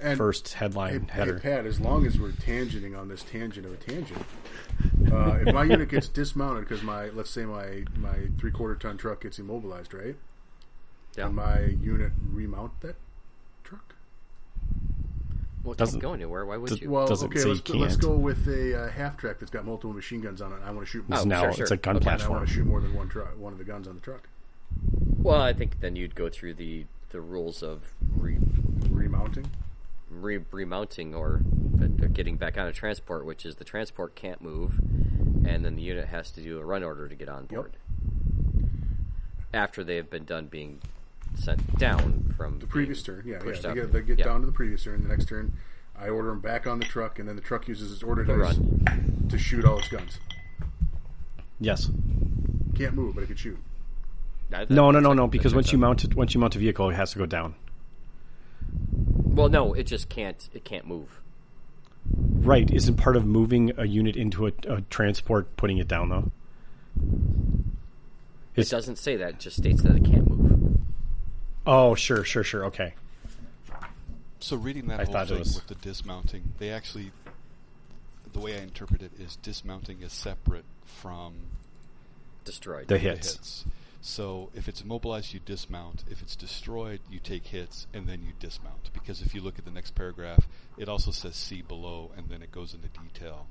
And
first headline
hey,
header.
hey, Pat, as long as we're tangenting on this tangent of a tangent, uh, if my unit gets dismounted because my let's say my my three quarter ton truck gets immobilized, right?
Yeah.
Can my unit remount that truck?
Well, it
Doesn't-
doesn't go anywhere. Why would
does-
you?
Well,
Doesn't
okay,
say
let's,
you
let's
can't.
go with a uh, half track that's got multiple machine guns on it. and I want to shoot.
It's
Oh,
now
sure, sure.
it's a gun
Okay, now
and I want
platform.
to shoot more than one truck, one of the guns on the truck.
well, I think then you'd go through the the rules of re,
Remounting.
re, remounting or uh, getting back on a transport, which is the transport can't move, and then the unit has to do a run order to get on board. After they have been done being sent down from
The previous turn, yeah, yeah.
pushed
They
up.
get, they get
Yeah.
down to the previous turn. The next turn, I order them back on the truck, and then the truck uses its order
To
dice
run.
to shoot all its guns.
Yes.
Can't move, but it could shoot.
I- that-
No, no, no,
that's-
no.
that
Because
checks
once you
out.
mount it, once you mount a vehicle, it has to go down.
well, no, it just can't. It can't move.
Right? Isn't part of moving a unit into a, a transport putting it down though?
It doesn't say that. It just states that it can't move.
Oh, sure, sure, sure. Okay.
So reading that
I
whole
thought it
thing
was-
with the dismounting, they actually, the way I interpret it is dismounting is separate from
Destroyed.
The
the
hits.
hits. So if it's immobilized, you dismount. If it's destroyed, you take hits and then you dismount. Because if you look at the next paragraph, it also says see below, and then it goes into detail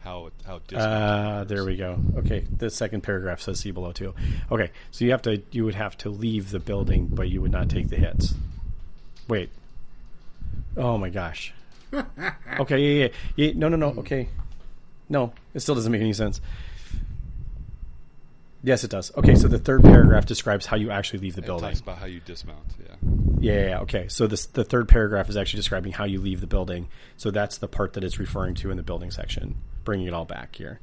how it, how dismount.
Uh, there we go. Okay. The second paragraph says see below too. Okay. So you have to you would have to leave the building, but you would not take the hits. Wait. Oh my gosh. okay. Yeah. Yeah. yeah no. No. No. Okay. No. It still doesn't make any sense. Yes, it does. Okay, so the third paragraph describes how you actually leave the
it
building.
talks about how you dismount. Yeah.
Yeah, yeah, yeah, okay. So this, the third paragraph is actually describing how you leave the building. So that's the part that it's referring to in the building section, bringing it all back here.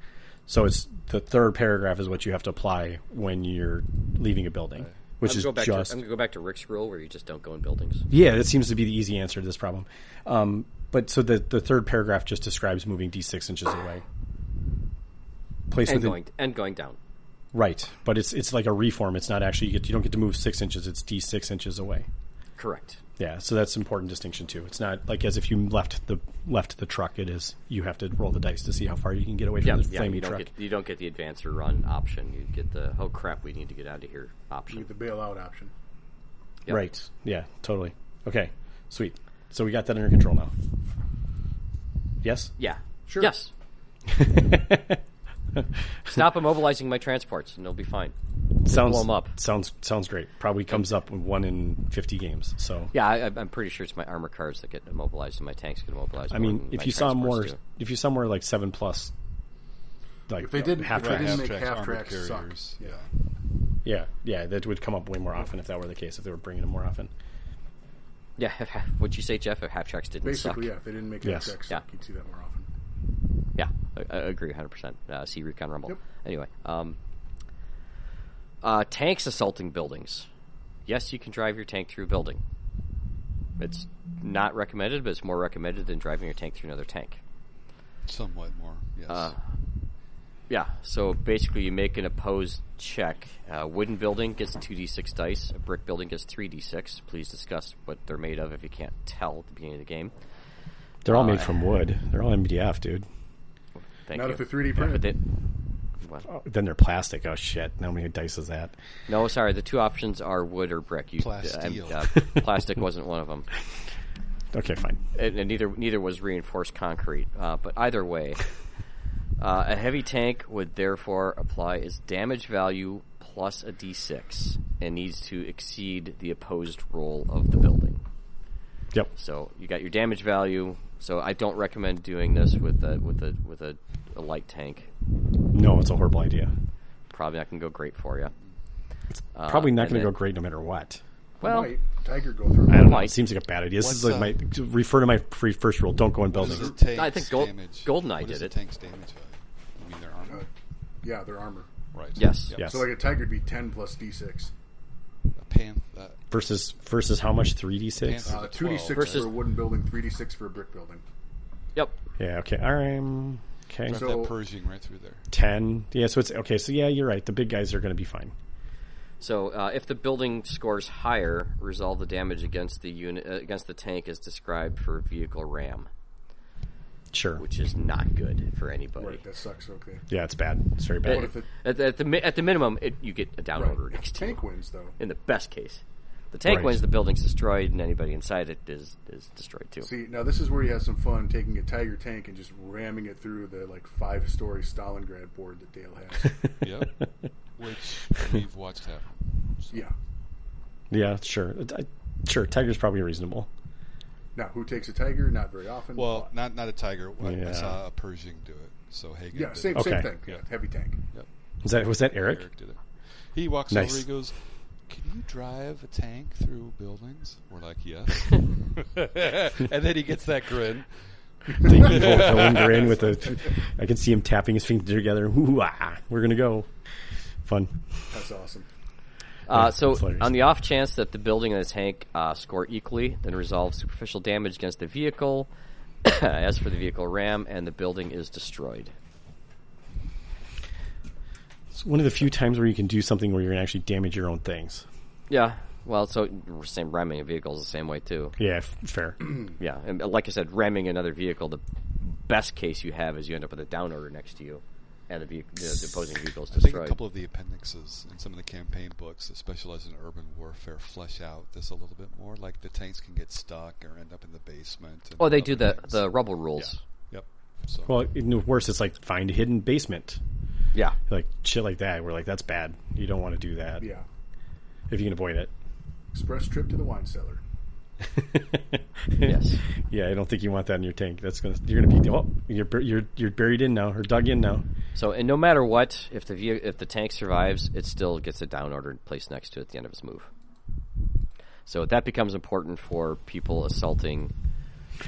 So it's the third paragraph is what you have to apply when you're leaving a building, which
I'm
is
gonna, go back
just
to, I'm gonna go back to Rick's rule where you just don't go in buildings.
yeah. That seems to be the easy answer to this problem. Um, but so the the third paragraph just describes moving d six inches away. Place
And
within
going and going down.
right, but it's it's like a reform. It's not actually you, get, you don't get to move six inches. It's d six inches away.
Correct.
Yeah, so that's an important distinction too. It's not like as if you left the left the truck. It is you have to roll the dice to see how far you can get away from
Yeah,
the
yeah.
flaming
You don't
truck.
get you don't get the advance or run option. You get the oh crap, we need to get out of here
You
option.
get the bailout option.
yeah.
Right? Yeah, totally. Okay, sweet. So we got that under control now. Yes.
*laughs*
*laughs*
Yeah.
Sure.
Yes. Stop *laughs* immobilizing my transports, and they'll be fine.
sounds
blow 'em up.
sounds sounds great. Probably comes up with one in fifty games. So
Yeah, I, I'm pretty sure it's my armor cards that get immobilized, and my tanks get immobilized.
I
more
mean,
than my
if you saw
transports do.
more, if you saw more like seven plus, like
If they didn't,
half
if they
tracks.
didn't
Half
make
tracks,
half
armored
tracks suck.
carriers,
Yeah.
yeah, yeah, that would come up way more often if that were the case. If they were bringing them more often.
yeah, *laughs* if, would you say Jeff if half tracks didn't
Basically,
suck?
yeah. If they didn't make
Yes.
half tracks suck,
Yeah.
you'd see that more often.
Yeah, I, I agree, hundred percent. uh, See Recon Rumble.
Yep.
Anyway, um, uh, tanks assaulting buildings. Yes, you can drive your tank through a building. It's not recommended, but it's more recommended than driving your tank through another tank.
Somewhat more. Yes.
Uh, Yeah, so basically you make an opposed check. A wooden building gets 2d6 dice, a brick building gets 3d6. Please discuss what they're made of if you can't tell at the beginning of the game.
They're all made from wood. They're all MDF, dude.
Thank
Not
you.
if they're 3D
Yeah, but
printed.
they- what?
Then they're plastic. Oh shit! How many dice is that?
No, sorry, the two options are wood or brick. You,
Plasteel.
uh, plastic wasn't one of them.
Okay, fine.
and, and neither neither was reinforced concrete. Uh, but either way, uh, a heavy tank would therefore apply its damage value plus a d6 and needs to exceed the opposed roll of the building.
Yep.
So you got your damage value. So I don't recommend doing this with a with a with a, a light tank.
No, it's a horrible idea.
Probably not gonna go great for you.
Probably not
and
going to
then-
go great no matter what.
Well,
Might Tiger go through?
I don't know.
Might.
It seems like a bad idea. This is
What's,
like my refer to my free first rule. Don't go in
What is
buildings.
the tank's
I think Gold-
damage?
Goldeneye
What is
did
the
it.
Tank's damage value? I mean, their armor.
Uh, Yeah, their armor.
Right.
Yes.
Yep.
Yes.
So like a tiger would be ten plus d six.
A pan, uh,
versus versus how much? Three d six.
Panther.
Uh, 2d6
Versus-
for a wooden building, 3d6 for a brick building.
Yep.
Yeah. Okay. All right. um, Okay.
So-
that Pershing right through there.
Ten. Yeah. So it's okay. So yeah, you're right. The big guys are going to be fine.
So uh, if the building scores higher, resolve the damage against the unit uh, against the tank as described for vehicle ram,
Sure.
which is not good for anybody.
Right, that sucks. Okay.
Yeah, it's bad. It's very
At-
bad.
if it-
at, at the mi- at the minimum, it, you get a down
Right.
order next
Tank
to you,
wins though.
in the best case. The tank
Right.
wins, the building's destroyed, and anybody inside it is is destroyed too.
See, now this is where you have some fun taking a tiger tank and just ramming it through the like five-story Stalingrad board that Dale
*laughs*
has.
Yep.
*laughs*
Which we've watched happen. So,
yeah.
yeah, sure. I, sure, Tiger's probably reasonable.
Now, who takes a tiger? Not very often.
Well, not not a tiger. I, I
Yeah.
saw a Pershing do it. So Hagen.
yeah,
did
same
it.
same
Okay.
thing. Yeah, heavy tank.
Was that was that
Oh,
Eric?
Eric did it. He walks
Nice.
over. He goes, "Can you drive a tank through buildings?" We're like,
*laughs*
"Yes." *laughs* and then he gets that grin.
The evil villain grin with a. I can see him tapping his fingers together. Ooh, ah, we're gonna go. Fun.
That's awesome.
Uh, so,
that's hilarious.
on the off chance that the building and the tank uh, score equally, then resolve superficial damage against the vehicle. *coughs* As for the vehicle ram, and the building is destroyed.
It's one of the few times where you can do something where you're gonna actually damage your own things.
Yeah, well, so same ramming a vehicle is the same way too.
Yeah, f- fair.
Yeah, and uh, like I said, ramming another vehicle, the best case you have is you end up with a down order next to you, and the, vehicle, the, the opposing vehicle is
I think
destroyed.
a couple of the appendixes in some of the campaign books that specialize in urban warfare flesh out this a little bit more. Like the tanks can get stuck or end up in the basement. and
oh, they
other
do the
things.
the rubble rules.
Yep. So
Well, in the worst, it's like find a hidden basement,
Yeah,
like shit like that. We're like, that's bad. You don't want to do that
Yeah.
if you can avoid it.
Express trip to the wine cellar.
yes.
Yeah, I don't think you want that in your tank. That's gonna you're gonna be oh, you're bur- you're you're buried in now or dug in now.
So, and no matter what, if the veh- if the tank survives, it still gets a down ordered placed next to it at the end of its move. So that becomes important for people assaulting,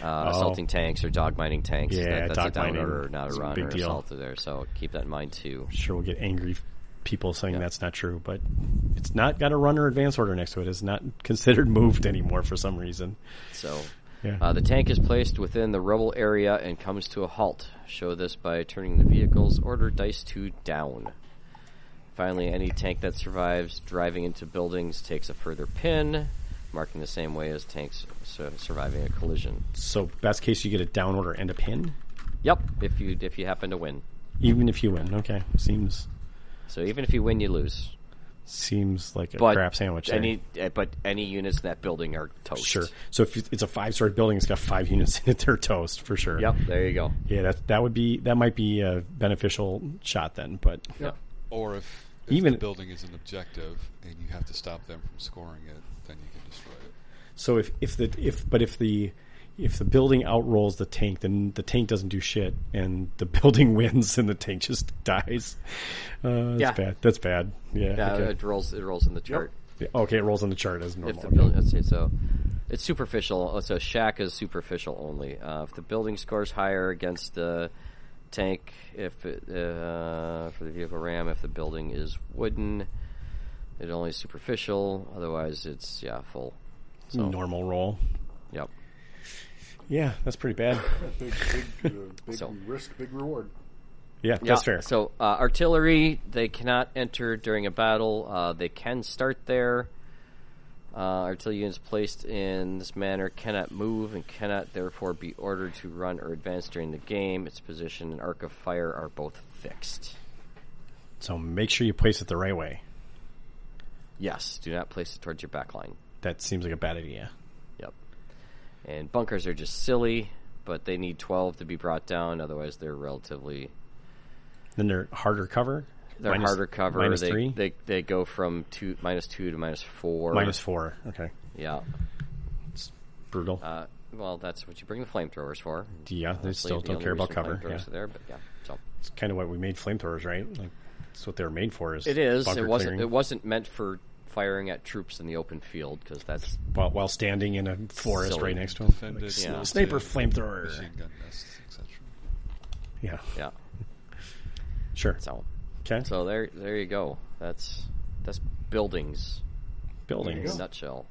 uh,
Oh.
assaulting tanks or dog mining tanks.
Yeah,
that, that's a
dog
down
mining
order, not
is
a
a
run
big
or
deal.
assault there. So keep that in mind too.
Sure, we'll get angry people saying that's not true, but it's not got a runner advance order next to it. It's not *laughs* considered moved anymore for some reason.
So,
Yeah.
uh, the tank is placed within the rubble area and comes to a halt. Show this by turning the vehicle's order dice to down. Finally, any tank that survives driving into buildings takes a further pin, marking the same way as tanks su- surviving a collision.
So best case, you get a down order and a pin,
Yep, if you if you happen to win.
even if you win. Okay, seems
So even if you win, you lose.
seems like a
But
crap sandwich. there.
Any uh, but any units in that building are toast.
sure. So if it's a five story building, it's got five *laughs* units in it. They're toast for sure.
Yep. There you go.
Yeah, that that would be that might be a beneficial shot then, but
Yep.
or if, if
Even-
the building is an objective and you have to stop them from scoring it, then you can destroy it.
So if if the if but if the if the building outrolls the tank, then the tank doesn't do shit, and the *laughs* building wins, and the tank just *laughs* dies. Uh, that's
Yeah.
bad. That's bad. Yeah.
Yeah,
okay.
it rolls. It rolls in the chart.
Okay, it rolls on the chart as normal.
If the
Okay.
building, let's see, so it's superficial. oh, So shack is superficial only. Uh, if the building scores higher against the tank, if it, uh, for the vehicle ram, if the building is wooden, it only is superficial. Otherwise, it's yeah full. So
normal roll.
yep.
Yeah, that's pretty bad.
Big, *laughs* big, uh, big
So-
risk, big reward.
Yeah,
Yeah,
that's fair.
So uh, artillery, they cannot enter during a battle. Uh, they can start there. Uh, artillery units placed in this manner cannot move and cannot therefore be ordered to run or advance during the game. Its position and arc of fire are both fixed.
So make sure you place it the right way.
Yes, do not place it towards your back line.
That seems like a bad idea.
Yep. And bunkers are just silly, but they need 12 to be brought down, otherwise, they're relatively.
Then they're harder cover.
They're
Minus-
harder cover.
minus
they,
three?
they they go from two minus two to minus four.
Minus four. Okay.
yeah.
Brutal.
Uh, well, that's what you bring the flamethrowers for.
Yeah, they
Honestly,
still
the
don't
only
care about
reason
cover,
flamethrowers
yeah.
are there, but yeah. So
it's kind of what we made flamethrowers, right? Like, that's what they're made for. Is
it is.
bunker
It wasn't.
clearing.
It wasn't meant for firing at troops in the open field because that's
while, while standing in a forest
Silly.
right next to him.
Defended
Like,
yeah.
Sniper flamethrower.
machine gun nests, etc.
Yeah,
yeah.
sure.
So
Okay,
so there there you go. That's that's buildings in
buildings.
a nutshell.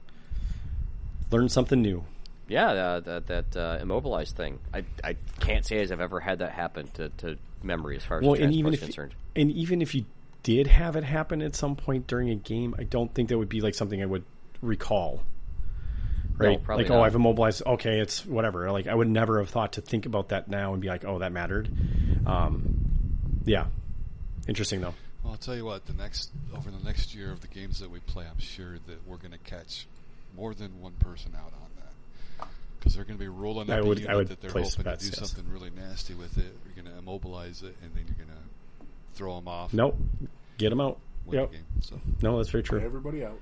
Learn something new.
Yeah, uh, that that uh, immobilized thing. I I can't say as I've ever had that happen to, to memory as far as
Well,
the
and even
transport's
if
concerned.
and even if you did have it happen at some point during a game, I don't think that would be like something I would recall. Right?
probably
like, oh,
not.
I've immobilized. Okay, it's whatever. Like, I would never have thought to think about that now and be like, oh, that mattered. Um, yeah, interesting though.
Well, I'll tell you what. The next over the next year of the games that we play, I'm sure that we're going to catch more than one person out on that because they're going to be rolling
I
up
would-
a
I
unit
would
that they're
place
hoping
bets,
to do
yes.
something really nasty with it. You're going to immobilize it, and then you're going to throw them off.
Nope, get them out.
Win
Yep.
the game. So
No, that's very true.
Everybody out.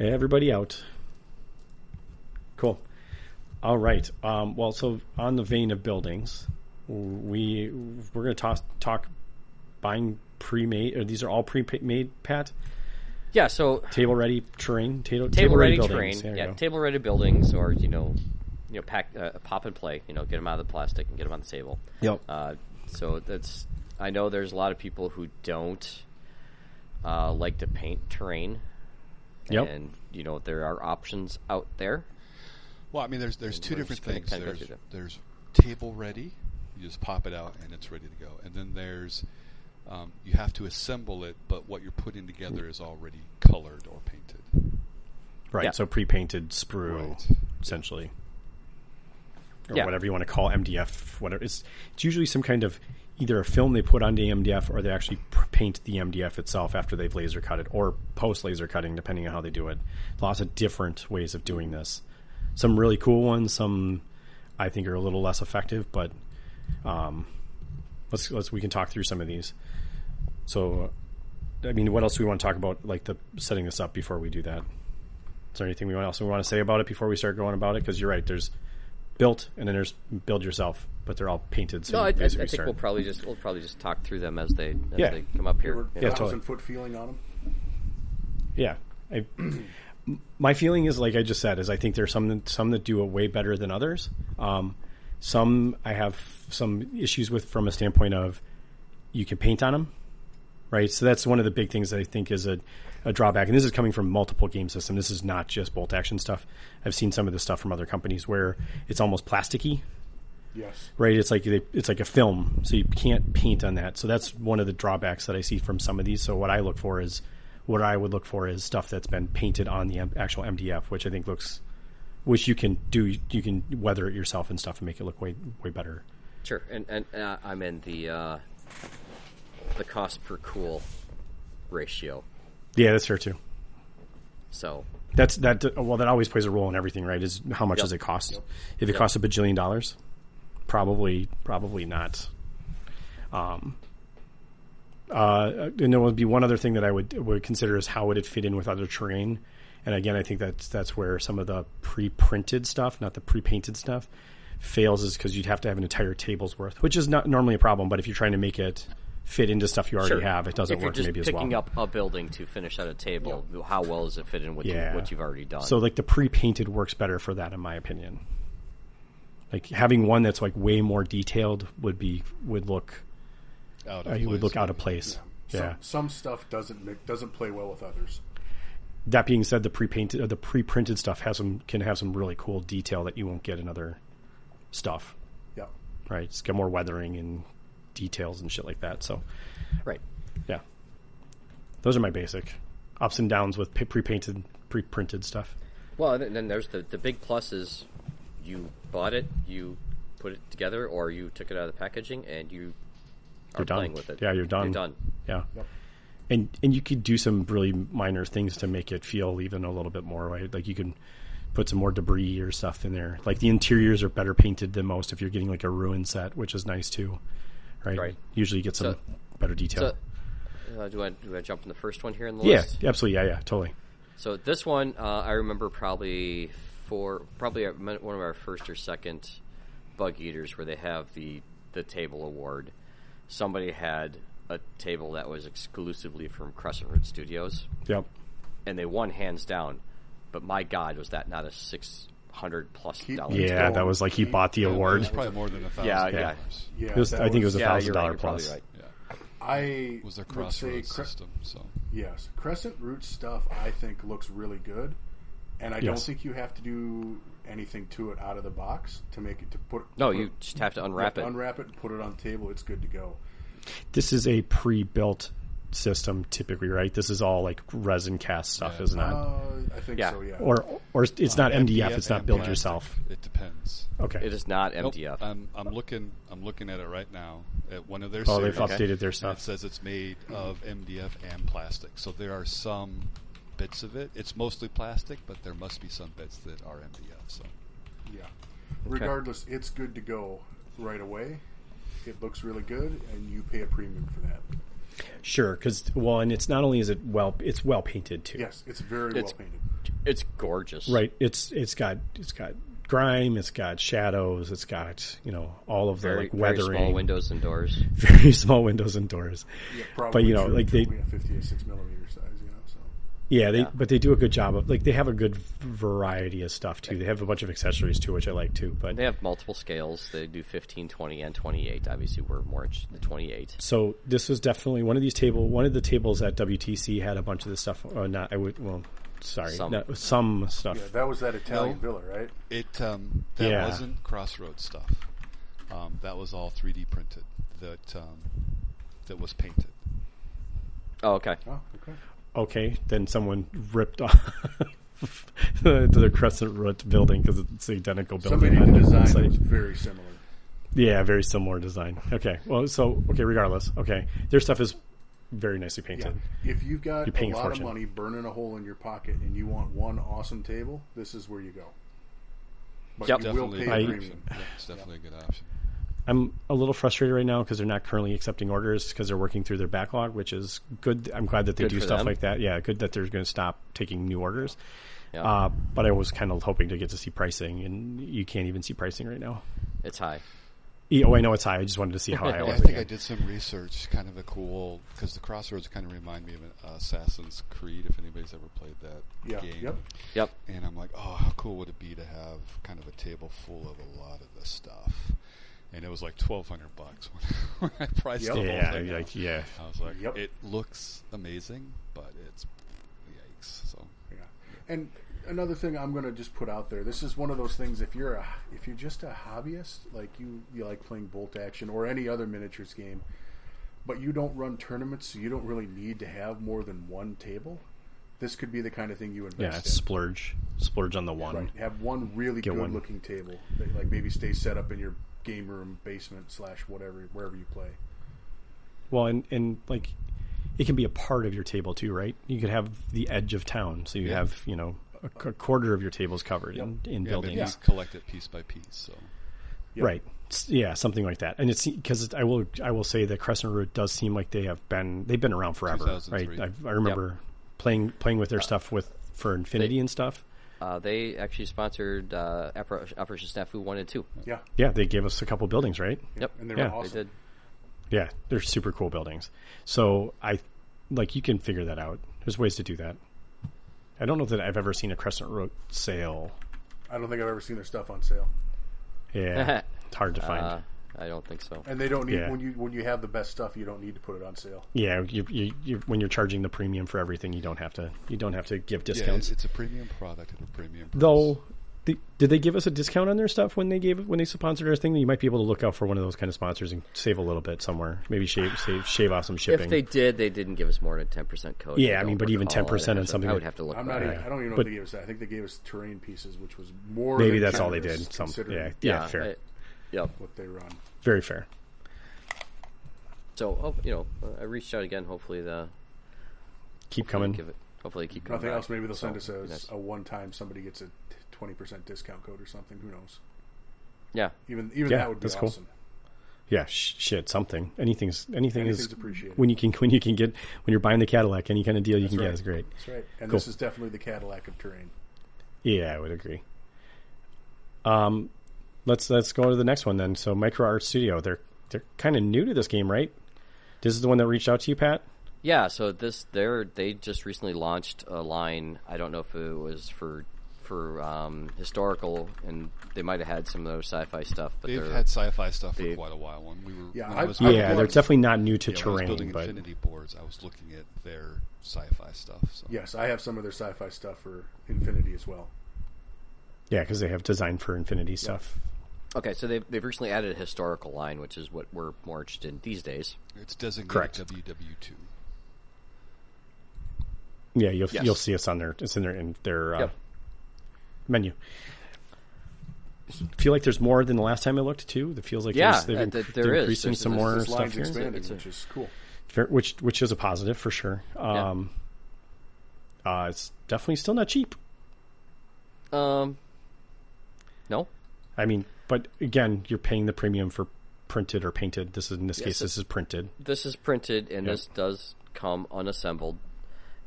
Everybody out. Cool. All right. Um, well, so on the vein of buildings, we we're going to talk talk buying pre-made. Or these are all pre-made, Pat.
Yeah, so
Table ready terrain. Table,
table ready terrain,
buildings. There you
yeah,
go.
table ready buildings, or you know, you know, pack uh, pop and play. You know, get them out of the plastic and get them on the table.
Yep.
Uh, so that's I know there's a lot of people who don't uh, like to paint terrain.
Yep.
And you know there are options out there.
Well, I mean, there's there's
And
two
we're
different
just gonna
things.
kinda go
There's,
through them.
there's table ready. You just pop it out and it's ready to go. And then there's um, you have to assemble it, but what you're putting together is already colored or painted.
right.
yeah.
So pre-painted sprue,
Right.
essentially, or
Yeah.
whatever you want to call MDF. Whatever it's it's usually some kind of either a film they put onto MDF or they actually pr- paint the MDF itself after they've laser cut it or post laser cutting, depending on how they do it. Lots of different ways of doing this. Some really cool ones. Some I think are a little less effective, but um, let's let's we can talk through some of these. So. I mean, what else do we want to talk about? Like the setting this up before we do that. Is there anything we want- else we want to say about it before we start going about it? Because you're right, there's built and then there's build yourself, but they're all painted. So
No, I, I, I
you basically
think we'll
start-
probably just we'll probably just talk through them as they as
Yeah.
they come up here.
Yeah, totally.
thousand foot feeling on them.
yeah. I, *clears throat* my feeling is like I just said is I think there's some that, some that do it way better than others. Um, some I have some issues with from a standpoint of you can paint on them, right? So that's one of the big things that I think is a, a drawback. And this is coming from multiple game systems. This is not just bolt action stuff. I've seen some of the stuff from other companies where it's almost plasticky,
Yes.
right? It's like they, it's like a film, so you can't paint on that. So that's one of the drawbacks that I see from some of these. So what I look for is what I would look for is stuff that's been painted on the M- actual MDF, which I think looks, which you can do, you can weather it yourself and stuff and make it look way way better.
Sure, and and uh, I'm in the uh, the cost per cool ratio.
Yeah, that's fair too.
So
That's that. Well, that always plays a role in everything, right? Is how much does it cost? If it costs a bajillion dollars, probably, probably not. Um, uh, and there would be one other thing that I would would consider is how would it fit in with other terrain? And again, I think that's that's where some of the pre-printed stuff, not the pre-painted stuff, fails is because you'd have to have an entire table's worth, which is not normally a problem. But if you're trying to make it fit into stuff you already
sure.
have, it doesn't
if
work
you're just
maybe as well.
picking up a building to finish out a table, how well does it fit in with
Yeah.
you, what you've already done?
So like the pre-painted works better for that, in my opinion. Like having one that's like way more detailed would be would look
Out
uh,
of
would look
place.
out of place. Yeah.
Some, some stuff doesn't make, doesn't play well with others.
That being said, the pre-painted, uh, the pre-printed stuff has some can have some really cool detail that you won't get in other stuff.
Yeah.
Right, it's got more weathering and details and shit like that. So
right.
yeah, those are my basic ups and downs with p- pre-painted, pre-printed stuff.
Well, and then there's the the big plus is you bought it, you put it together, or you took it out of the packaging and you are
You're done.
playing with it.
Yeah, you're done.
You're done.
Yeah. And and you could do some really minor things to make it feel even a little bit more right. Like you can put some more debris or stuff in there. Like the interiors are better painted than most if you're getting like a ruin set, which is nice too. Right.
Right.
Usually you get some
So-
better detail.
So Uh, do I do I jump in the first one here in the
Yeah,
list?
absolutely. Yeah, yeah, totally.
So this one uh, I remember probably for probably at mon- one of our first or second bug eaters where they have the the table award. Somebody had a table that was exclusively from Crescent Root Studios,
Yep.
and they won hands down. But my God, was that not a six hundred plus dollar?
Let's
Yeah,
go.
that was like he bought the
Yeah,
award.
It was probably more than a thousand.
Yeah, yeah.
dollars.
Yeah,
It was-
that
I think it was a
Yeah,
thousand
you're right,
dollar
you're probably
plus.
right.
yeah.
I
Was
would say
their crossroads
cre-
system? So
yes, crescent root stuff. I think looks really good, and I don't
Yes.
think you have to do anything to it out of the box to make it to put.
No,
put-
you just have to unwrap it.
unwrap it, and put it on the table. It's good to go.
This is a pre-built system, typically, right? This is all like resin cast stuff,
Yeah.
is not?
Uh, I think
Yeah.
so. Yeah.
or or it's not MDF.
MDF,
It's not build
MDF.
yourself.
It depends.
Okay.
It is not
Nope,
MDF.
Uh,
I'm, I'm looking. I'm looking at it right now at one of their.
oh, they've
series,
updated their
and It
stuff.
says it's made of MDF and plastic. So there are some bits of it. It's mostly plastic, but there must be some bits that are MDF. So
Yeah. Regardless, it's good to go right away. It looks really good, and you pay a premium for that.
Sure, because well, and it's not only is it well, it's well painted too.
Yes, it's very
It's-
well painted.
it's gorgeous,
Right. It's it's got it's got grime. It's got shadows. It's got you know all of the
Very,
like
very
weathering.
small windows and doors.
*laughs* very small windows and doors.
Yeah, probably
but you know,
true,
like they,
probably a fifty-six millimeter size. You know, so
yeah, they, but they do a good job of like they have a good variety of stuff too. They have a bunch of accessories too, which I like too. But
They have multiple scales. They do 15, 20, and 28. Obviously, we're more interested in the 28.
so this was definitely one of these table. One of the tables at WTC had a bunch of this stuff. Or not, I would well, sorry,
Some.
no, some stuff.
yeah, that was that Italian
Well-
villa, right?
it um, that
Yeah.
wasn't Crossroads stuff. Um, that was all 3D printed. That um, that was painted.
Oh, okay.
Oh, okay.
okay, then someone ripped off *laughs* the, the Crescent Root building because it's the identical building.
Somebody
on
did a design
the
that
site.
was very similar.
Yeah, very similar design. Okay, well, so okay, regardless, okay, their stuff is very nicely
Yeah.
painted.
If you've got
You're
a
paying a
lot of
fortune.
money burning a hole in your pocket and you want one awesome table, this is where you go. But
Yep.
you
Definitely,
will
a
pay
I-
a
good
premium.
option. It's definitely a good option.
I'm a little frustrated right now because they're not currently accepting orders because they're working through their backlog, which is good. I'm glad that they
Good
do
for
stuff
them.
like that. Yeah, good that they're going to stop taking new orders.
Yeah.
Uh, but I was kind of hoping to get to see pricing, and you can't even see pricing right now.
It's high.
Yeah, Oh, I know it's high. I just wanted to see how
*laughs*
high it
Yeah, I
was.
think
again.
I did some research, kind of a cool, because the Crossroads kind of remind me of an Assassin's Creed, if anybody's ever played that
Yeah.
game.
Yep.
Yep.
And I'm like, oh, how cool would it be to have kind of a table full of a lot of this stuff? And it was like 1200 bucks *laughs* when, when I priced
Yep.
the whole
Yeah,
thing.
like,
out.
yeah.
I was like,
Yep.
it looks amazing, but it's yikes. So
Yeah. And another thing I'm going to just put out there. This is one of those things if you're a, if you're just a hobbyist, like you you like playing bolt action or any other miniatures game, but you don't run tournaments, so you don't really need to have more than one table. This could be the kind of thing you invest
Yeah,
in.
it's splurge. Splurge on the one.
Right. Have one really
Get
good
one.
looking table. That, like maybe stay set up in your game room, basement, slash whatever, wherever you play.
Well, and, and like it can be a part of your table too, right? You could have the edge of town, so you have you know a, qu- quarter of your tables covered in, in
yeah,
buildings,
maybe just collect it piece by piece. So
Yep.
right? S- Yeah, something like that. And it's because I will I will say that Crescent Root does seem like they have been they've been around forever, right?
2003.
I, I remember playing playing with their stuff with for Infinity and stuff.
Uh, they actually sponsored uh, Oper- Operation Snafu 1 and 2.
Yeah.
Yeah, they gave us a couple buildings, right?
Yep.
And they
Yeah.
were
They
awesome.
did.
Yeah, they're super cool buildings. So I like you can figure that out. There's ways to do that. I don't know that I've ever seen a Crescent Root sale.
I don't think I've ever seen their stuff on sale.
*laughs*
Yeah, it's hard to find.
Uh, I don't think so.
And they don't need
Yeah.
when you when you have the best stuff, you don't need to put it on sale.
yeah, you, you, you, when you're charging the premium for everything, you don't have to you don't have to give
yeah,
discounts.
it's, it's a premium product at a premium price.
Though, the, did they give us a discount on their stuff when they gave when they sponsored our thing? You might be able to look out for one of those kind of sponsors and save a little bit somewhere. Maybe shave save, shave off some shipping.
If they did, they didn't give us more than a 10% code.
Yeah, I
don't
mean, but even
recall. I'd
10%
have
on
to-
something
I would
that-
have to look
I'm
back.
not. Even, I don't even know
uh, But-
if they gave us that. I think they gave us terrain pieces, which was more.
Maybe
than
that's all they
generous,
did. Some
considering
yeah, yeah, fair,
I- yep.
What they run.
very fair.
So, oh, you know, I reached out again. Hopefully, the
Keep coming.
give it. Hopefully, they keep coming.
Nothing
back.
else. Maybe they'll send us
So,
a,
be nice.
a one time. Somebody gets a twenty percent discount code or something. Who knows?
Yeah.
Even even
Yeah,
that would be
that's cool.
awesome.
Yeah, sh- shit, something, anything's anything is
Anything's appreciated.
when you can when you can get when you're buying the Cadillac, any kind of deal you can
right.
get is great.
That's right. And
Cool.
this is definitely the Cadillac of terrain.
Yeah, I would agree. Um, let's let's go on to the next one then. So, Micro Art Studio, they're they're kind of new to this game, right? This is the one that reached out to you, Pat.
Yeah, so this they're they just recently launched a line. I don't know if it was for for um, historical, and they might have had some of those sci-fi stuff. But
They've
are
had sci-fi stuff for
they-
quite a while. When we were,
Yeah,
when
I-
was,
I
yeah,
would
they're
love-
definitely not new to
yeah, when I was
terrain,
building
but
Infinity boards. I was looking at their sci-fi stuff. So.
Yes, I have some of their sci-fi stuff for Infinity as well.
yeah, because they have design for Infinity stuff.
okay, so they've they've recently added a historical line, which is what we're more interested in these days.
it's designated
Correct.
WW2.
Yeah, you'll
Yes.
you'll see us on their it's in their in their uh,
Yep.
menu. Feel like there's more than the last time I looked too. It feels like
Yeah,
there's, they've
uh,
inc-
th-
they're
there is.
increasing
There's-
some
there's-
more
there's
This
stuff
line's
here,
expanding,
It's a-
which is cool.
Fair- which which is a positive for sure.
Yeah.
Um, uh, it's definitely still not cheap.
Um, no,
I mean, but again, you're paying the premium for printed or painted. This is in this case,
it-
this is printed.
this is printed, and this does come unassembled,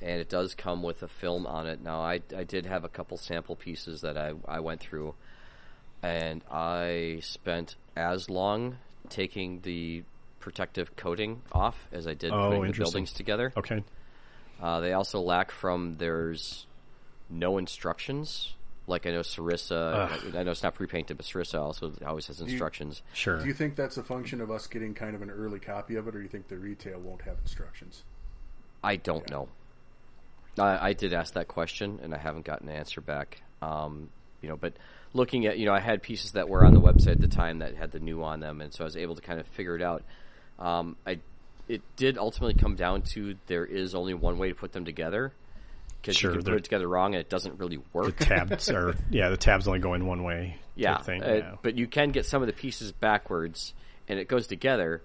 and it does come with a film on it. Now, I I did have a couple sample pieces that I I went through, and I spent as long taking the protective coating off as I did
Oh,
putting the
interesting.
buildings together.
Okay,
Uh, they also lack from there's no instructions. Like I know Sarissa, I, I know it's not pre-painted, but Sarissa also always has instructions.
sure.
Do you think that's a function of us getting kind of an early copy of it, or you think the retail won't have instructions?
I don't know. I, I did ask that question, and I haven't gotten an answer back. Um, you know, but looking at you know, I had pieces that were on the website at the time that had the new on them, and so I was able to kind of figure it out. Um, I it did ultimately come down to there is only one way to put them together because
Sure,
you can put
they're-
it together wrong, and it doesn't really work.
tabs are yeah, the tabs only go in one way. type
yeah,
thing.
uh,
yeah.
but you can get some of the pieces backwards, and it goes together,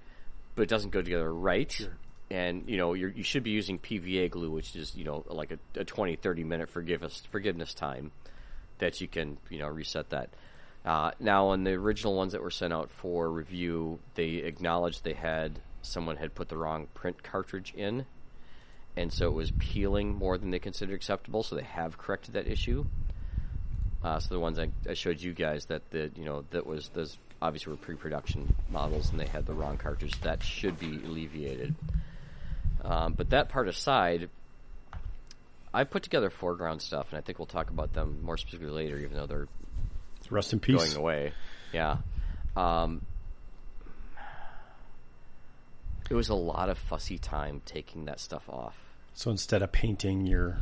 but it doesn't go together right. And you know you're, you should be using PVA glue, which is you know like a, a 20, 30 minute forgiveness forgiveness time that you can you know reset that. Uh, now on the original ones that were sent out for review, they acknowledged they had someone had put the wrong print cartridge in, and so it was peeling more than they considered acceptable. So they have corrected that issue. Uh, so the ones I, I showed you guys that the you know that was those obviously were pre-production models and they had the wrong cartridge. That should be alleviated. Um, but that part aside, I put together foreground stuff, and I think we'll talk about them more specifically later, even though they're
Rest in peace.
going away. Yeah. Um, it was a lot of fussy time taking that stuff off.
So instead of painting, you're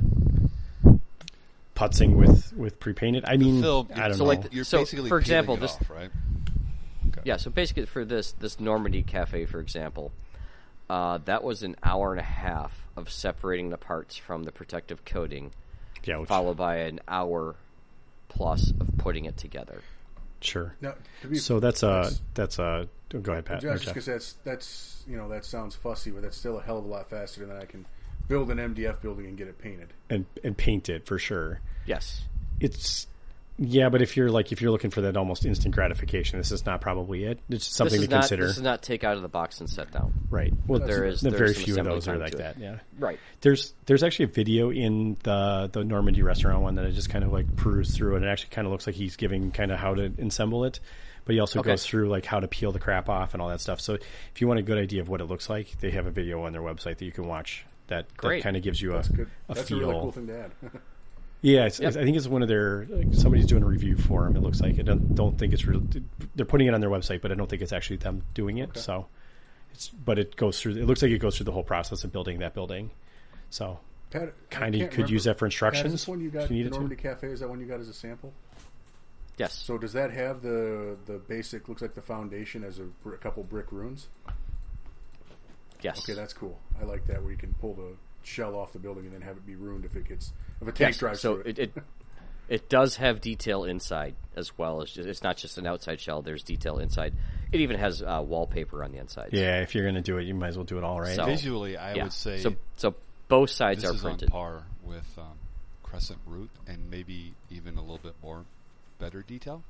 putzing with with pre-painted. I
Mm,
mean,
Film,
I don't
so
know.
like you're
so,
basically
for
peeling
example,
it
this-
off, right?
Yeah, so basically for this this Normandy cafe, for example, uh, that was an hour and a half of separating the parts from the protective coating,
yeah, which-
followed by an hour plus of putting it together.
sure.
No, to be
So that's a that's a. oh, Go ahead, Pat.
Yeah, I was just
Okay.
because that's that's you know that sounds fussy, but that's still a hell of a lot faster than I can build an MDF building and get it painted.
and and paint it for sure.
Yes,
It's yeah, but if you're like if you're looking for that almost instant gratification, this is not probably it. It's just something
this is
to
not
consider,
this is not take out of the box and set down.
right? Well,
There is
the
there
very
is some
few of
assembly
those are
time
like
to it.
that. Yeah,
Right.
There's there's actually a video in the the Normandy restaurant one that I just kind of like perused through, and it actually kind of looks like he's giving kind of how to assemble it, but he also
Okay.
goes through like how to peel the crap off and all that stuff. So if you want a good idea of what it looks like, they have a video on their website that you can watch. That, that
Great.
kind of gives you a,
Good,
a
that's
feel.
a really cool thing to add. *laughs*
Yeah, it's, it's- I think it's one of their. Like, somebody's doing a review for them. It looks like I don't, don't think it's real. They're putting it on their website, but I don't think it's actually them doing it. So, it's but it goes through. It looks like it goes through the whole process of building that building. So,
Pat, I
kind of you
can't
could use that
remember.
for
Pat,
instructions.
is this one you
if
got?
you
the
needed to.
Normandy Cafe is that one you got as a sample?
Yes.
So does that have the the basic looks like the foundation as a, br- a couple brick runes?
yes.
Okay, that's cool. I like that where you can pull the shell off the building and then have it be ruined if it gets if a tank
Yes,
drives
so
through
it. it it does have detail inside as well as it's not just an outside shell. There's detail inside. It even has uh, wallpaper on the inside.
Yeah, if you're gonna do it, you might as well do it all right.
So-
Visually, I
Oh, Yeah.
would say
so. So both sides
this
are
is
printed.
on par with um, Crescent Root, and maybe even a little bit more better detail.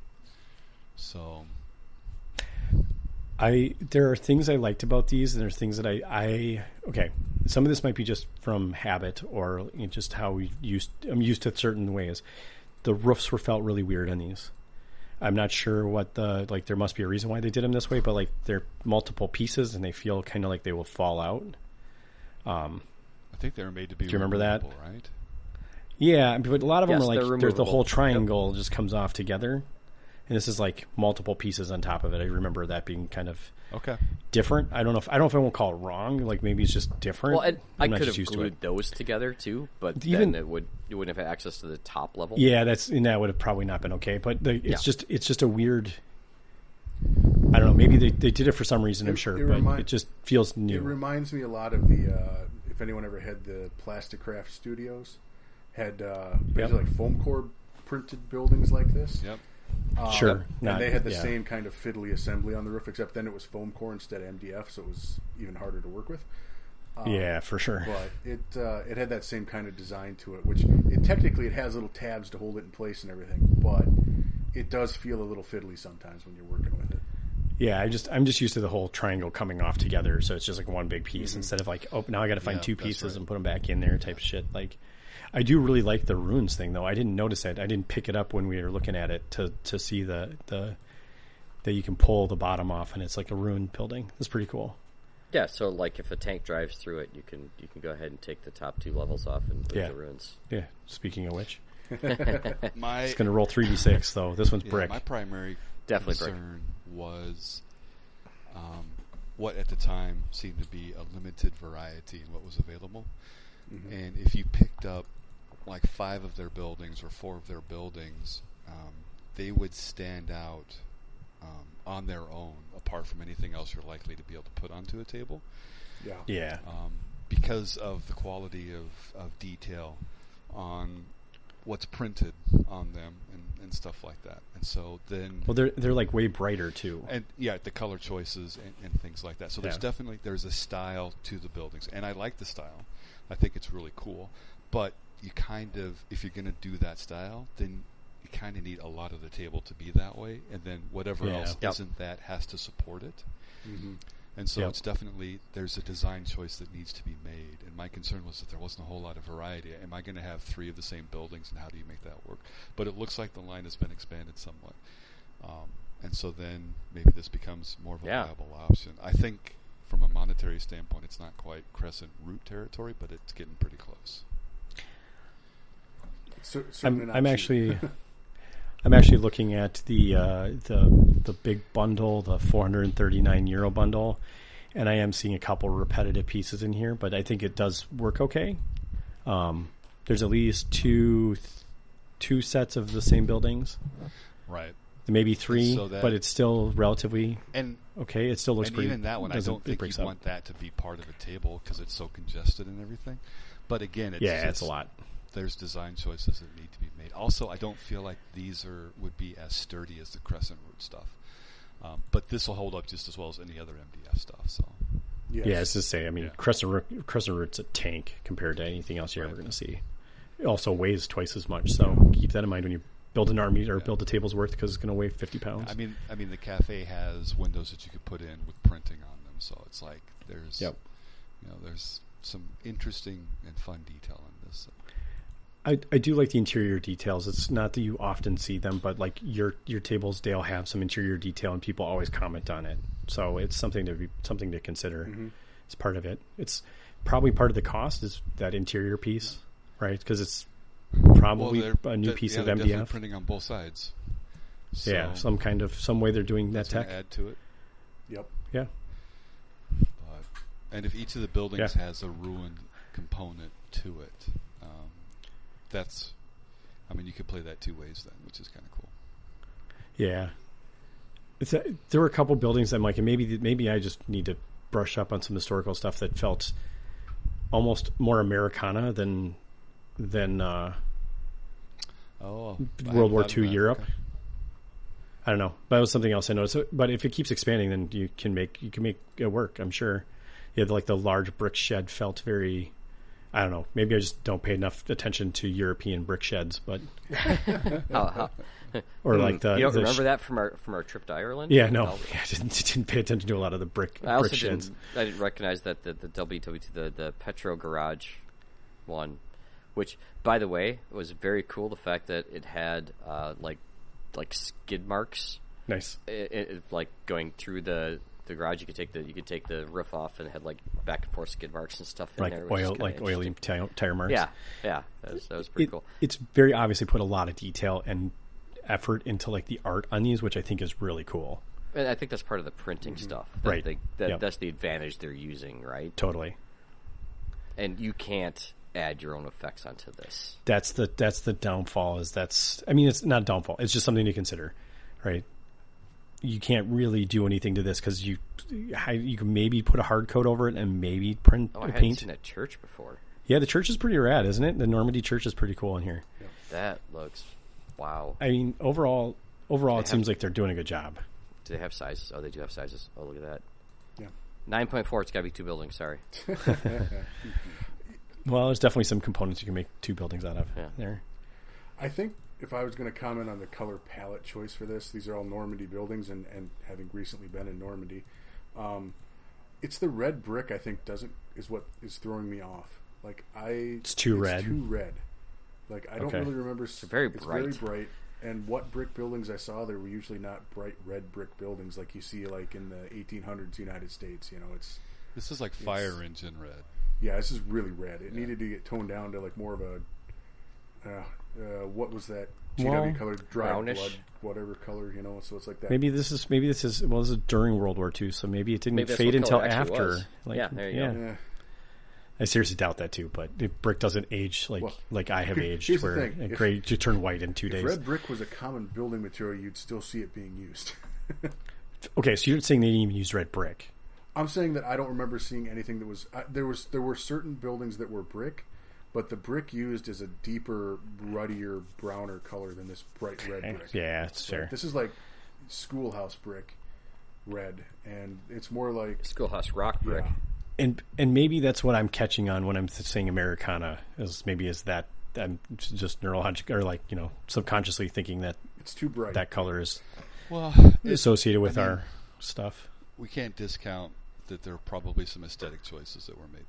So
I there are things I liked about these, and there's things that I I okay. Some of this might be just from habit or you know, just how we used. I'm used to certain ways. The roofs were felt really weird on these. I'm not sure what the like. There must be a reason why they did them this way, but like they're multiple pieces and they feel kind of like they will fall out.
I think they were made to be. Do
you remember that?
Right.
Yeah, but a lot of
Yes,
them are
they're
like there's the
removable.
whole triangle just comes off together, and this is like multiple pieces on top of it. I remember that being kind of
Okay.
different. I don't know if I don't know if I won't call it wrong. Like maybe it's just different.
Well, and I
I'm not
could
just
have
used to
glued
it.
those together too, but
Even-
then it would you wouldn't have had access to the top level.
Yeah, that's and that would have probably not been okay. But the, it's
Yeah.
just it's just a weird. I don't know. Maybe they, they did it for some reason. I'm
It-
sure,
it
but
remind-
it just feels
It
new.
reminds me a lot of the uh, if anyone ever had the Plasticraft Studios had uh,
Yep.
like foam core printed buildings like this.
*laughs*
Yep.
sure,
and
not-
they had the
yeah.
same kind of fiddly assembly on the roof, except then it was foam core instead of MDF, so it was even harder to work with. uh,
yeah, for sure.
But it uh, it had that same kind of design to it, which it, technically it has little tabs to hold it in place and everything, but it does feel a little fiddly sometimes when you're working with it.
Yeah, I just I'm just used to the whole triangle coming off together, so it's just like one big piece instead of like oh now I got to find
Mm-hmm.
two
Yeah, that's
pieces
right.
and put them back in there type shit. Like, I do really like the runes thing though. I didn't notice that. I didn't pick it up when we were looking at it to to see the the that you can pull the bottom off and it's like a rune building. That's pretty cool.
Yeah, so like if a tank drives through it, you can you can go ahead and take the top two levels off and put
Yeah.
the runes.
Yeah. Speaking of which,
My
it's gonna roll three d six though. This one's
yeah,
brick.
my primary
Definitely brick.
concern was um, what at the time seemed to be a limited variety in what was available.
Mm-hmm.
And if you picked up like five of their buildings or four of their buildings, um, they would stand out um, on their own, apart from anything else you're likely to be able to put onto a table
Yeah.
yeah.
um, because of the quality of, of detail on what's printed on them and, and stuff like that. And so then,
Well, they're they're like way brighter too.
and yeah, the color choices and, and things like that. So there's
Yeah.
definitely there's a style to the buildings, and I like the style. I think it's really cool. But you kind of, if you're going to do that style, then you kind of need a lot of the table to be that way, and then whatever
Yeah. Mm-hmm.
else
Yep.
isn't that has to support it. And so
Yep.
it's definitely there's a design choice that needs to be made. And my concern was that there wasn't a whole lot of variety. Am I going to have three of the same buildings, and how do you make that work? But it looks like the line has been expanded somewhat, um, and so then maybe this becomes more of a
Yeah.
viable option. I think from a monetary standpoint, it's not quite crescent root territory, but it's getting pretty close.
Cer- certainly
I'm
not
I'm
cheap. *laughs*
actually I'm actually looking at the uh, the the big bundle, the 439 euro bundle, and I am seeing a couple repetitive pieces in here, but I think it does work okay. Um, there's at least two two sets of the same buildings,
Right.
maybe three,
So that-
but it's still relatively
And
okay. It still looks
and
pretty.
even that one, I
doesn't-
don't
it
think
breaks
you
up.
want that to be part of a table because it's so congested and everything. But again, it's
Yeah, it's a
just-
lot.
there's design choices that need to be made. Also, I don't feel like these are would be as sturdy as the crescent root stuff. Um, but this will hold up just as well as any other MDF stuff. So
Yes.
Yeah, it's to say, I mean,
Yeah.
Crescent, Root, Crescent Root's a tank compared to anything else you're ever going to see. It also weighs twice as much, so keep that in mind when you build an army or build a table's worth because it's going to weigh 50 pounds.
I mean, I mean, the cafe has windows that you could put in with printing on them. So it's like there's,
Yep.
you know, there's some interesting and fun detail in this.
I, I do like the interior details. It's not that you often see them, but like your your tables, they'll have some interior detail, and people always comment on it. So it's something to be something to consider.
Mm-hmm.
It's part of it. It's probably part of the cost is that interior piece, right? Because it's probably
they're-
a new
they're-
piece
yeah,
of
they're definitely
MDF.
printing on both sides.
yeah,
So
some kind of some way they're doing that
that's gonna
tech.
add to it.
Yep.
Yeah,
But, and if each of the buildings
Yeah.
has a ruined component to it, um, that's, I mean, you could play that two ways then, which is kind of cool.
yeah. It's a, there were a couple buildings I'm like, and maybe maybe I just need to brush up on some historical stuff that felt almost more Americana than than uh,
Oh,
World War II Europe. I don't know. That was something else I noticed. But if it keeps expanding, then you can make you can make it work. I'm sure. Yeah, like the large brick shed felt very. I don't know. Maybe I just don't pay enough attention to European brick sheds, but
How, how,
or like the,
Hmm. you don't
the
remember
sh-
that from our from our trip to Ireland?
Yeah, no,
Well,
Oh, yeah, *laughs* I didn't, didn't pay attention to a lot of the brick
I also
brick sheds.
didn't. I didn't recognize that the the WWT the the Petro Garage one, which by the way was very cool. The fact that it had uh, like like skid marks,
Nice.
i i like going through the. The garage, you could take the you could take the roof off and it had like back and forth skid marks and stuff in
Like
there. which is
oil,
kinda
like oily
interesting.
tire, tire marks.
Yeah, yeah, that was, that was pretty
It-
cool.
It's very obviously put a lot of detail and effort into like the art on these, which I think is really cool.
And I think that's part of the printing stuff. that
Right.
they- that,
Yep.
That's the advantage they're using, right?
Totally.
And you can't add your own effects onto this.
That's the that's the downfall. Is that's I mean it's not a downfall. It's just something to consider, right? You can't really do anything to this because you I- you can maybe put a hard coat over it and maybe print
Oh, I
or
hadn't
paint.
seen a church before.
Yeah, the church is pretty rad, isn't it? The Normandy church is pretty cool in here.
That looks wow.
I mean, overall, overall, it
have-
seems like they're doing a good job.
Do they have sizes? Oh, they do have sizes. Oh, look at that. Nine point four. It's got to be two buildings. Sorry.
Well, there's definitely some components you can make two buildings out of
Yeah.
there.
I think if I was going to comment on the color palette choice for this, these are all Normandy buildings, and, and having recently been in Normandy, um, it's the red brick. I think doesn't is what is throwing me off. Like I, it's
too red.
Too red. Like I don't
Okay.
really remember. It's
very
It's very
bright.
bright. And what brick buildings I saw, they were usually not bright red brick buildings like you see like in the 1800s United States. You know, it's
This is like fire engine red.
yeah, this is really red. It needed to get toned down to like more of a uh, uh, what was that GW
Well,
color, dry
brownish.
blood, whatever color, you know. So it's like that.
Maybe this is maybe this is well, this is during World War II, so maybe it didn't
Maybe that's
fade
what
until
color it actually
after.
was. Yeah, there you go.
Yeah.
I seriously doubt that too. But if brick doesn't age like
Well,
like I have
here-
aged,
here's the
where
thing.
it
If-
gray you turn white in two days.
red brick was a common building material. You'd still see it being used. *laughs*
Okay, so you're saying they didn't even use red brick?
I'm saying that I don't remember seeing anything that was I there was there were certain buildings that were brick, but the brick used is a deeper, ruddier, browner color than this bright red brick.
Yeah, it's fair.
This is like schoolhouse brick red, and it's more like
Schoolhouse rock brick.
Yeah.
and and maybe that's what I'm catching on when I'm saying Americana is maybe is that I'm just neurological or like you know subconsciously thinking that
it's too bright.
that color is
Well,
associated with
I mean-
our stuff.
we can't discount that there are probably some aesthetic choices that were made.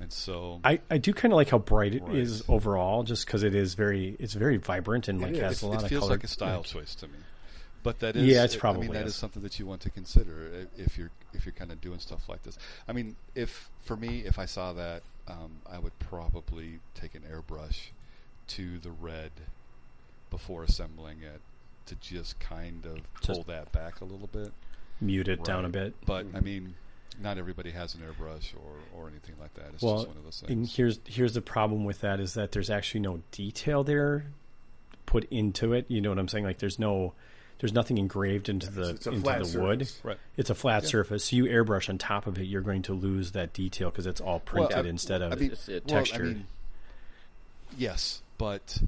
And so
I, I do kind of like how bright it is
Right.
overall, just because it is very it's very vibrant and like
is.
has
It's-
a lot
it
of
feels
color.
like a style choice to me. But that is
Yeah, it's
I- I
probably
mean, that
is.
is something that you want to consider i- if you're if you're kind of doing stuff like this. I mean, if for me, if I saw that, um, I would probably take an airbrush to the red before assembling it to just kind of pull that back a little bit.
mute it down a
Right.
bit.
But I mean, not everybody has an airbrush or, or anything like that. It's
well,
just one of those
and
things.
here's here's the problem with that is that there's actually no detail there put into it. You know what I'm saying? Like there's no there's nothing engraved into the
it's a
into
flat
the wood.
surface.
Right.
It's a flat surface. So you airbrush on top of it, you're going to lose that detail because it's all
Well,
printed
I-
instead of
I mean,
It's- it-
well, I
textured.
mean, yes, but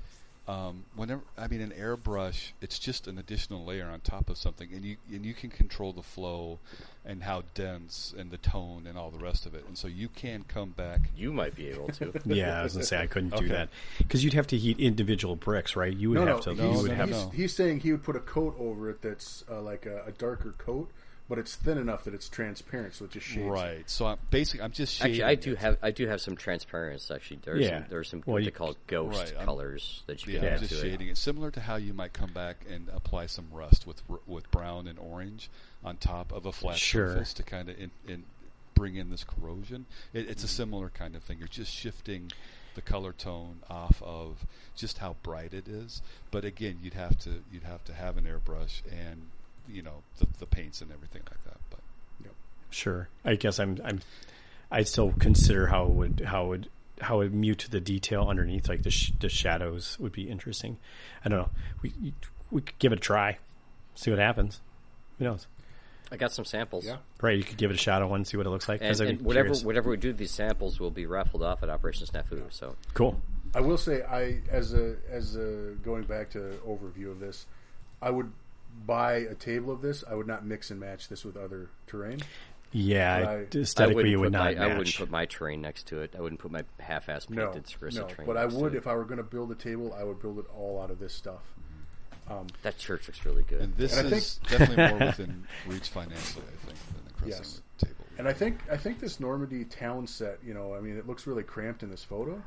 um, whenever I mean an airbrush, it's just an additional layer on top of something, and you and you can control the flow and how dense and the tone and all the rest of it, and so you can come back.
You might be able
*laughs*
to.
yeah, I was gonna say I couldn't
Okay.
do that because you'd have to heat individual bricks, right? You would
No,
have to.
no, he's,
you would
no,
have
he's,
to-
he's saying he would put a coat over it that's uh, like a, a darker coat, but it's thin enough that it's transparent, so it just shades. it.
Right. So I'm basically I'm just shading
actually, I do
it.
have I do have some transparency. Actually, there's
Yeah.
some, there's some
Well,
what
you-
they call ghost
Right, I'm-
colors that you
Yeah,
can
I'm
add
just
to it.
shading it. Similar to how you might come back and apply some rust with r- with brown and orange on top of a flat
Sure.
surface to kind of in, in bring in this corrosion. It, it's a similar kind of thing. You're just shifting the color tone off of just how bright it is. But again, you'd have to you'd have to have an airbrush and you know the, the paints and everything like that. But
Sure. I guess I'm I'm I'd still consider how it would how it would how it would mute the detail underneath, like the sh- the shadows would be interesting. I don't know. We we could give it a try, see what happens. Who knows?
I got some samples.
Yeah.
Right? You could give it a shot at one, see what it looks like.
And,
'cause I'd
and
be
whatever
curious.
whatever we do, these samples will be raffled off at Operation Snafu. So
cool.
I will say, I as a as a going back to overview of this, I would buy a table of this. I would not mix and match this with other terrain.
Yeah,
But I-
it- aesthetically,
I
it
wouldn't
would
put
not
my, I wouldn't
match.
put my train next to it. I wouldn't put my half-ass
No,
painted Sarissa
no.
train.
But I
next to
would
it.
if I were going to build a table. I would build it all out of this stuff.
That church looks really good.
And this
And I
is
*laughs*
definitely more within reach financially, I think, than the Crescent
Yes.
table.
And I think I think this Normandy town set, you know, I mean, it looks really cramped in this photo,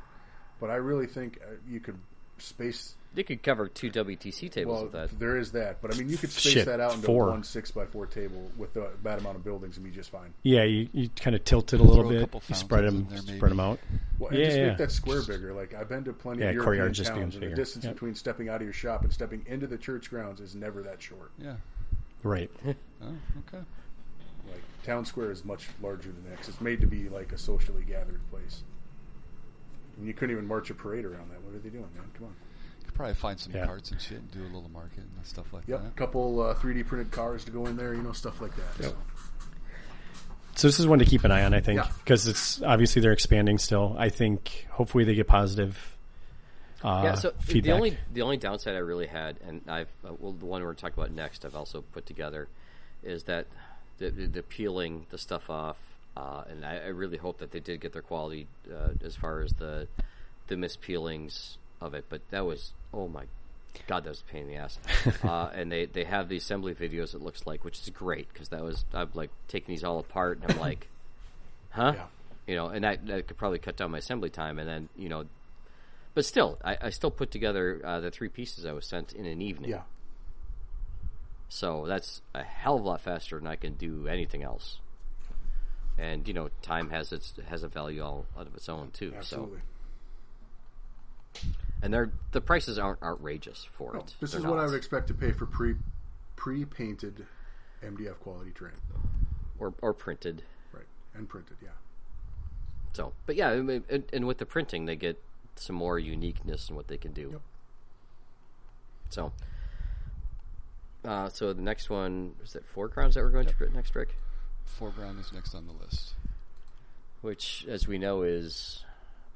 but I really think uh, you could space.
you could cover two WTC tables
Well,
with that.
there is that, but I mean, you could space
Shit,
that out into
four.
one six by four table with the, that amount of buildings and be just fine.
Yeah, you, you kind of tilt it a little
Throw a
bit.
couple
you spread
fountains
them,
in there, maybe.
spread them out.
Well, and
Yeah,
just
yeah.
make that square bigger. Like I've been to plenty
Yeah,
of European
courtyard just
towns,
becomes
and the
bigger.
distance
Yep.
between stepping out of your shop and stepping into the church grounds is never that short.
Yeah.
Right.
Oh, okay.
Like town square is much larger than that 'cause it's made to be like a socially gathered place. And you couldn't even march a parade around that. What are they doing, man? Come on.
You could probably find some
Yeah.
carts and shit and do a little market and stuff like
Yep,
that.
couple uh, 3D printed cars to go in there, you know, stuff like that. So,
So this is one to keep an eye on, I think,
Yeah.
because it's obviously they're expanding still. I think hopefully they get positive. Uh,
yeah, so
feedback.
the only the only downside I really had, and I've uh, well, the one we're talking about next, I've also put together, is that the the, the peeling the stuff off, uh, and I, I really hope that they did get their quality uh, as far as the the mispeelings of it. But that was oh my god, that was a pain in the
*laughs*
ass. uh, and they they have the assembly videos. It looks like, which is great because that was I'm like taking these all apart, and I'm like, huh.
Yeah.
You know, and that, that could probably cut down my assembly time, and then you know but still, I, I still put together uh, the three pieces I was sent in an evening.
yeah.
So that's a hell of a lot faster than I can do anything else. And you know, time has its has a value all out of its own too.
Absolutely.
So and they're the prices aren't outrageous for it.
This
They're
is what I
not.
would expect to pay for pre pre painted MDF quality terrain.
or or printed.
Right. And printed, yeah.
So, but yeah, I mean, and, and with the printing, they get some more uniqueness in what they can do.
Yep.
So, uh, so the next one is that foregrounds that we're going to next, Rick.
Foreground is next on the list.
which, as we know, is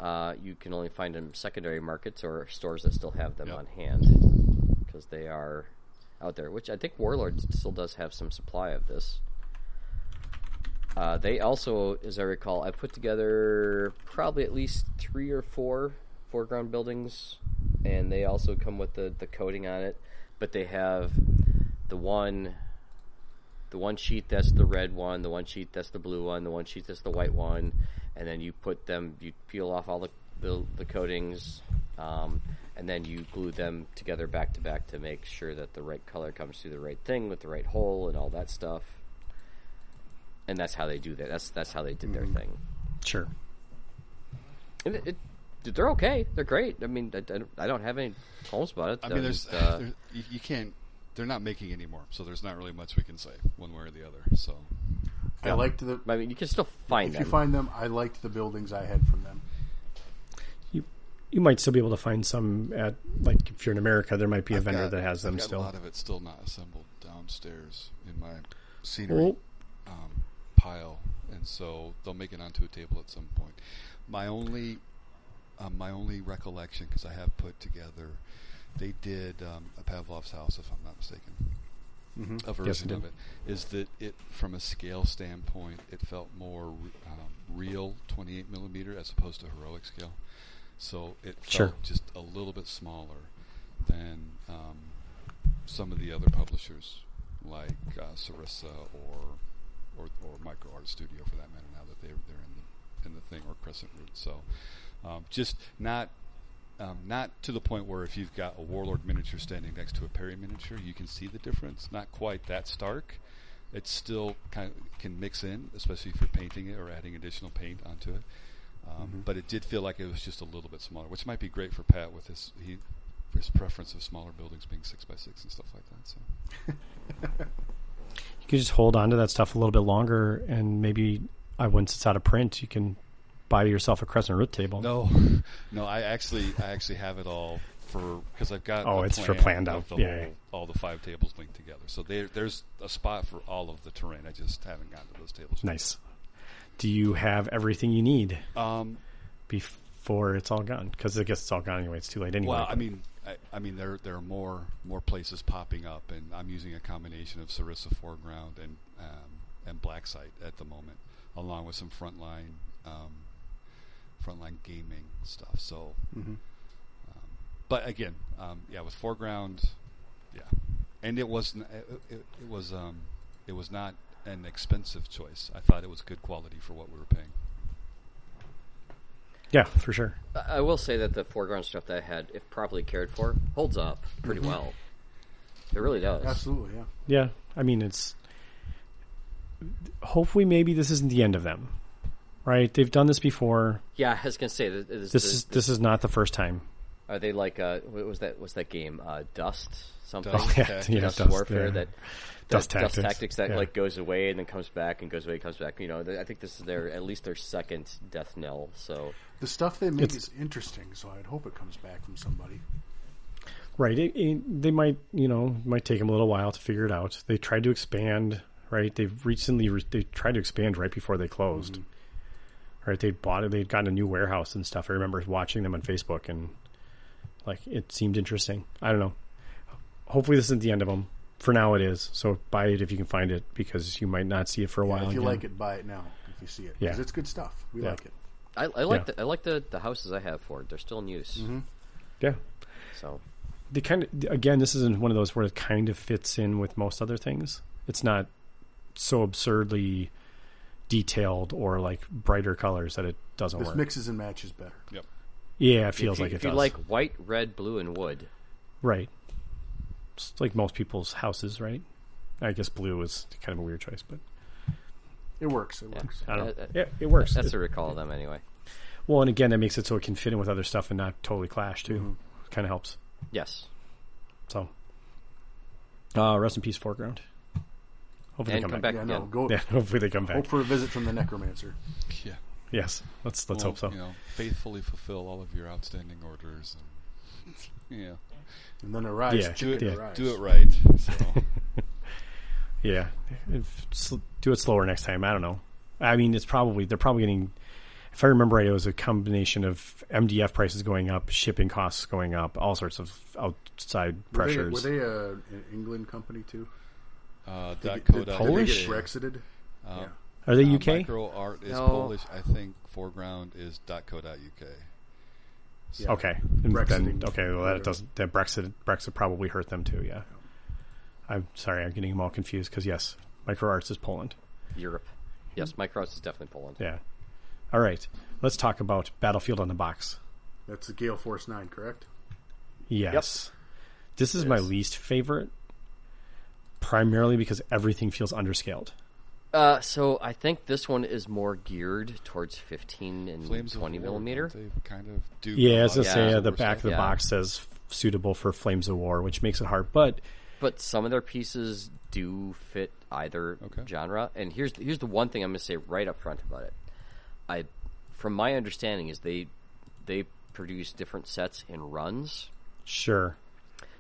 uh, you can only find them secondary markets or stores that still have them
Yep.
on hand because they are out there. Which I think Warlord still does have some supply of this. Uh, they also, as I recall, I put together probably at least three or four foreground buildings, and they also come with the, the coating on it. But they have the one the one sheet that's the red one, the one sheet that's the blue one, the one sheet that's the white one, and then you put them, you peel off all the the, the coatings, um, and then you glue them together back to back to make sure that the right color comes through the right thing with the right hole and all that stuff. And that's how they do that. That's that's how they did their thing.
sure.
And it, it, they're okay. They're great. I mean, I, I don't- I don't have any qualms about it.
I mean,
Uh,
there's, *laughs*
uh,
there- you, you can't. They're not making any more, so there's not really much we can say one way or the other. So
I liked the
I mean, you can still find
if
them.
you find them, I liked the buildings I had from them.
You might still be able to find some at like if you're in America, there might be a vendor
got-
that has them
I've got
still.
A lot of it's still not assembled downstairs in my scenery
Well,
um, pile, and so they'll make it onto a table at some point. My only, um, my only recollection, because I have put together, they did um, a Pavlov's house, if I'm not mistaken, a
Mm-hmm.
version
they
of
did.
it. Is that it from a scale standpoint? It felt more um, real, 28 millimeter, as opposed to heroic scale. So it felt
Sure.
just a little bit smaller than um, some of the other publishers, like uh, Sarissa or or, or Micro Art Studio for that matter. Now that they're they're in the in the thing or Crescent Root, so um, just not. Um, not to the point where if you've got a warlord miniature standing next to a Perry miniature, you can see the difference. Not quite that stark. It still kind of can mix in, especially if you're painting it or adding additional paint onto it. Um, But it did feel like it was just a little bit smaller, which might be great for Pat with his he, his preference of smaller buildings being six by six and stuff like that. So
you can just hold on to that stuff a little bit longer, and maybe uh, once it's out of print, you can buy yourself a crescent root table.
no, no, I actually I actually have it all for because I've got
Oh,
a
it's for
plan
planned
of
out.
the
Yeah,
whole- all the five tables linked together. So there there's a spot for all of the terrain. I just haven't gotten to those tables. yet.
Nice. Do you have everything you need
Um,
before it's all gone? Because I guess it's all gone anyway. It's too late anyway.
Well, I
but-
mean, I, I mean, there there are more more places popping up, and I'm using a combination of Sarissa foreground and um, and black site at the moment, along with some frontline um, frontline gaming stuff. So, um, but again, um, yeah, with foreground, Yeah, and it wasn't. It, it, it was. Um, it was not an expensive choice. I thought it was good quality for what we were paying.
Yeah, for sure.
I I will say that the foreground stuff that I had, if properly cared for, holds up pretty well. It really does.
Absolutely, yeah.
Yeah, I mean it's. Hopefully, maybe this isn't the end of them, right? They've done this before.
Yeah, I was gonna say that is
This is this is not the first time.
Are they like uh, what was that? Was that game uh, Dust something? *laughs*
Dust,
yeah,
Tactics.
yeah,
Dust,
Dust,
Warfare
yeah.
that.
Dust
that-
Tactics,
that
yeah.
like goes away and then comes back and goes away and comes back. You know, th- I think this is their at least their second death knell. So
The stuff they make
It's-
is interesting, so I'd hope it comes back from somebody.
Right. It, it, they might, you know, it might take them a little while to figure it out. They tried to expand, right? They've recently re- they tried to expand right before they closed.
Mm-hmm.
Right? They bought it. They'd gotten a new warehouse and stuff. I remember watching them on Facebook and like it seemed interesting. I don't know. Hopefully this isn't the end of them. For now it is. So buy it if you can find it because you might not see it for a while.
if you
again.
like it, buy it now if you see it.
Yeah.
Because it's good stuff. We
Yeah.
like it.
I, I like
Yeah.
the, I like the, the houses I have for it. They're still in use.
Yeah.
So
They kind of again this isn't one of those where it kind of fits in with most other things it's not so absurdly detailed or like brighter colors that it doesn't
This
work
mixes and matches better.
Yep.
yeah it feels
if you,
like it
if you
does
like white, red, blue, and wood,
right it's like most people's houses right i guess blue is kind of a weird choice but
It works. It works.
i don't
Uh, uh,
yeah it works
that's
It-
the recall of them anyway.
well and again that makes it so it can fit in with other stuff and not totally clash too
Mm-hmm.
kind of helps
Yes,
so uh rest in peace foreground
and
hopefully they
come
come
back
Yeah,
again.
no, go
*laughs* yeah hopefully they come back
hope for a visit from the necromancer.
Yeah.
Yes, let's let's
Well,
hope so.
You know, faithfully fulfill all of your outstanding orders. And, *laughs* yeah.
And then arise,
Yeah,
chicken
do it-
arise.
Do it right.
*laughs*
So
Yeah, If- sl- do it slower next time. I don't know. I mean, it's probably they're probably getting. If I remember right, it was a combination of MDF prices going up, shipping costs going up, all sorts of outside
Were they,
pressures.
were they uh, an England company too?
uh,
Did,
dot
did-
co
did
dot
they
UK.
get Brexited? yeah.
Are they
Uh,
UK?
Micro art is
No.
Polish. I think foreground is .co.uk.
Yeah.
Okay, And then,
Brexiting.
okay. Well, that doesn't. That Brexit Brexit probably hurt them too. Yeah. I'm sorry, I'm getting them all confused because yes, MicroArts is Poland.
Europe. Yes, Micros is definitely Poland.
Yeah. All right, let's talk about Battlefield on the Box.
That's the Gale Force 9, correct?
Yes. This is my least favorite, primarily because everything feels underscaled.
Uh, so I think this one is more geared towards 15 and
Flames of
20
War,
millimeter.
don't They kind of do.
Yeah,
a
as I
lot of
say,
yeah,
uh, the
similar
back of the
stuff.
yeah.
box says f- suitable for Flames of War, which makes it hard. But
But some of their pieces do fit either
Okay.
genre. And here's here's the one thing I'm going to say right up front about it. I, from my understanding, is they they produce different sets and runs.
sure.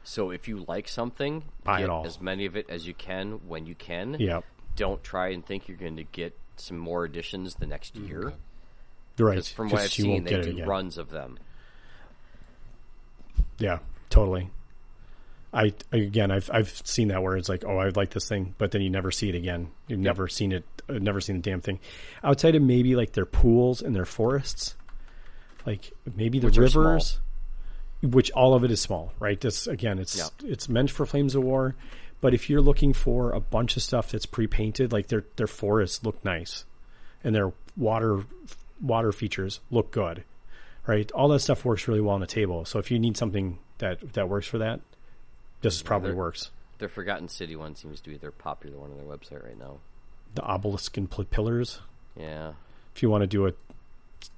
So if you like something,
Buy it
get
all.
as many of it as you can when you can.
Yeah.
Don't try and think you're going to get some more editions the next year.
Right.
'Cause From what
'cause
I've
you
seen,
won't
they
get it
do
again.
runs of them.
Yeah, totally. I again, I've I've seen that where it's like, oh, I like this thing, but then you never see it again. You've never seen it, uh, never seen the damn thing. Outside of maybe like their pools and their forests, like maybe the
Which are small.
rivers, which all of it is small, right? This again, it's
Yeah.
it's meant for Flames of War, but if you're looking for a bunch of stuff that's pre painted, like their their forests look nice, and their water water features look good right? All that stuff works really well on a table. So if you need something that that works for that, this is probably
they're-
works.
Their Forgotten City one seems to be their popular one on their website right now.
The obelisk and pl- pillars.
Yeah.
If you want to do a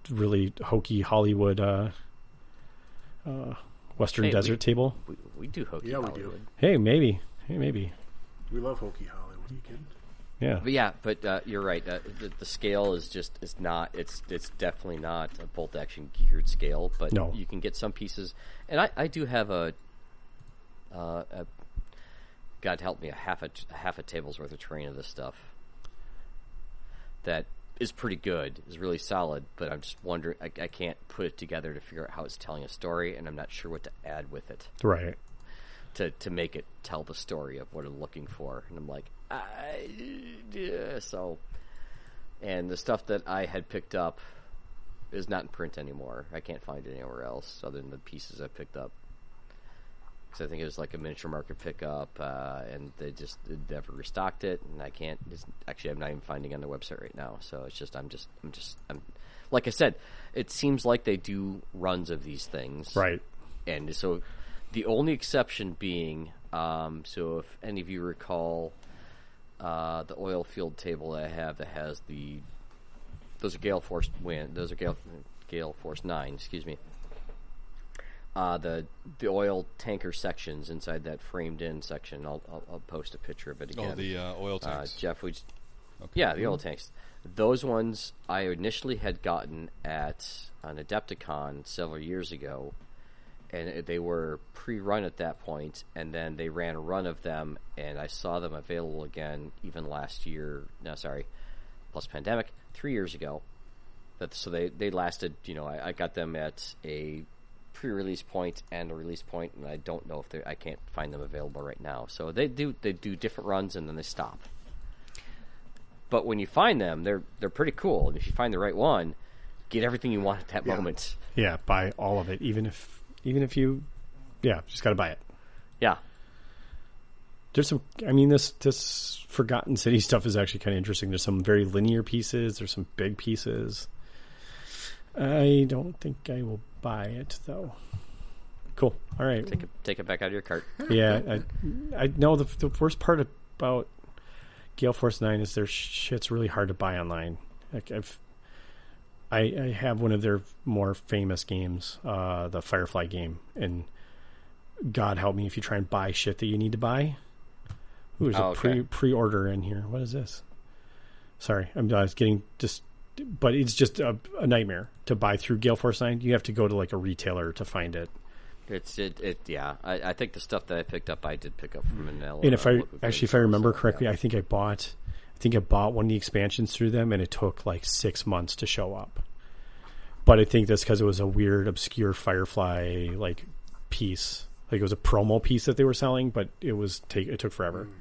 really hokey Hollywood uh, uh, Western
Hey, we-
desert table,
We, we do hokey
Yeah, we do.
Hollywood.
hey, maybe, hey, maybe,
We love Hokey Hollywood. Are you kidding?
yeah,
But yeah, but uh, you're right. Uh, the, the scale is just is not. It's it's definitely not a bolt action geared scale. But
No.
you can get some pieces, and I, I do have a, uh, a, God help me, a half a half a table's worth of terrain of this stuff. That is pretty good. Is really solid. But I'm just wondering. I, I can't put it together to figure out how it's telling a story, and I'm not sure what to add with it.
right.
to to make it tell the story of what I'm looking for. And I'm like, I, yeah, so. And the stuff that I had picked up is not in print anymore. I can't find it anywhere else other than the pieces I picked up. because I think it was like a miniature market pickup, uh, and they just they never restocked it. And I can't. It's, actually, I'm not even finding it on their website right now. So it's just I'm just I'm just I'm like I said, it seems like they do runs of these things,
Right.
and so the only exception being, um, so if any of you recall, uh, the oil field table that I have that has the those are gale force wind, those are gale gale force nine, excuse me. Uh, the the oil tanker sections inside that framed in section. I'll I'll, I'll post a picture of it again.
Oh, the uh, oil
Uh,
tanks.
Jeff, we. j-
Okay. Mm-hmm.
Yeah, the oil tanks. Those ones I initially had gotten at an Adepticon several years ago, and it- they were pre-run at that point, and then they ran a run of them, and I saw them available again even last year. No, sorry, plus pandemic three years ago. That so they they lasted. You know, I, I got them at a pre-release point and a release point, and I don't know if they. I can't find them available right now. So they do they do different runs and then they stop but when you find them, they're they're pretty cool. And if you find the right one, get everything you want at that moment. *laughs*
Yeah, buy all of it, even if even if you, yeah, just got to buy it.
Yeah,
There's some. I mean, this this Forgotten City *laughs* stuff is actually kind of interesting. There's some very linear pieces. There's some big pieces. I don't think I will buy it though. Cool. All right.
take it, take it back out of your cart.
Yeah, I, I know the the worst part about Gale Force Nine is their shit's really hard to buy online. Like I've, I I have one of their more famous games, uh, the Firefly game, and God help me if you try and buy shit that you need to buy. Ooh, there's
Oh,
a
okay.
pre pre order in here. What is this? Sorry, I'm I was getting just, but it's just a, a nightmare to buy through Gale Force Nine. You have to go to like a retailer to find it.
It's it, it yeah. I, I think the stuff that I picked up, I did pick up from Manila.
And if I actually, if I remember correctly, I think I bought, I think I bought one of the expansions through them, and it took like six months to show up. But I think that's because it was a weird, obscure Firefly like piece. Like it was a promo piece that they were selling, but it was take it took forever.
Hmm.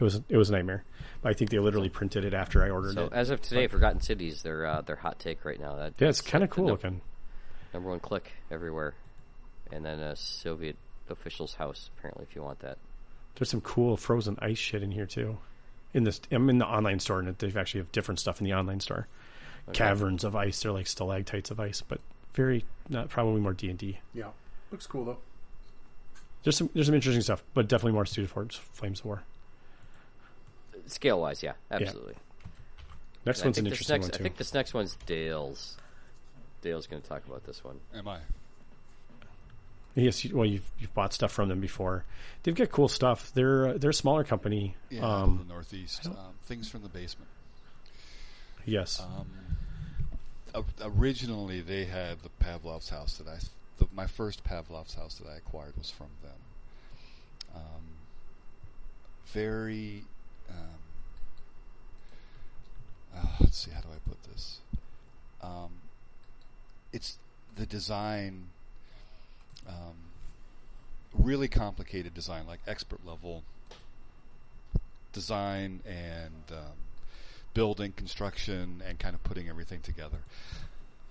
It was it was a nightmare. But I think they literally printed it after I ordered
so
it.
as of today, Forgotten Cities, their uh, their hot take right now. That
yeah, it's kind of
the
cool
num-
looking.
Number one click everywhere, and then a Soviet official's house. Apparently, if you want that.
There's some cool frozen ice shit in here too. In this, I'm in the online store, and they actually have different stuff in the online store. Caverns of ice, they're like stalactites of ice, but very not probably more D and D.
Yeah, looks cool though.
There's some there's some interesting stuff, but definitely more suited for Flames of War.
Scale wise, yeah, absolutely.
Next
And I think
one's an
this
interesting
next,
one too.
I think this next one's Dale's. Dale's going to talk about this one.
Am I?
Yes, you, well, you've you've bought stuff from them before. They've got cool stuff. They're uh, they're a smaller company.
Yeah,
um,
the Northeast. Um, things from the basement.
yes,
Um, O- originally, they had the Pavlov's house that I. The, my first Pavlov's house that I acquired was from them. Um, very. Um, ah, let's see. How do I put this? Um, it's the design. Um, really complicated design, like expert level design and um, building, construction, and kind of putting everything together.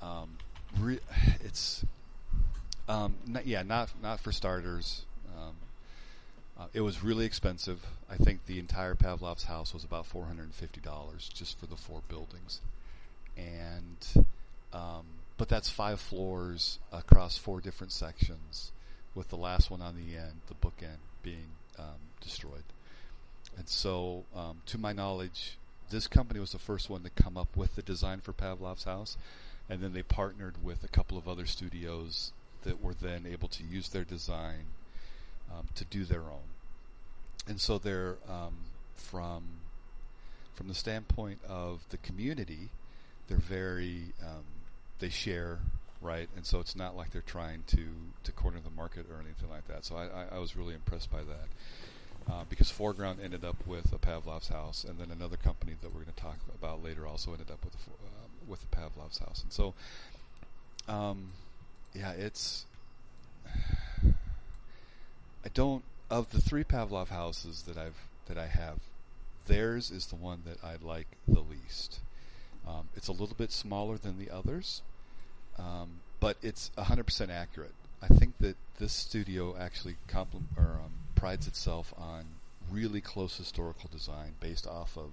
Um, re- it's um, not, yeah, not not for starters. Um, uh, it was really expensive. I think the entire Pavlov's house was about four hundred and fifty dollars just for the four buildings, and um, but that's five floors across four different sections, with the last one on the end, the bookend, being um, destroyed. And so, um, to my knowledge, this company was the first one to come up with the design for Pavlov's house, and then they partnered with a couple of other studios that were then able to use their design um, to do their own. And so, they're um, from from the standpoint of the community, they're very um, they share right, and so it's not like they're trying to to corner the market or anything like that. So I, I, I was really impressed by that uh, because Foreground ended up with a Pavlov's house, and then another company that we're going to talk about later also ended up with a, fo- um, with a Pavlov's house, and so um, yeah, it's *sighs* I don't of the three Pavlov houses that I've that I have, theirs is the one that I like the least. Um, it's a little bit smaller than the others, um, but it's 100% accurate. I think that this studio actually compl- or, um, prides itself on really close historical design based off of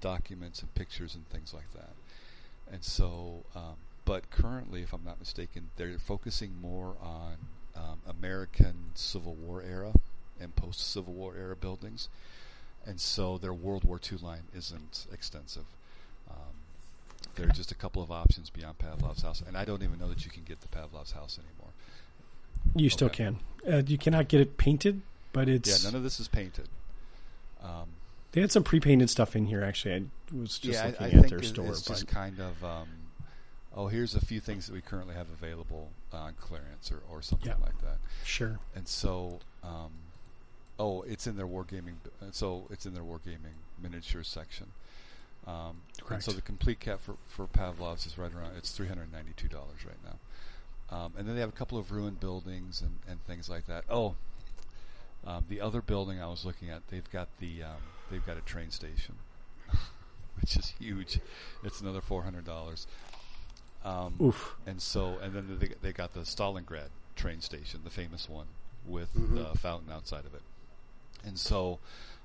documents and pictures and things like that. And so, um, but currently, if I'm not mistaken, they're focusing more on um, American Civil War era and post Civil War era buildings. And so their World War II line isn't extensive. Um, there are just a couple of options beyond Pavlov's house, and I don't even know that you can get the Pavlov's house anymore.
You still
Okay.
can. Uh, you cannot get it painted, but
Yeah,
it's
none of this is painted. Um,
they had some pre-painted stuff in here. Actually, I was just
yeah, I-
looking
I,
at
think
their
it-
store.
it's just
but-
kind of um, oh, here's a few things that we currently have available on clearance or, or something
Yeah.
like that.
sure.
And so, um, oh, it's in their wargaming. uh, So it's in their wargaming miniature section. Um, and
Correct.
so the complete cap for, for Pavlov's is right around. It's three hundred ninety two dollars right now. Um, and then they have a couple of ruined buildings and, and things like that. Oh, um, the other building I was looking at, they've got the um, they've got a train station, *laughs* which is huge. It's another four hundred dollars. Um,
Oof.
and so, and then they, they got the Stalingrad train station, the famous one with the fountain outside of it. And so,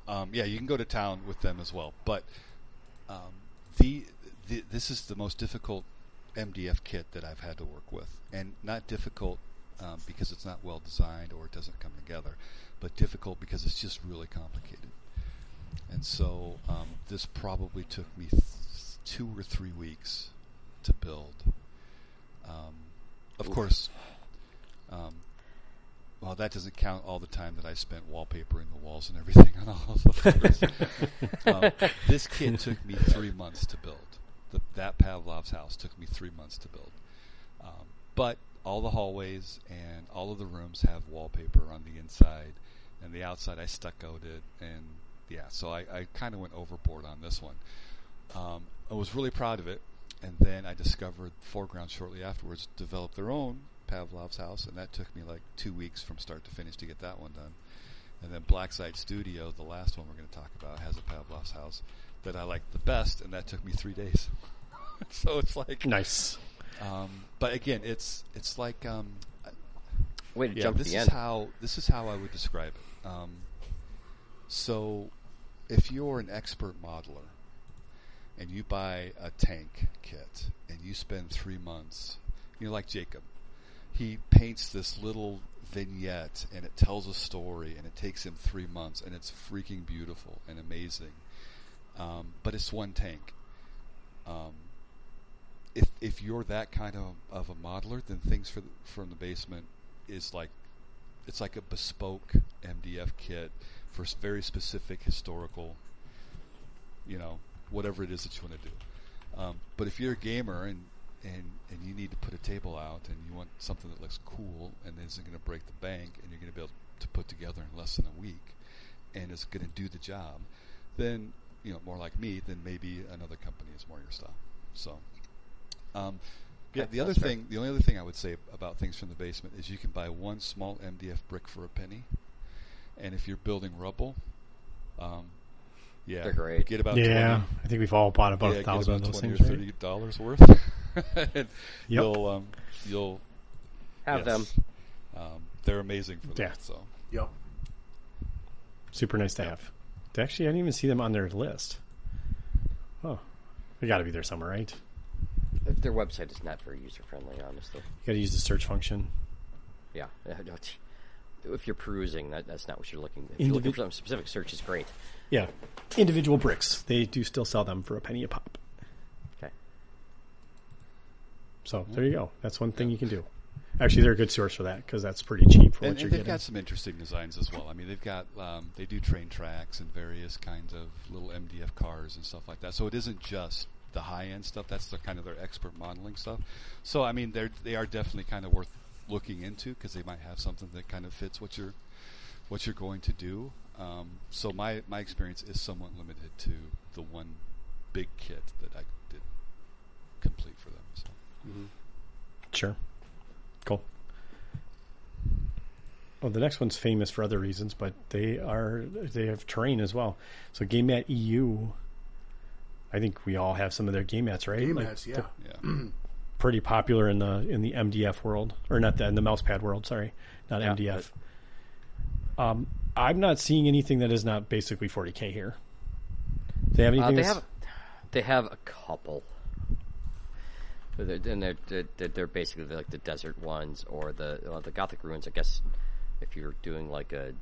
um, yeah, you can go to town with them as well. But um, the, the this is the most difficult MDF kit that I've had to work with, and not difficult um, because it's not well designed or it doesn't come together, but difficult because it's just really complicated. And so, um, this probably took me th- two or three weeks to build. Um, of course, um, well, that doesn't count all the time that I spent wallpapering the walls and everything on all of the floors. um, this kid took me three months to build. The, that Pavlov's house took me three months to build. Um, but all the hallways and all of the rooms have wallpaper on the inside, and the outside I stuccoed it, and yeah, so I, I kind of went overboard on this one. Um, I was really proud of it, and then I discovered Foreground shortly afterwards developed their own Pavlov's house, and that took me like two weeks from start to finish to get that one done. And then Blackside Studio, the last one we're going to talk about, has a Pavlov's house that I liked the best, and that took me three days. *laughs* so it's like
Nice.
um, but again, it's it's like um,
Way to
yeah,
jump to
this
the
is
end.
how this is how I would describe it. Um, so, if you're an expert modeler and you buy a tank kit and you spend three months, you're like Jacob. He paints this little vignette and it tells a story and it takes him three months and it's freaking beautiful and amazing. Um, but it's one tank. Um, if if you're that kind of of a modeler, then things for the, from the basement is like it's like a bespoke MDF kit for s- very specific historical, you know, whatever it is that you want to do. Um, but if you're a gamer and and, and you need to put a table out and you want something that looks cool and isn't going to break the bank and you're going to be able to put together in less than a week and it's going to do the job, then, you know, more like me, then maybe another company is more your style. So, um, yeah,
Okay,
the other
that's fair.
thing, the only other thing I would say about things from the basement is you can buy one small MDF brick for a penny, and if you're building rubble, um, yeah,
They're great.
Get about
Yeah,
20,
I think we've all bought about
yeah,
a thousand of
get about
those
twenty
things.
or
right?
thirty dollars worth. *laughs* And You'll um, you'll
Have
yes.
them.
Um, they're amazing for
Yeah.
that. So
Yep.
Super nice to have. They Actually, I didn't even see them on their list. Oh, they got to be there somewhere, right?
Their website is not very user friendly, honestly.
You got to use the search function.
Yeah. *laughs* Don't- If you're perusing, that, that's not what you're looking. If you're looking
Individ-
for something specific, search is great.
Yeah, individual bricks. They do still sell them for a penny a pop.
Okay.
So there you go. That's one thing you can do. Actually, they're a good source for that because that's pretty cheap for
and,
what you're
and they've
getting.
got some interesting designs as well. I mean, they've got um, they do train tracks and various kinds of little MDF cars and stuff like that. So it isn't just the high end stuff. That's the kind of their expert modeling stuff. So I mean, they're they are definitely kind of worth looking into because they might have something that kind of fits what you're what you're going to do. Um, so my my experience is somewhat limited to the one big kit that I did complete for them. So.
Sure. Cool. Well, the next one's famous for other reasons, but they are they have terrain as well. So Game E Mat EU, I think we all have some of their game mats, right?
Game
Like,
mats,
the-
yeah.
Yeah,
pretty popular in the in the MDF world, or not the, in the mouse pad world. Sorry, not MDF. Um, I'm not seeing anything that is not basically 40k here. They have anything?
Uh, they
that's-
have they have a couple, But they're- and they're, they're they're- they're basically like the desert ones or the well, the Gothic ruins. I guess if you're doing like a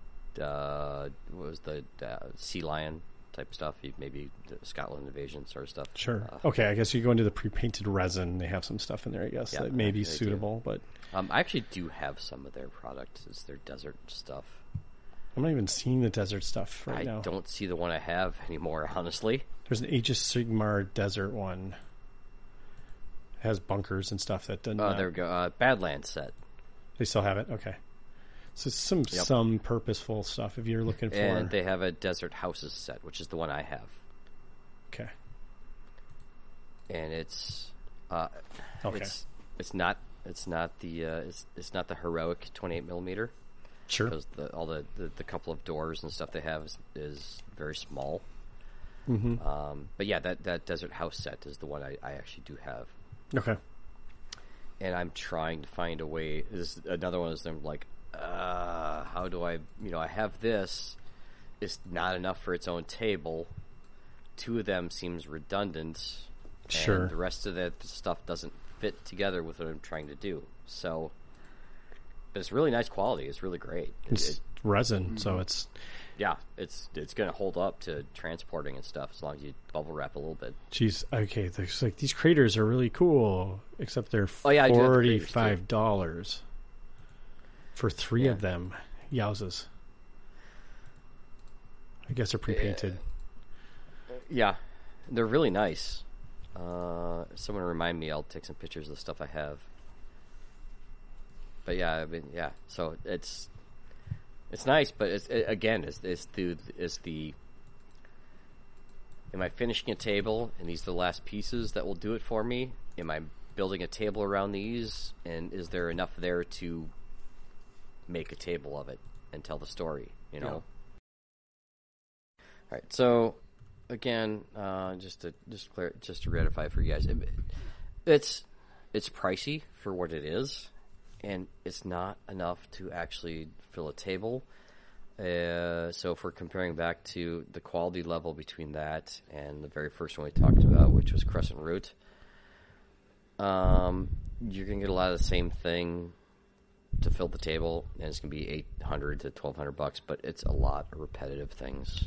uh, what was the uh, sea lion type stuff, you maybe the Scotland invasion sort of stuff.
Sure.
Uh,
okay, I guess you go into the pre-painted resin. They have some stuff in there, I guess,
Yeah,
that may be
they do.
suitable, but
um, I actually do have some of their products. It's their desert stuff.
I'm not even seeing the desert stuff right
I
now.
don't see the one I have anymore, honestly.
There's an Aegis Sigmar desert one. It has bunkers and stuff that doesn't.
Oh, there we go. Uh, Badlands set.
They still have it. Okay. So some some purposeful stuff if you're looking for.
And they have a desert houses set, which is the one I have.
okay.
And it's uh,
Okay.
it's it's not it's not the uh, it's it's not the heroic 28 millimeter
sure.
because the, all the, the the couple of doors and stuff they have is, is very small. Um, but yeah, that that desert house set is the one I, I actually do have.
Okay.
and I'm trying to find a way. This is another one is them like, uh, how do I? You know, I have this. It's not enough for its own table. Two of them seems redundant. and
Sure.
the rest of that stuff doesn't fit together with what I'm trying to do. So, but it's really nice quality. It's really great. It-
It's
it-
resin, so it's
yeah, it's it's going to hold up to transporting and stuff as long as you bubble wrap a little bit.
Jeez, okay. There's like these craters are really cool, except they're
Oh, yeah, I do have the craters, too.
forty-five dollars for three of
Yeah.
them. Yowzas! I guess they're pre-painted.
Yeah, they're really nice. Uh, someone remind me. I'll take some pictures of the stuff I have. But yeah, I mean, yeah. So it's it's nice, but it's it, again, it's, it's the it's the. Am I finishing a table, and these are the last pieces that will do it for me? Am I building a table around these, and is there enough there to make a table of it and tell the story? You know. All right. So again, uh, just to just clear, just to ratify for you guys, it- it's it's pricey for what it is, and it's not enough to actually fill a table. Uh, so if we're comparing back to the quality level between that and the very first one we talked about, which was Crescent Root, um, you're gonna get a lot of the same thing to fill the table, and it's gonna be eight hundred to twelve hundred bucks, but it's a lot of repetitive things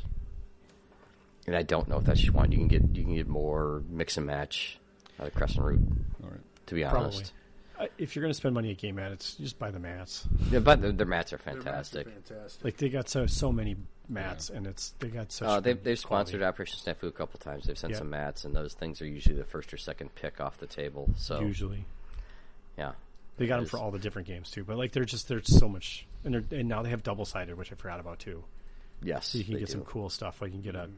and I don't know if that's what you want. You can get you can get more mix and match out of Crescent Root.
All right.
To be
Probably.
honest,
Uh, If you're going to spend money at game ad, it's just buy the mats.
yeah, but their, their mats are
They're massive,
fantastic.
Fantastic.
Like they got so so many mats, and it's they got such.
Uh, they've
good
they've sponsored
quality.
Operation Snafu a couple times. They've sent
Yeah.
some mats, and those things are usually the first or second pick off the table. So
usually.
yeah,
They got them
Is-
for all the different games too, but like they're just they're so much, and they're and now they have double sided, which I forgot about too.
yes,
So you can
they
get some
do.
cool stuff. Like you can get a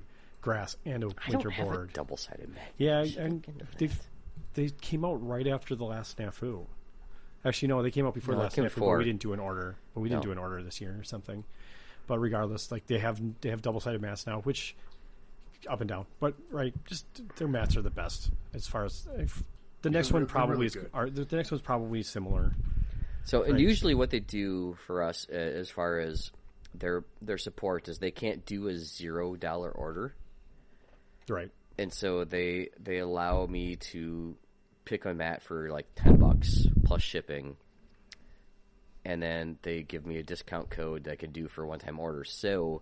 grass and a
I don't
winter
have
board.
a double sided mat.
Yeah,
Should
and
look into
they
that.
they came out right after the last snafu. Actually, no, they came out before
No,
the
they
last
came
snafu. But
before.
we didn't do an order, but we didn't
No.
do an order this year or something. But regardless, like they have they have double sided mats now, which up and down. But right, just their mats are the best as far as if, the next
they're-
one
they're
probably
really
is
good.
are, the, the next one's probably similar.
So, and usually what they do for us, uh, as far as their their support, is they can't do a zero dollar order.
Right.
and so they they allow me to pick a mat for like 10 bucks plus shipping and then they give me a discount code that I can do for a one-time order so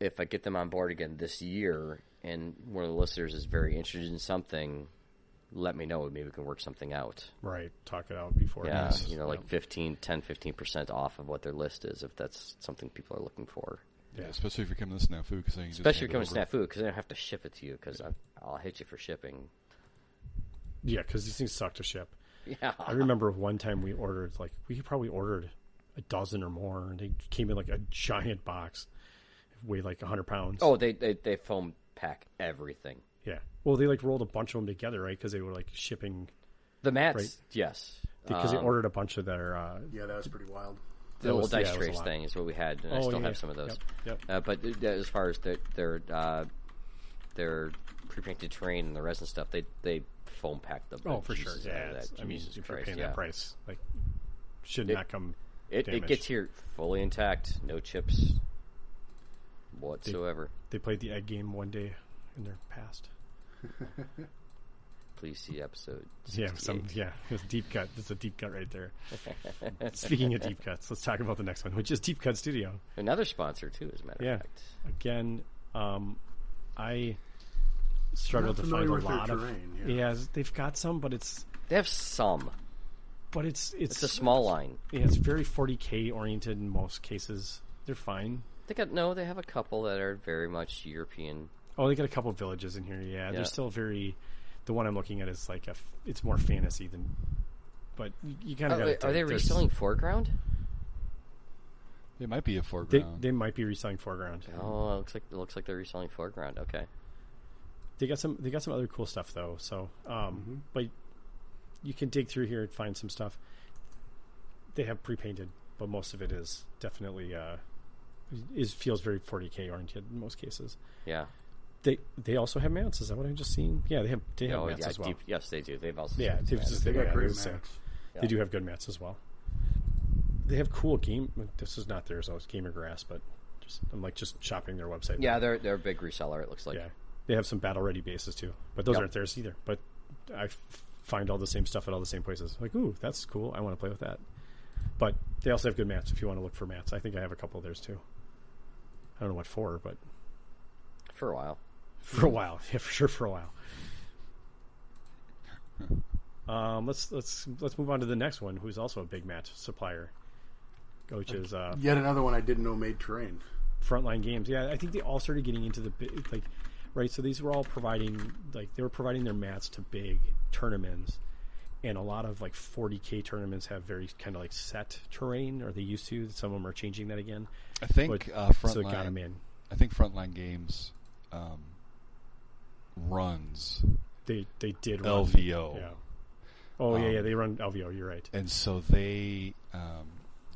if i get them on board again this year and one of the listeners is very interested in something let me know maybe we can work something out
Right. Talk it out before.
yeah
Yes.
you know like 15 10 15% off of what their list is if that's something people are looking for
Yeah, especially if you're coming to Snafu, because I can
especially
just
if
hand
you're coming
it
to
over.
snafu because i don't have to ship it to you because i'll hit you for shipping
Yeah, because these things suck to ship.
yeah
I remember one time we ordered like we probably ordered a dozen or more, and they came in like a giant box, weighed like hundred pounds.
Oh, they they, they foam pack everything.
yeah. Well, they like rolled a bunch of them together, right? Because they were like shipping
The mats,
Right.
yes.
because
Um.
they ordered a bunch of their. Uh,
Yeah, that was pretty wild.
The little
was- yeah,
dice
it was a
trays
lot.
thing is what we had, and I
Oh,
still
yeah,
have
yeah.
some of those.
Yep, yep.
Uh, but uh, as far as their their uh, their pre-painted terrain and the resin stuff, they they foam packed the
Oh, for sure.
bejesus out
Yeah,
of
it's-
that.
I mean,
Jesus
if you're
Christ,
paying
yeah.
that price, like, should
It-
not come.
It, it
damaged.
gets here fully intact, no chips whatsoever.
They played the egg game one day in their past.
Please see episode. 68.
Yeah, some yeah, it was a deep cut. It's a deep cut
*laughs*
right there. Speaking of deep cuts, let's talk about the next one, which is Deep Cut Studio.
Another sponsor too, as a matter
Yeah.
of fact.
Again, um, I struggled
Not
to find
familiar
a
with their
lot of
terrain, yeah.
they've got some, but it's
They have some.
but it's it's,
It's a small line.
yeah, it's very 40k oriented in most cases. They're fine.
They got no. They have a couple that are very much European.
Oh, they got a couple villages in here. Yeah,
Yeah.
they're still very. The one I'm looking at is like a. f- It's more fantasy than, but you, you kind of.
Oh, wait, are they reselling foreground?
It might be a
They,
foreground.
they might be reselling foreground.
Oh, it looks like it looks like they're reselling foreground. Okay,
They got some. They got some other cool stuff though. So, um,
Mm-hmm.
but you can dig through here and find some stuff. They have pre-painted, but most of it is definitely uh, is feels very 40k oriented in most cases.
yeah.
They they also have mounts. Is that what I'm just seeing? Yeah, they have they have
oh,
mounts
yeah.
as well.
Deep, yes, they do. They've also
Yeah, they've just-
They
yeah,
got great
it's, uh,
mats.
Yeah.
They do have good mats as well. They have cool game. This is not theirs. I was Gamer Grass, but just I'm like just shopping their website.
yeah. They're they're a big reseller. It looks like.
yeah. They have some battle ready bases too, but those
Yep.
aren't theirs either. But I f- find all the same stuff at all the same places. Like, ooh, that's cool. I want to play with that. But they also have good mats if you want to look for mats. I think I have a couple of theirs too. I don't know what for, but *laughs*
for a while.
for a while, yeah, for sure, for a while. Um, let's let's let's move on to the next one, who's also a big mat supplier, which is uh,
Yet another one I didn't know made terrain.
frontline games. Yeah, I think they all started getting into the bi- like, right? So these were all providing like they were providing their mats to big tournaments, and a lot of like 40k tournaments have very kind of like set terrain, or they used to. Some of them are changing that again.
I think
But-
uh,
so it got them
frontline.
in.
I think frontline games um, runs,
They they did run-
LVO,
Yeah. Oh yeah,
Um,
yeah. They run LVO. You're right.
and so they um,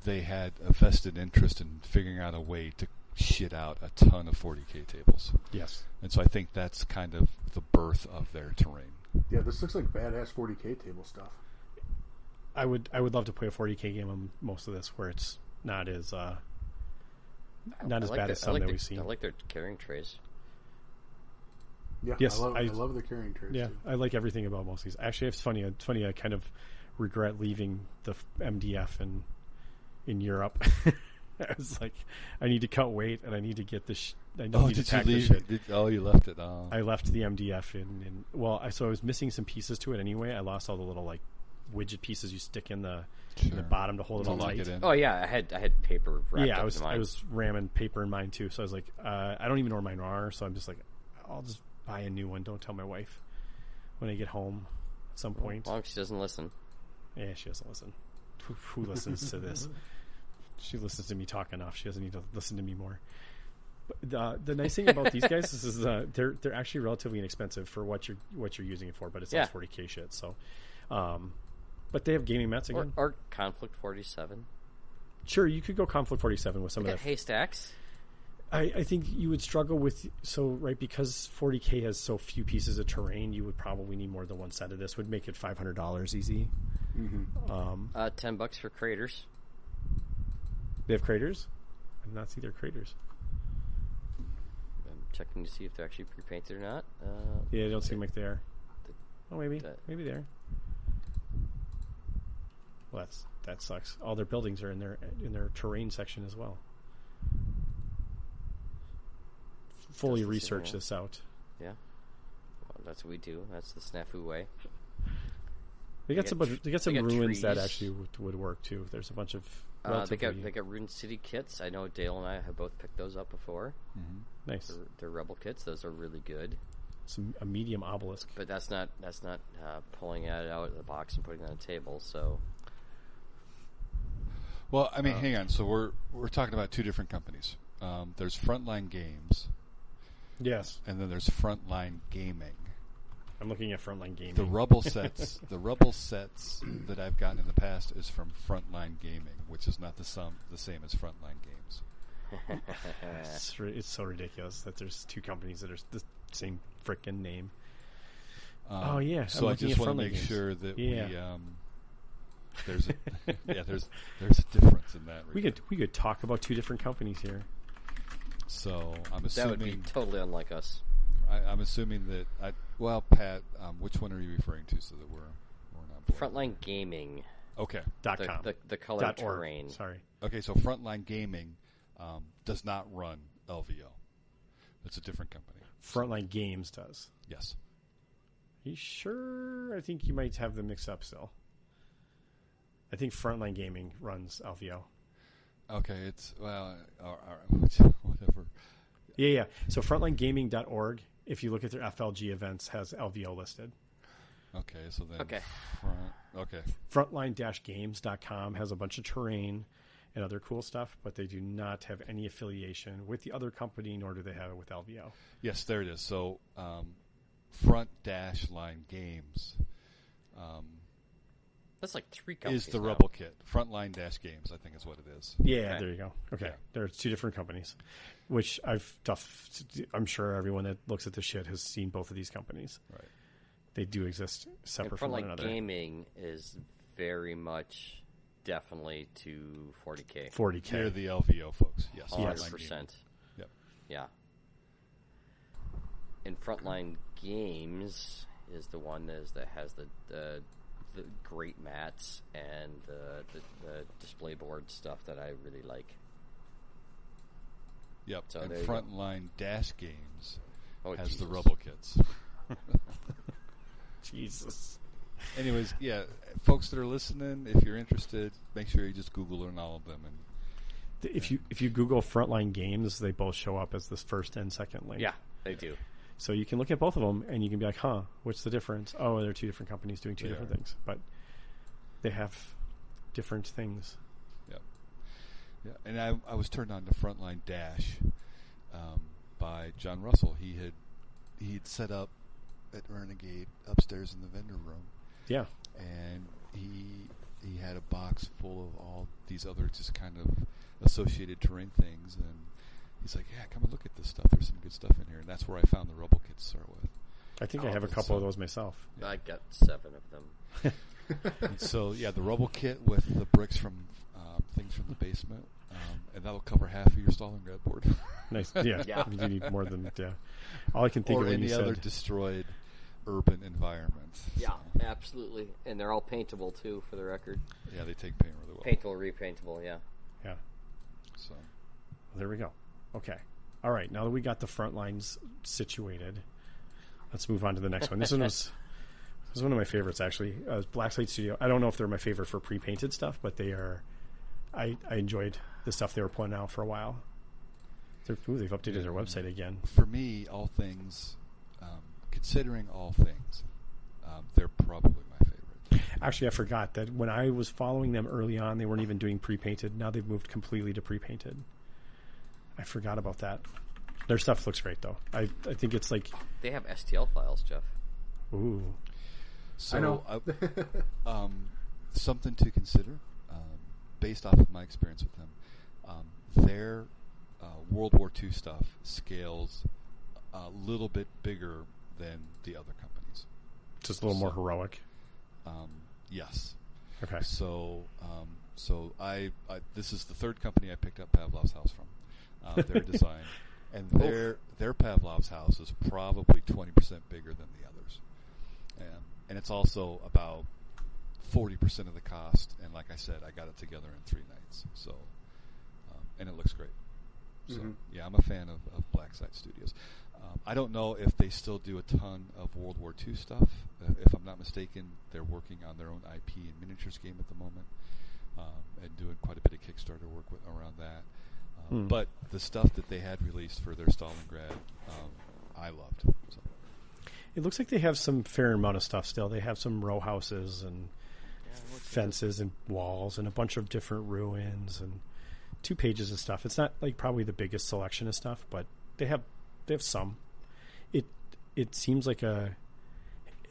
they had a vested interest in figuring out a way to shit out a ton of 40k tables,
Yes.
and so I think that's kind of the birth of their terrain.
Yeah, this looks like badass 40k table stuff.
I would I would love to play a 40k game on most of this where it's not as uh, not
I
as
like
bad
the-
as
I
some
like
that
the-
we've seen.
I like their carrying trays.
Yeah,
Yes,
I love, I,
I-
love the carrying trays.
yeah,
too.
I like everything about most of these. Actually, it's funny. It's funny. I kind of regret leaving the f- MDF in in Europe. *laughs* I was like, I need to cut weight and I need to get this. Sh- I need
Oh,
to
did you
pack this
leave?
shit.
it? Did, oh, you left it. Oh.
I left the MDF in, in well, I, so I was missing some pieces to it anyway. I lost all the little like widget pieces you stick in the in the
Sure.
bottom to hold it
To
all
lock
tight.
it in.
Oh yeah, I had I had paper wrapped
yeah,
up
I was
in
I
mine.
was ramming paper in mine too. So I was like, uh, I don't even know where mine are. So I'm just like, I'll just buy a new one. Don't tell my wife when I get home at some point.
As long as she doesn't listen.
Yeah, she doesn't listen. Who, who listens
*laughs*
to this? She listens to me talk enough. She doesn't need to listen to me more. But the, the nice thing about these guys is, is uh, they're they're actually relatively inexpensive for what you're what you're using it for. But it's
Yeah.
like 40k shit. So, um, but they have gaming mats
Or,
again.
or conflict forty seven.
sure, you could go conflict 47 with some of that
haystacks.
I, I think you would struggle with so right because 40k has so few pieces of terrain. You would probably need more than one set of this. Would make it five hundred dollars easy.
Uh, ten bucks for craters.
They have craters. I did not see their craters.
I'm checking to see if they're actually pre painted or not. Uh,
Yeah, they don't seem like they are. Oh, maybe
that-
maybe they are. Well, that's that sucks. All their buildings are in their in their terrain section as well. Fully
Doesn't seem
research
right.
this out.
yeah. Well, that's what we do. That's the snafu way. Uh,
They got
got
some
tr-
bunch- they got some
they got
ruins that
trees.
actually would, would work too. There's a bunch of
Uh, they got
relatively-
they got Rune City kits. I know Dale and I have both picked those up before.
nice
They're, they're rebel kits. Those are really good.
some a medium obelisk.
But that's not that's not uh, pulling it out of the box and putting it on a table.
*laughs*
So
Well, I mean, hang on. So we're we're talking about two different companies. Um, there's Frontline Games,
Yes,
and then there's Frontline Gaming.
I'm looking at Frontline Gaming. *laughs*
The rubble sets, the rubble sets that I've gotten in the past is from Frontline Gaming, which is not the sum the same as Frontline Games.
it's, ri- it's so ridiculous that there's two companies that are s- the same frickin' name. oh yeah.
Um, So
I'm
I
looking
just
at
want
Friendly
to make
Games.
sure that we
Yeah.
um, there's a, *laughs* yeah there's there's a difference in that.
we
regard.
could we could talk about two different companies here.
so I'm
That would be
assuming
totally unlike us.
I, I'm assuming that I well Pat, um, which one are you referring to so that we're we're not blurred?
Frontline Gaming,
Okay,
Dot
the
com.
the, the color
dot org.
terrain.
Sorry.
okay. So Frontline Gaming um, does not run LVO. It's a different company.
Frontline Games does.
Yes.
Are you sure? I think you might have the mix up still. I think Frontline Gaming runs LVO.
Okay. It's well, all right, all right, *laughs* whatever.
Yeah, yeah. So frontlinegaming.org, if you look at their FLG events, has LVO listed.
Okay. So then.
Okay.
Front, okay.
Frontline-games.com has a bunch of terrain and other cool stuff, but they do not have any affiliation with the other company, nor do they have it with LVO.
Yes, there it is. So, um, front dash line games
That's like three companies.
is the
now.
Rebel Kit. Frontline dash games, I think is what it is.
Yeah,
Okay.
there you go. Okay,
Yeah.
there's two different companies, which I've tough. I'm sure everyone that looks at this shit has seen both of these companies.
Right.
They do exist
And
separate from one
Frontline
another.
Gaming is very much definitely to 40k.
40k.
They're the LVO folks.
Yes.
Yes. Frontline Gaming.
100%.
Yep.
Yeah. And Frontline Games is the one that, is, that has the, the the great mats and the, the the display board stuff that I really like.
Yep.
So
and
there you go.
frontline dash games
Oh,
has the
Jesus.
Rebel Kits.
Jesus.
Anyways, yeah, folks that are listening, if you're interested, make sure you just Google on all of them. And
If you if you Google Frontline Games, they both show up as this first and second link.
Yeah, they do.
So you can look at both of them and you can be like, huh, what's the difference? Oh, they're two different companies doing two
They
different
are.
things, but they have different things.
yeah, yeah. And I, I was turned on to frontline dash um, by John Russell. He had he had set up at Renegade upstairs in the vendor room,
Yeah.
and he he had a box full of all these other just kind of associated terrain things and he's like yeah come and look at this stuff there's some good stuff in here and that's where i found the rubble kit to start with
I think I
Oh,
have a
that's
couple of
so-
those myself. *laughs*
I got seven of them.
*laughs*
And so yeah the rubble kit with the bricks from um, things from the basement um, and that'll cover half of your stalingrad board
*laughs* Nice. Yeah.
Yeah.
You need more than, yeah. All I can think
or
of when you
any other
said,
destroyed urban environment
Yeah, absolutely. And they're all paintable too, for the record.
yeah they take paint really well
Paintable, repaintable. Yeah.
yeah.
so
There we go. Okay. All right. Now that we got the front lines situated, let's move on to the next one. This one was this is one of my favorites actually. Uh, Black Slate Studio. I don't know if they're my favorite for pre-painted stuff, but they are. I I enjoyed the stuff they were putting out for a while. They're, ooh, they've updated their website again.
for me, all things, um, considering all things, um, they're probably my favorite.
Actually, I forgot that when I was following them early on, they weren't even doing pre-painted. Now they've moved completely to pre-painted. I forgot about that. Their stuff looks great though. I I think it's like
They have STL files, Jeff.
ooh
So, uh,
I know. *laughs*
*laughs*
I- um, something to consider um, based off of my experience with them. Um, their uh, World War II stuff scales a little bit bigger than the other companies.
just a little more heroic.
Um, yes.
Okay.
So, um, so I, I this is the third company I picked up Pavlov's house from. Uh, their design and their their Pavlov's house is probably twenty percent bigger than the others, um, and it's also about forty percent of the cost. And like I said, I got it together in three nights. So, um, and it looks great. So
Mm-hmm.
yeah, I'm a fan of, of Black Site Studios. Um, I don't know if they still do a ton of World War II stuff. Uh, if I'm not mistaken, they're working on their own IP and miniatures game at the moment, um, and doing quite a bit of Kickstarter work with, around that. Uh,
Hmm.
But the stuff that they had released for their Stalingrad, um, I loved. So,
It looks like they have some fair amount of stuff still. They have some row houses and fences and walls and a bunch of different ruins and two pages of stuff. It's not like probably the biggest selection of stuff, but they have they have some. It it seems like a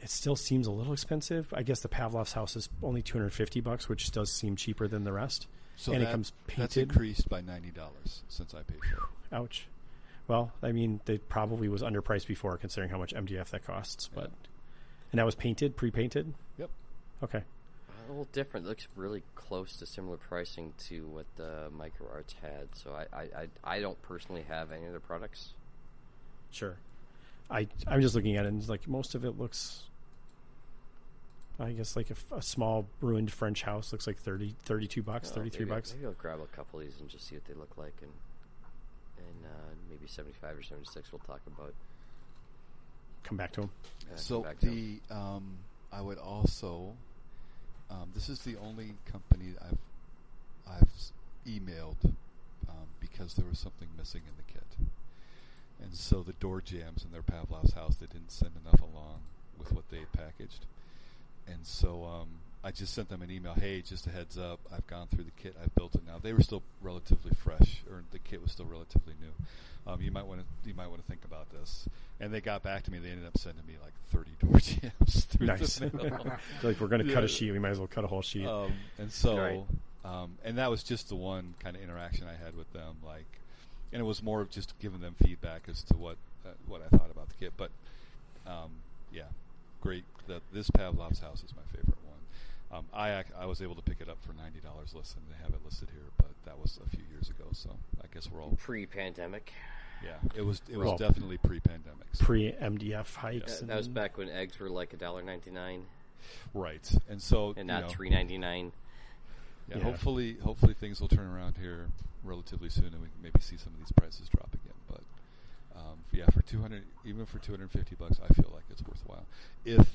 it still seems a little expensive. I guess the Pavlov's house is only two hundred fifty bucks, which does seem cheaper than the rest.
So
and
that-
it comes
That's
painted.
increased by ninety dollars since I paid for it.
Ouch. Well, I mean, they probably was underpriced before, considering how much MDF that costs. But and that was painted, pre-painted.
Yep.
Okay.
A little different. It looks really close to similar pricing to what the Micro Arts had. So I, I, I, I don't personally have any of their products.
Sure. I I'm just looking at it and it's like most of it looks I guess like a, f- a small ruined French house looks like 30 32 bucks,
Oh,
33
maybe,
bucks.
Maybe I'll grab a couple of these and just see what they look like, and and uh, maybe seventy five or seventy six. We'll talk about.
Come back to him.
uh,
So
back to them.
the um, I would also um, this is the only company I've I've s- emailed um, because there was something missing in the kit, and so the door jams in their Pavlov's house they didn't send enough along with what they had packaged, and so um, I just sent them an email. Hey, just a heads up, I've gone through the kit, I've built it now. They were still relatively fresh, or the kit was still relatively new. Um, you might want to you might want to think about this. And they got back to me. They ended up sending me like thirty door *laughs* jams through
Nice.
the mail.
*laughs* They're like we're going to cut
Yeah.
a sheet, we might as well cut a whole sheet.
Um, and so,
Right.
um, and that was just the one kind of interaction I had with them. Like, and it was more of just giving them feedback as to what uh, what I thought about the kit. But um, yeah, great. The, this Pavlov's house is my favorite one. Um, I ac- I was able to pick it up for ninety dollars less than they have it listed here, but that was a few years ago. So I guess we're all
pre pandemic.
yeah. It was it was
Well,
definitely pre-pandemic. So-
Pre MDF hikes.
Uh, That was
and-
back when eggs were like a dollar ninety nine
right, and so
and
you
not
know,
three ninety nine.
Yeah,
Yeah.
hopefully, hopefully things will turn around here relatively soon, and we can maybe see some of these prices drop again. But um, yeah, for two hundred, even for two hundred fifty bucks, I feel like it's worthwhile. If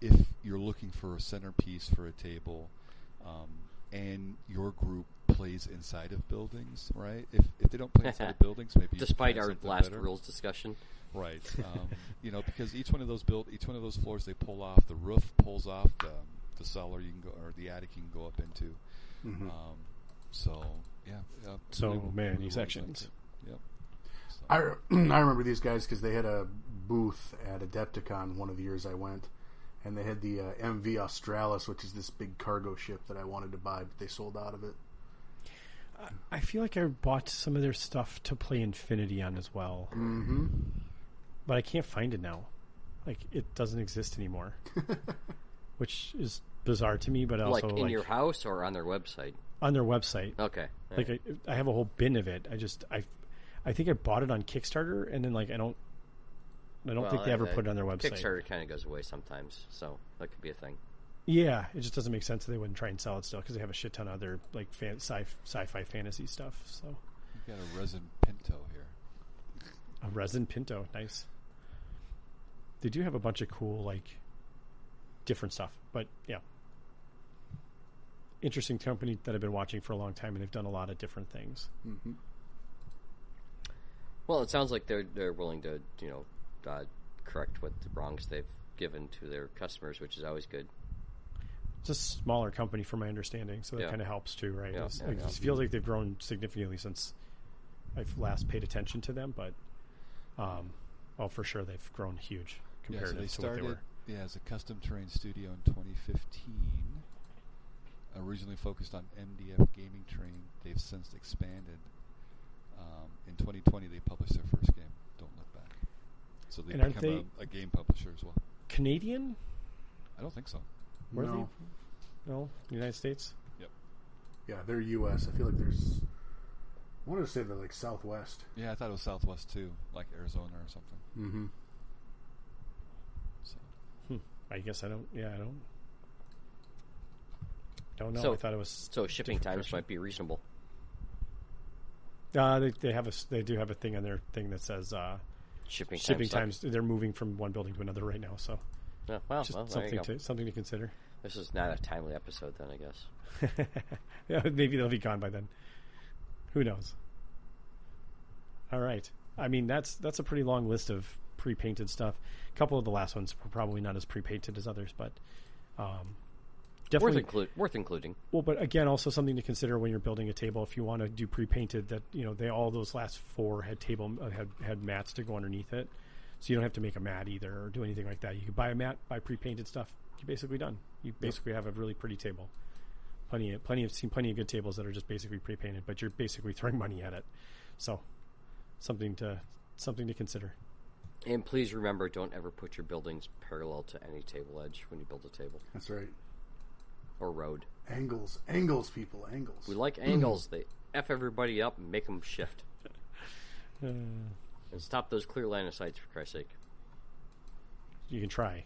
if you're looking for a centerpiece for a table, um, and your group plays inside of buildings, right? If if they don't play
*laughs*
inside of buildings, maybe you can
Despite
find
our
something
last
better.
rules discussion,
Right. Um, you know, because each one of those built, each one of those floors they pull off. The roof pulls off the the cellar you can go or the attic you can go up into. Um, so yeah. yeah
So
really-
many
really well
sections.
designed. Yep.
I, *clears throat* re- I remember these guys because they had a booth at Adepticon one of the years I went, and they had the uh, MV Australis, which is this big cargo ship that I wanted to buy, but they sold out of it.
I feel like I bought some of their stuff to play Infinity on as well. Mm-hmm. But I can't find it now. Like it doesn't exist anymore. Which is bizarre to me, but
like
also
in
like,
your house or on their website.
on their website.
Okay, all
like
right.
I, I have a whole bin of it. I just I I think I bought it on Kickstarter and then like I don't I don't
Well,
think they ever
I- I-
put it on their website.
Kickstarter kind of goes away sometimes, so that could be a thing.
Yeah, it just doesn't make sense that they wouldn't try and sell it still because they have a shit ton of other like fan, sci sci-fi fantasy stuff. So
We've got a resin pinto here.
a resin pinto, nice. They do have a bunch of cool like different stuff, but yeah. Interesting company that I've been watching for a long time, and they've done a lot of different things.
Well, it sounds like they're they're willing to you know uh, correct what the wrongs they've given to their customers, which is always good.
it's a smaller company from my understanding, so that
Yeah.
kind of helps too, right?
Yeah,
It's-
yeah,
it
yeah.
just feels like they've grown significantly since I've last paid attention to them, but um, well, for sure they've grown huge
Yeah, so
comparative
they
to what
started
they were.
yeah as a custom terrain studio in 2015. Originally focused on MDF gaming terrain, they've since expanded. Um, in 2020, they published their first game, Don't Look Back. So they've
And aren't
become
they-
a, a game publisher as well.
Canadian?
I don't think so.
Were
no.
they? No, United States.
Yep.
Yeah, they're U.S. I feel like there's. I wanted to say they're like Southwest.
Yeah, I thought it was Southwest too, like Arizona or something.
Mm-hmm.
So
I guess I don't. Yeah, I don't. Don't know.
So-
I thought it was
So shipping
different
times
country.
might be reasonable.
Uh, they, they have a s- they do have a thing on their thing that says uh,
Shipping
shipping
times. like-
times. They're moving from one building to another right now, so
Yeah, well,
just
Oh, well, there you
something
go.
to something to consider. *laughs*
This is not a timely episode, then I guess.
Yeah, Maybe they'll be gone by then. Who knows? All right. I mean, that's that's a pretty long list of pre-painted stuff. A couple of the last ones were probably not as pre-painted as others, but um,
Worth,
definitely.
include, worth including.
well, but again, also something to consider when you're building a table. If you want to do pre-painted, that you know they all those last four had table uh, had had mats to go underneath it. So you don't have to make a mat either or do anything like that. You can buy a mat, buy pre-painted stuff. You're basically done. You basically have a really pretty table. Plenty, of, plenty of seen plenty of good tables that are just basically pre-painted, but you're basically *laughs* throwing money at it. So something to something to consider.
And please remember, don't ever put your buildings parallel to any table edge when you build a table
That's right.
or road.
Angles, angles, people, angles.
We
Hmm.
like angles. they f everybody up and make them
*laughs*
shift.
Uh.
and stop those clear line of sights for Christ's sake.
You can try.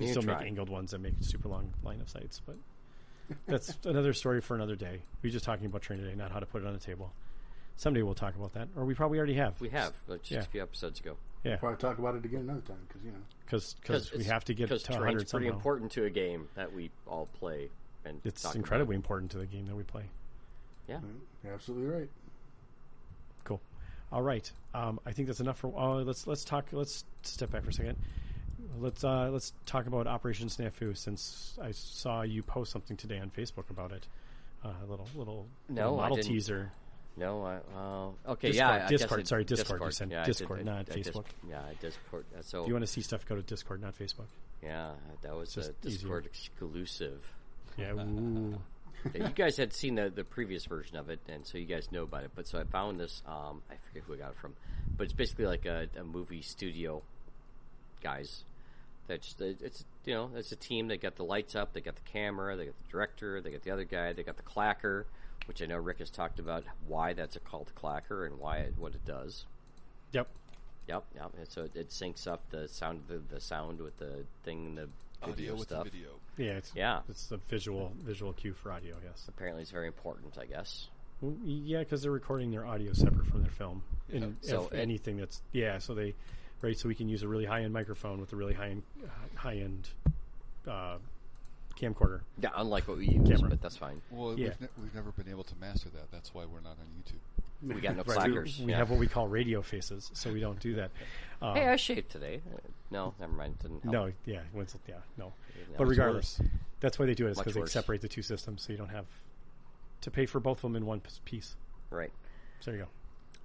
You
can
can
still
try.
make angled ones that make super long line of sights, but
*laughs*
that's another story for another day. We were just talking about train today, not how to put it on a table. Someday we'll talk about that, or we probably already have.
We have like just
Yeah.
a few episodes ago
Probably talk about it again another time because you know
because we
it's-
have to get
because
to
terrain's
100
pretty
somehow.
important to a game that we all play. And
It's
talk about.
incredibly important to the game that we play.
Yeah,
you're absolutely right.
Cool. All right. Um, I think that's enough for. Uh, let's let's talk. Let's step back for a second. Let's uh, let's talk about Operation Snafu since I saw you post something today on Facebook about it. Uh, a little little,
No,
little
I
model
didn't.
teaser.
no, I, uh, okay,
Discord,
yeah, I- I guess
Discord,
it-
sorry, Discord, you said
yeah, I
Discord,
did-
not
I dis-
Facebook.
yeah, I Discord. That's so.
If you want to see stuff, go to Discord, not Facebook.
yeah, that was a
just easier.
Discord exclusive.
Yeah. Ooh.
Yeah, you guys had seen the, the previous version of it, and so you guys know about it. But so I found this. Um, I forget who I got it from, but it's basically like a, a movie studio guys. That's it's you know it's a team. They got the lights up. They got the camera. They got the director. They got the other guy. They got the clacker, which I know Rick has talked about why that's a called clacker and why it, what it does.
*laughs* Yep.
Yep, yep. And so it, it syncs up the sound the, the sound with the thing and the video
Audio with the
stuff.
video.
Yeah. It's,
Yeah.
It's a visual visual cue for audio. Yes.
Apparently, it's very important. I guess.
Well, Yeah, because they're recording their audio separate from their film. And
Oh, So
if
it-
anything that's yeah, so they right, so we can use a really high end microphone with a really high end high end uh, camcorder.
Yeah, unlike what we use,
Camera.
but that's fine.
Well,
Yeah.
we've, ne- we've never been able to master that. That's why we're not on YouTube.
We got no
Right, we-
clackers.
We
yeah.
have what we call radio faces, so we don't do that. Um,
Hey, I shaved today. Uh, No, never mind. Didn't help.
no, yeah, Winslet, yeah, no.
that
But
was
regardless,
worse.
that's why they do it is
Much
because they
worse.
separate the two systems, so you don't have to pay for both of them in one p- piece.
Right.
So there you go.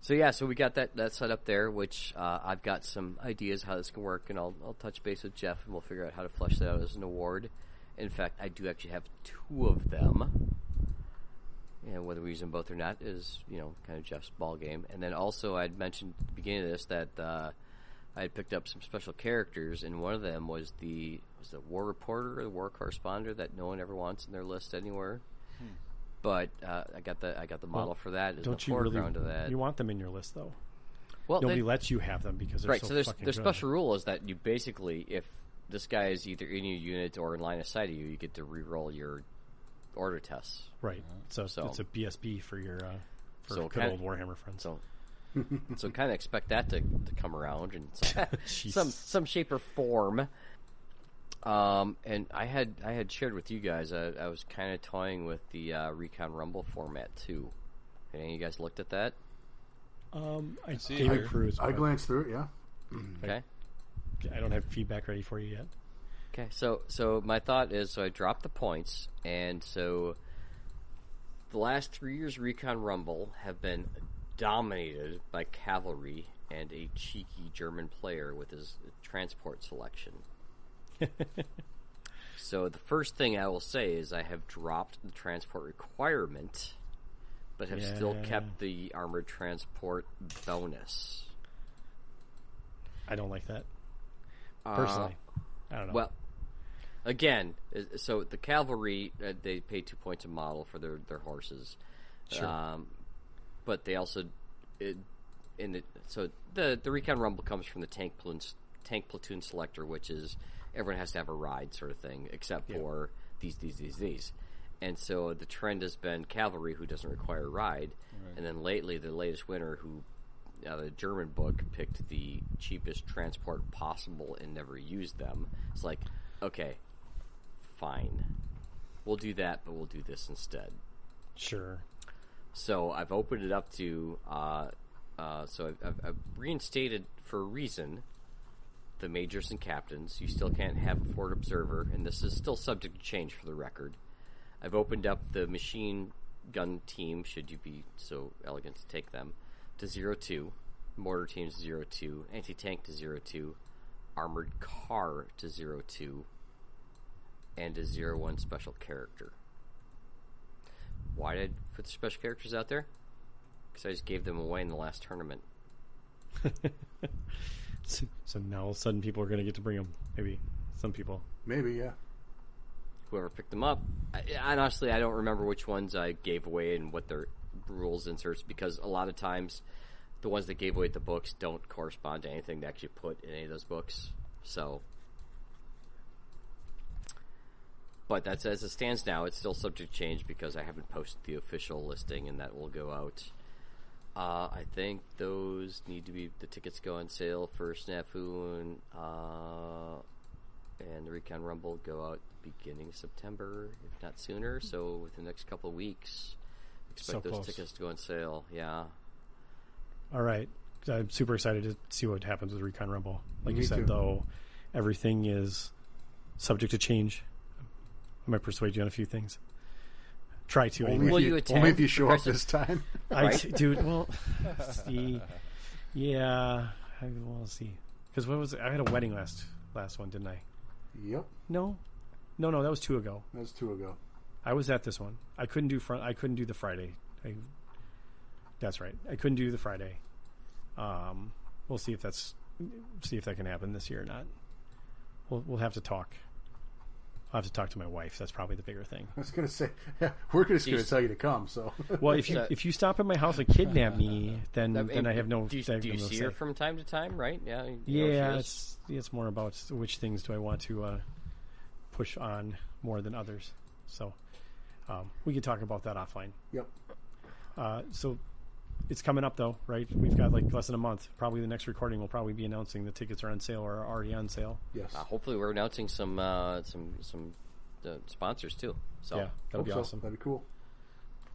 So yeah, so we got that that set up there, which uh, I've got some ideas how this can work, and I'll I'll touch base with Jeff, and we'll figure out how to flesh that out as an award. In fact, I do actually have two of them, and whether we use them both or not is you know kind of Jeff's ball game. And then also I'd mentioned at the beginning of this that uh, I had picked up some special characters, and one of them was the was the war reporter or the war correspondent that no one ever wants in their list anywhere. But uh, I got the I got the model for that. as
Hmm. Don't
the
you really?
foreground of that.
You want them in your list though.
well,
Nobody
they-
lets you have them because they're
right.
so,
So, there's
fucking
their
good.
special rule is that you basically, if this guy is either in your unit or in line of sight of you, you get to re-roll your order tests.
Right. So,
So-
it's a BSB for your uh, for
So
good
kinda-
old Warhammer friends. *laughs*
So, so kind of expect that to, to come around in
*laughs*
some some,
Jesus.
some shape or form. Um, and I had I had shared with you guys. I, I was kind of toying with the uh, Recon Rumble format too. Any of you guys looked at that?
Um, I,
see
David
here.
Cruz.
I
I,
glanced through it. Yeah,
Mm-hmm.
Okay.
I don't have feedback ready for you yet.
Okay, so so my thought is so I dropped the points, and so the last three years Recon Rumble have been dominated by cavalry and a cheeky German player with his transport
*laughs*
selection. so the first thing I will say is I have dropped the transport requirement, but have still
Yeah.
kept the armored transport bonus.
I don't like that personally. I don't know.
Uh, Well, again, uh, so the cavalry uh, they pay two points a model for their their horses, um, but they also it, in the so the the recon rumble comes from the tank platoon tank platoon selector, which is everyone has to have a ride sort of thing, except for these these these these. And so the trend has been cavalry who doesn't require a ride, and then lately the latest winner who now the German book picked the cheapest transport possible and never used them. It's like, okay, fine. We'll do that, but we'll do this instead.
sure. *laughs*
So I've opened it up to, uh, uh, so I've, I've, I've reinstated for a reason the majors and captains. You still can't have a forward observer, and this is still subject to change for the record. I've opened up the machine gun team, should you be so elegant to take them, to zero two. mortar teams to zero two, anti tank to zero two, armored car to zero two, and a zero one special character. Why did I put the special characters out there? Because I just gave them away in the last tournament.
So now all of a sudden people are going to get to bring them. Maybe some people.
Maybe, yeah.
Whoever picked them up, I, I honestly I don't remember which ones I gave away and what their rules inserts because a lot of times the ones that gave away the books don't correspond to anything they actually put in any of those books. So, but that's as it stands now. It's still subject to change because I haven't posted the official listing, and that will go out. Uh, I think those need to be the tickets go on sale for Snafu uh, and the Recon Rumble go out beginning of September, if not sooner. So within the next couple of weeks, expect those
close.
tickets to go on sale. Yeah,
All right. I'm super excited to see what happens with Recon Rumble. Like you
Me
said,
too.
though, everything is subject to change. I might persuade you on a few things. Try to.
Only,
anyway.
Will
if
you
you,
attend
only if you show up
Progressive-
this time.
I, dude, well, *laughs* *laughs* see, yeah, I will see. Because when was I had a wedding last last one, didn't I?
yep,
No, no, no, that was two ago.
that was two ago.
I was at this one. I couldn't do front. I couldn't do the Friday. I, that's right. I couldn't do the Friday. Um, we'll see if that's see if that can happen this year or not. We'll we'll have to talk. I'll have to talk to my wife. That's probably the bigger thing.
I was gonna say, *laughs* yeah, we're just gonna
Jeez.
tell you to
*laughs*
come. So
Well, if you
So-
if you stop at my house and kidnap me, then
That-
then I have no.
Do you,
I have
do you
no
see
say.
her from time to time, right? Yeah. you know where she
Yeah,
is?
it's it's more about which things do I want to uh, push on more than others. So um, we can talk about that offline.
yep,
Uh, so it's coming up though, right? We've got like less than a month. Probably the next recording will probably be announcing the tickets are on sale or are already on sale.
yes,
Uh, hopefully, we're announcing some uh, some some uh, sponsors too. Oh, So
Yeah, that would
Hope
be
so.
awesome.
That'd be cool.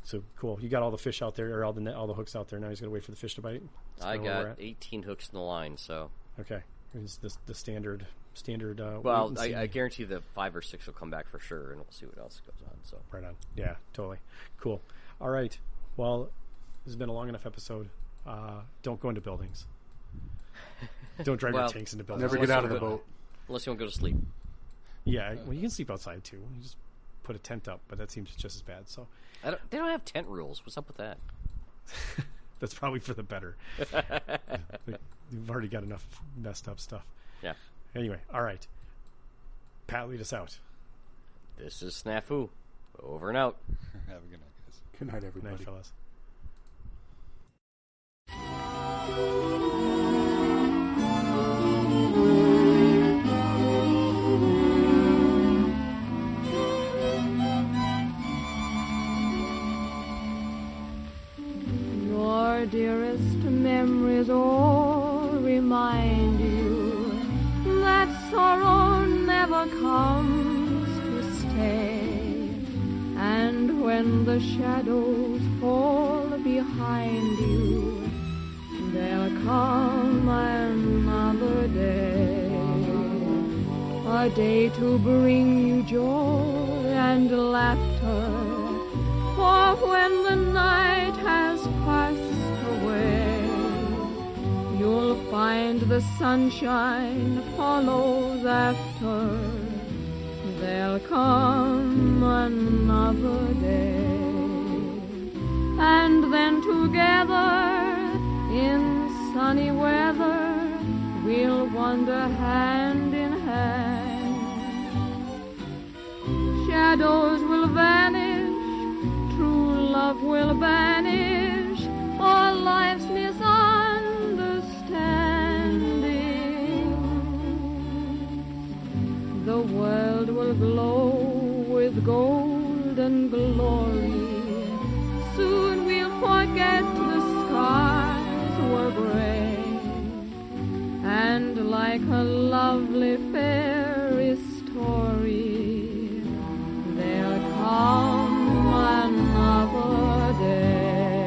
So cool. You got all the fish out there, or all the net, all the hooks out there. Now he's got to wait for the fish to bite. That's
I
kinda where we're
got
at.
18 hooks in the line. So
Okay, is the the standard standard? Uh, wait
well,
and
I,
see.
I guarantee the five or six will come back for sure, and we'll see what else goes on. So
Right on. Yeah, totally. Cool. All right. Well, this has been a long enough episode. Uh, don't go into buildings. Don't drive
Well,
your tanks into buildings.
Never get out of the boat.
unless you want to go to sleep,
Yeah. Well, you can sleep outside too. You just put a tent up, but that seems just as bad. So *laughs*
I don't, they don't have tent rules. What's up with that?
that's probably for the better. Like, You've already got enough messed up stuff.
Yeah,
Anyway, all right. Pat, lead us out.
this is snafu. Over and out.
*laughs* Have a good night, guys.
Good night,
Good night,
everybody.
fellas.
Your dearest memories all remind you that sorrow never comes to stay. And when the shadows fall behind you, there'll come another day. A day to bring you joy and laughter. For when the night has passed away, you'll find the sunshine follows after. There'll come another day. And then together, in sunny weather, we'll wander hand in hand. Shadows will vanish true love will vanish for life's misunderstanding. The world will glow with golden glory. Soon we'll forget the skies were gray and like a lovely fairy story, there'll come another day.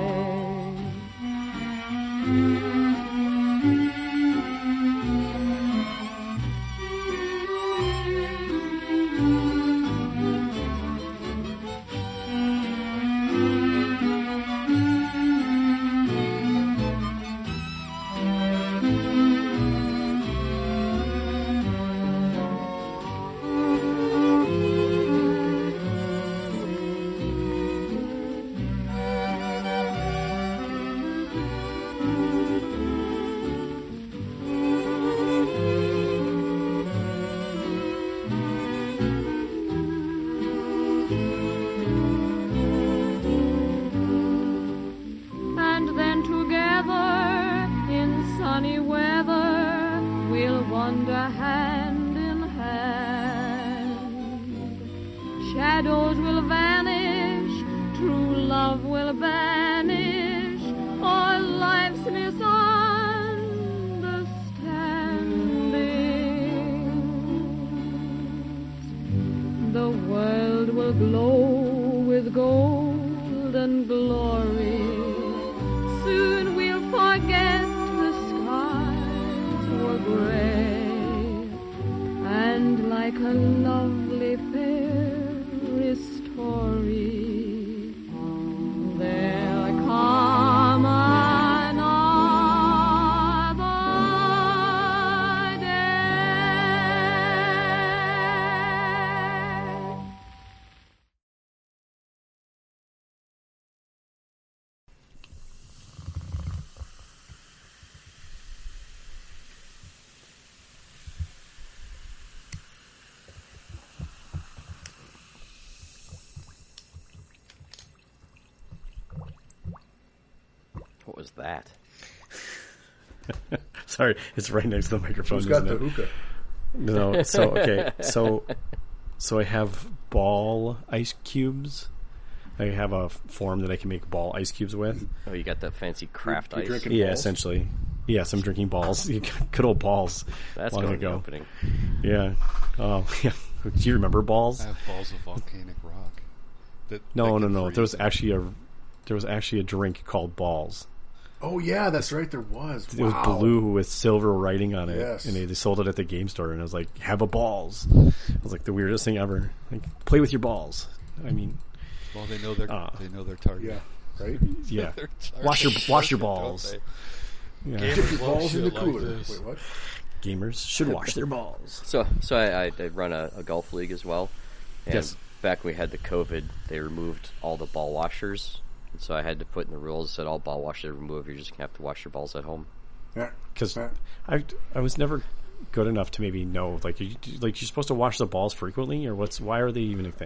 love will vanish, all life's misunderstandings. The world will glow with golden glory. Soon we'll forget the skies were gray and like a lovely fairy story, there'll come another day.
What was that?
Sorry, it's right next to the microphone.
Who's got the
isn't it?
hookah?
No, so okay, so so I have ball ice cubes. I have a form that I can make ball ice cubes with.
Oh, you got that fancy craft
you're
ice.
drinking-
Yeah,
Balls?
essentially. Yes, I'm drinking balls. *laughs* Good old balls.
That's
Long
going in the
ago.
opening.
Yeah. Um, *laughs* yeah. Do you remember balls?
I have balls of volcanic rock. That,
No,
that
no,
can
no.
freeze.
There was actually a there was actually a drink called balls.
Oh yeah, that's right. There was.
It was
Wow.
blue with silver writing on it,
Yes.
and they, they sold it at the game store. And I was like, "Have a balls!" It was like the weirdest thing ever. Like, play with your balls. I mean,
Well, they know their
Ah.
they know their target.
Yeah. Right.
*laughs*
yeah.
Their target
Wash your wash your
market, don't
balls.
they?
Yeah.
Gamers love
Balls in the
shit like
cooler.
this.
Wait, what?
Gamers should wash their balls.
So, so I, I, I run a, a golf league as well. And
Yes.
Back when we had the COVID, they removed all the ball washers. And so I had to put in the rules that all ball washers are removed. You're just gonna have to wash your balls at home.
Yeah.
Because
Yeah.
I I was never good enough to maybe know like you, like you're supposed to wash the balls frequently or what's why are they even a thing?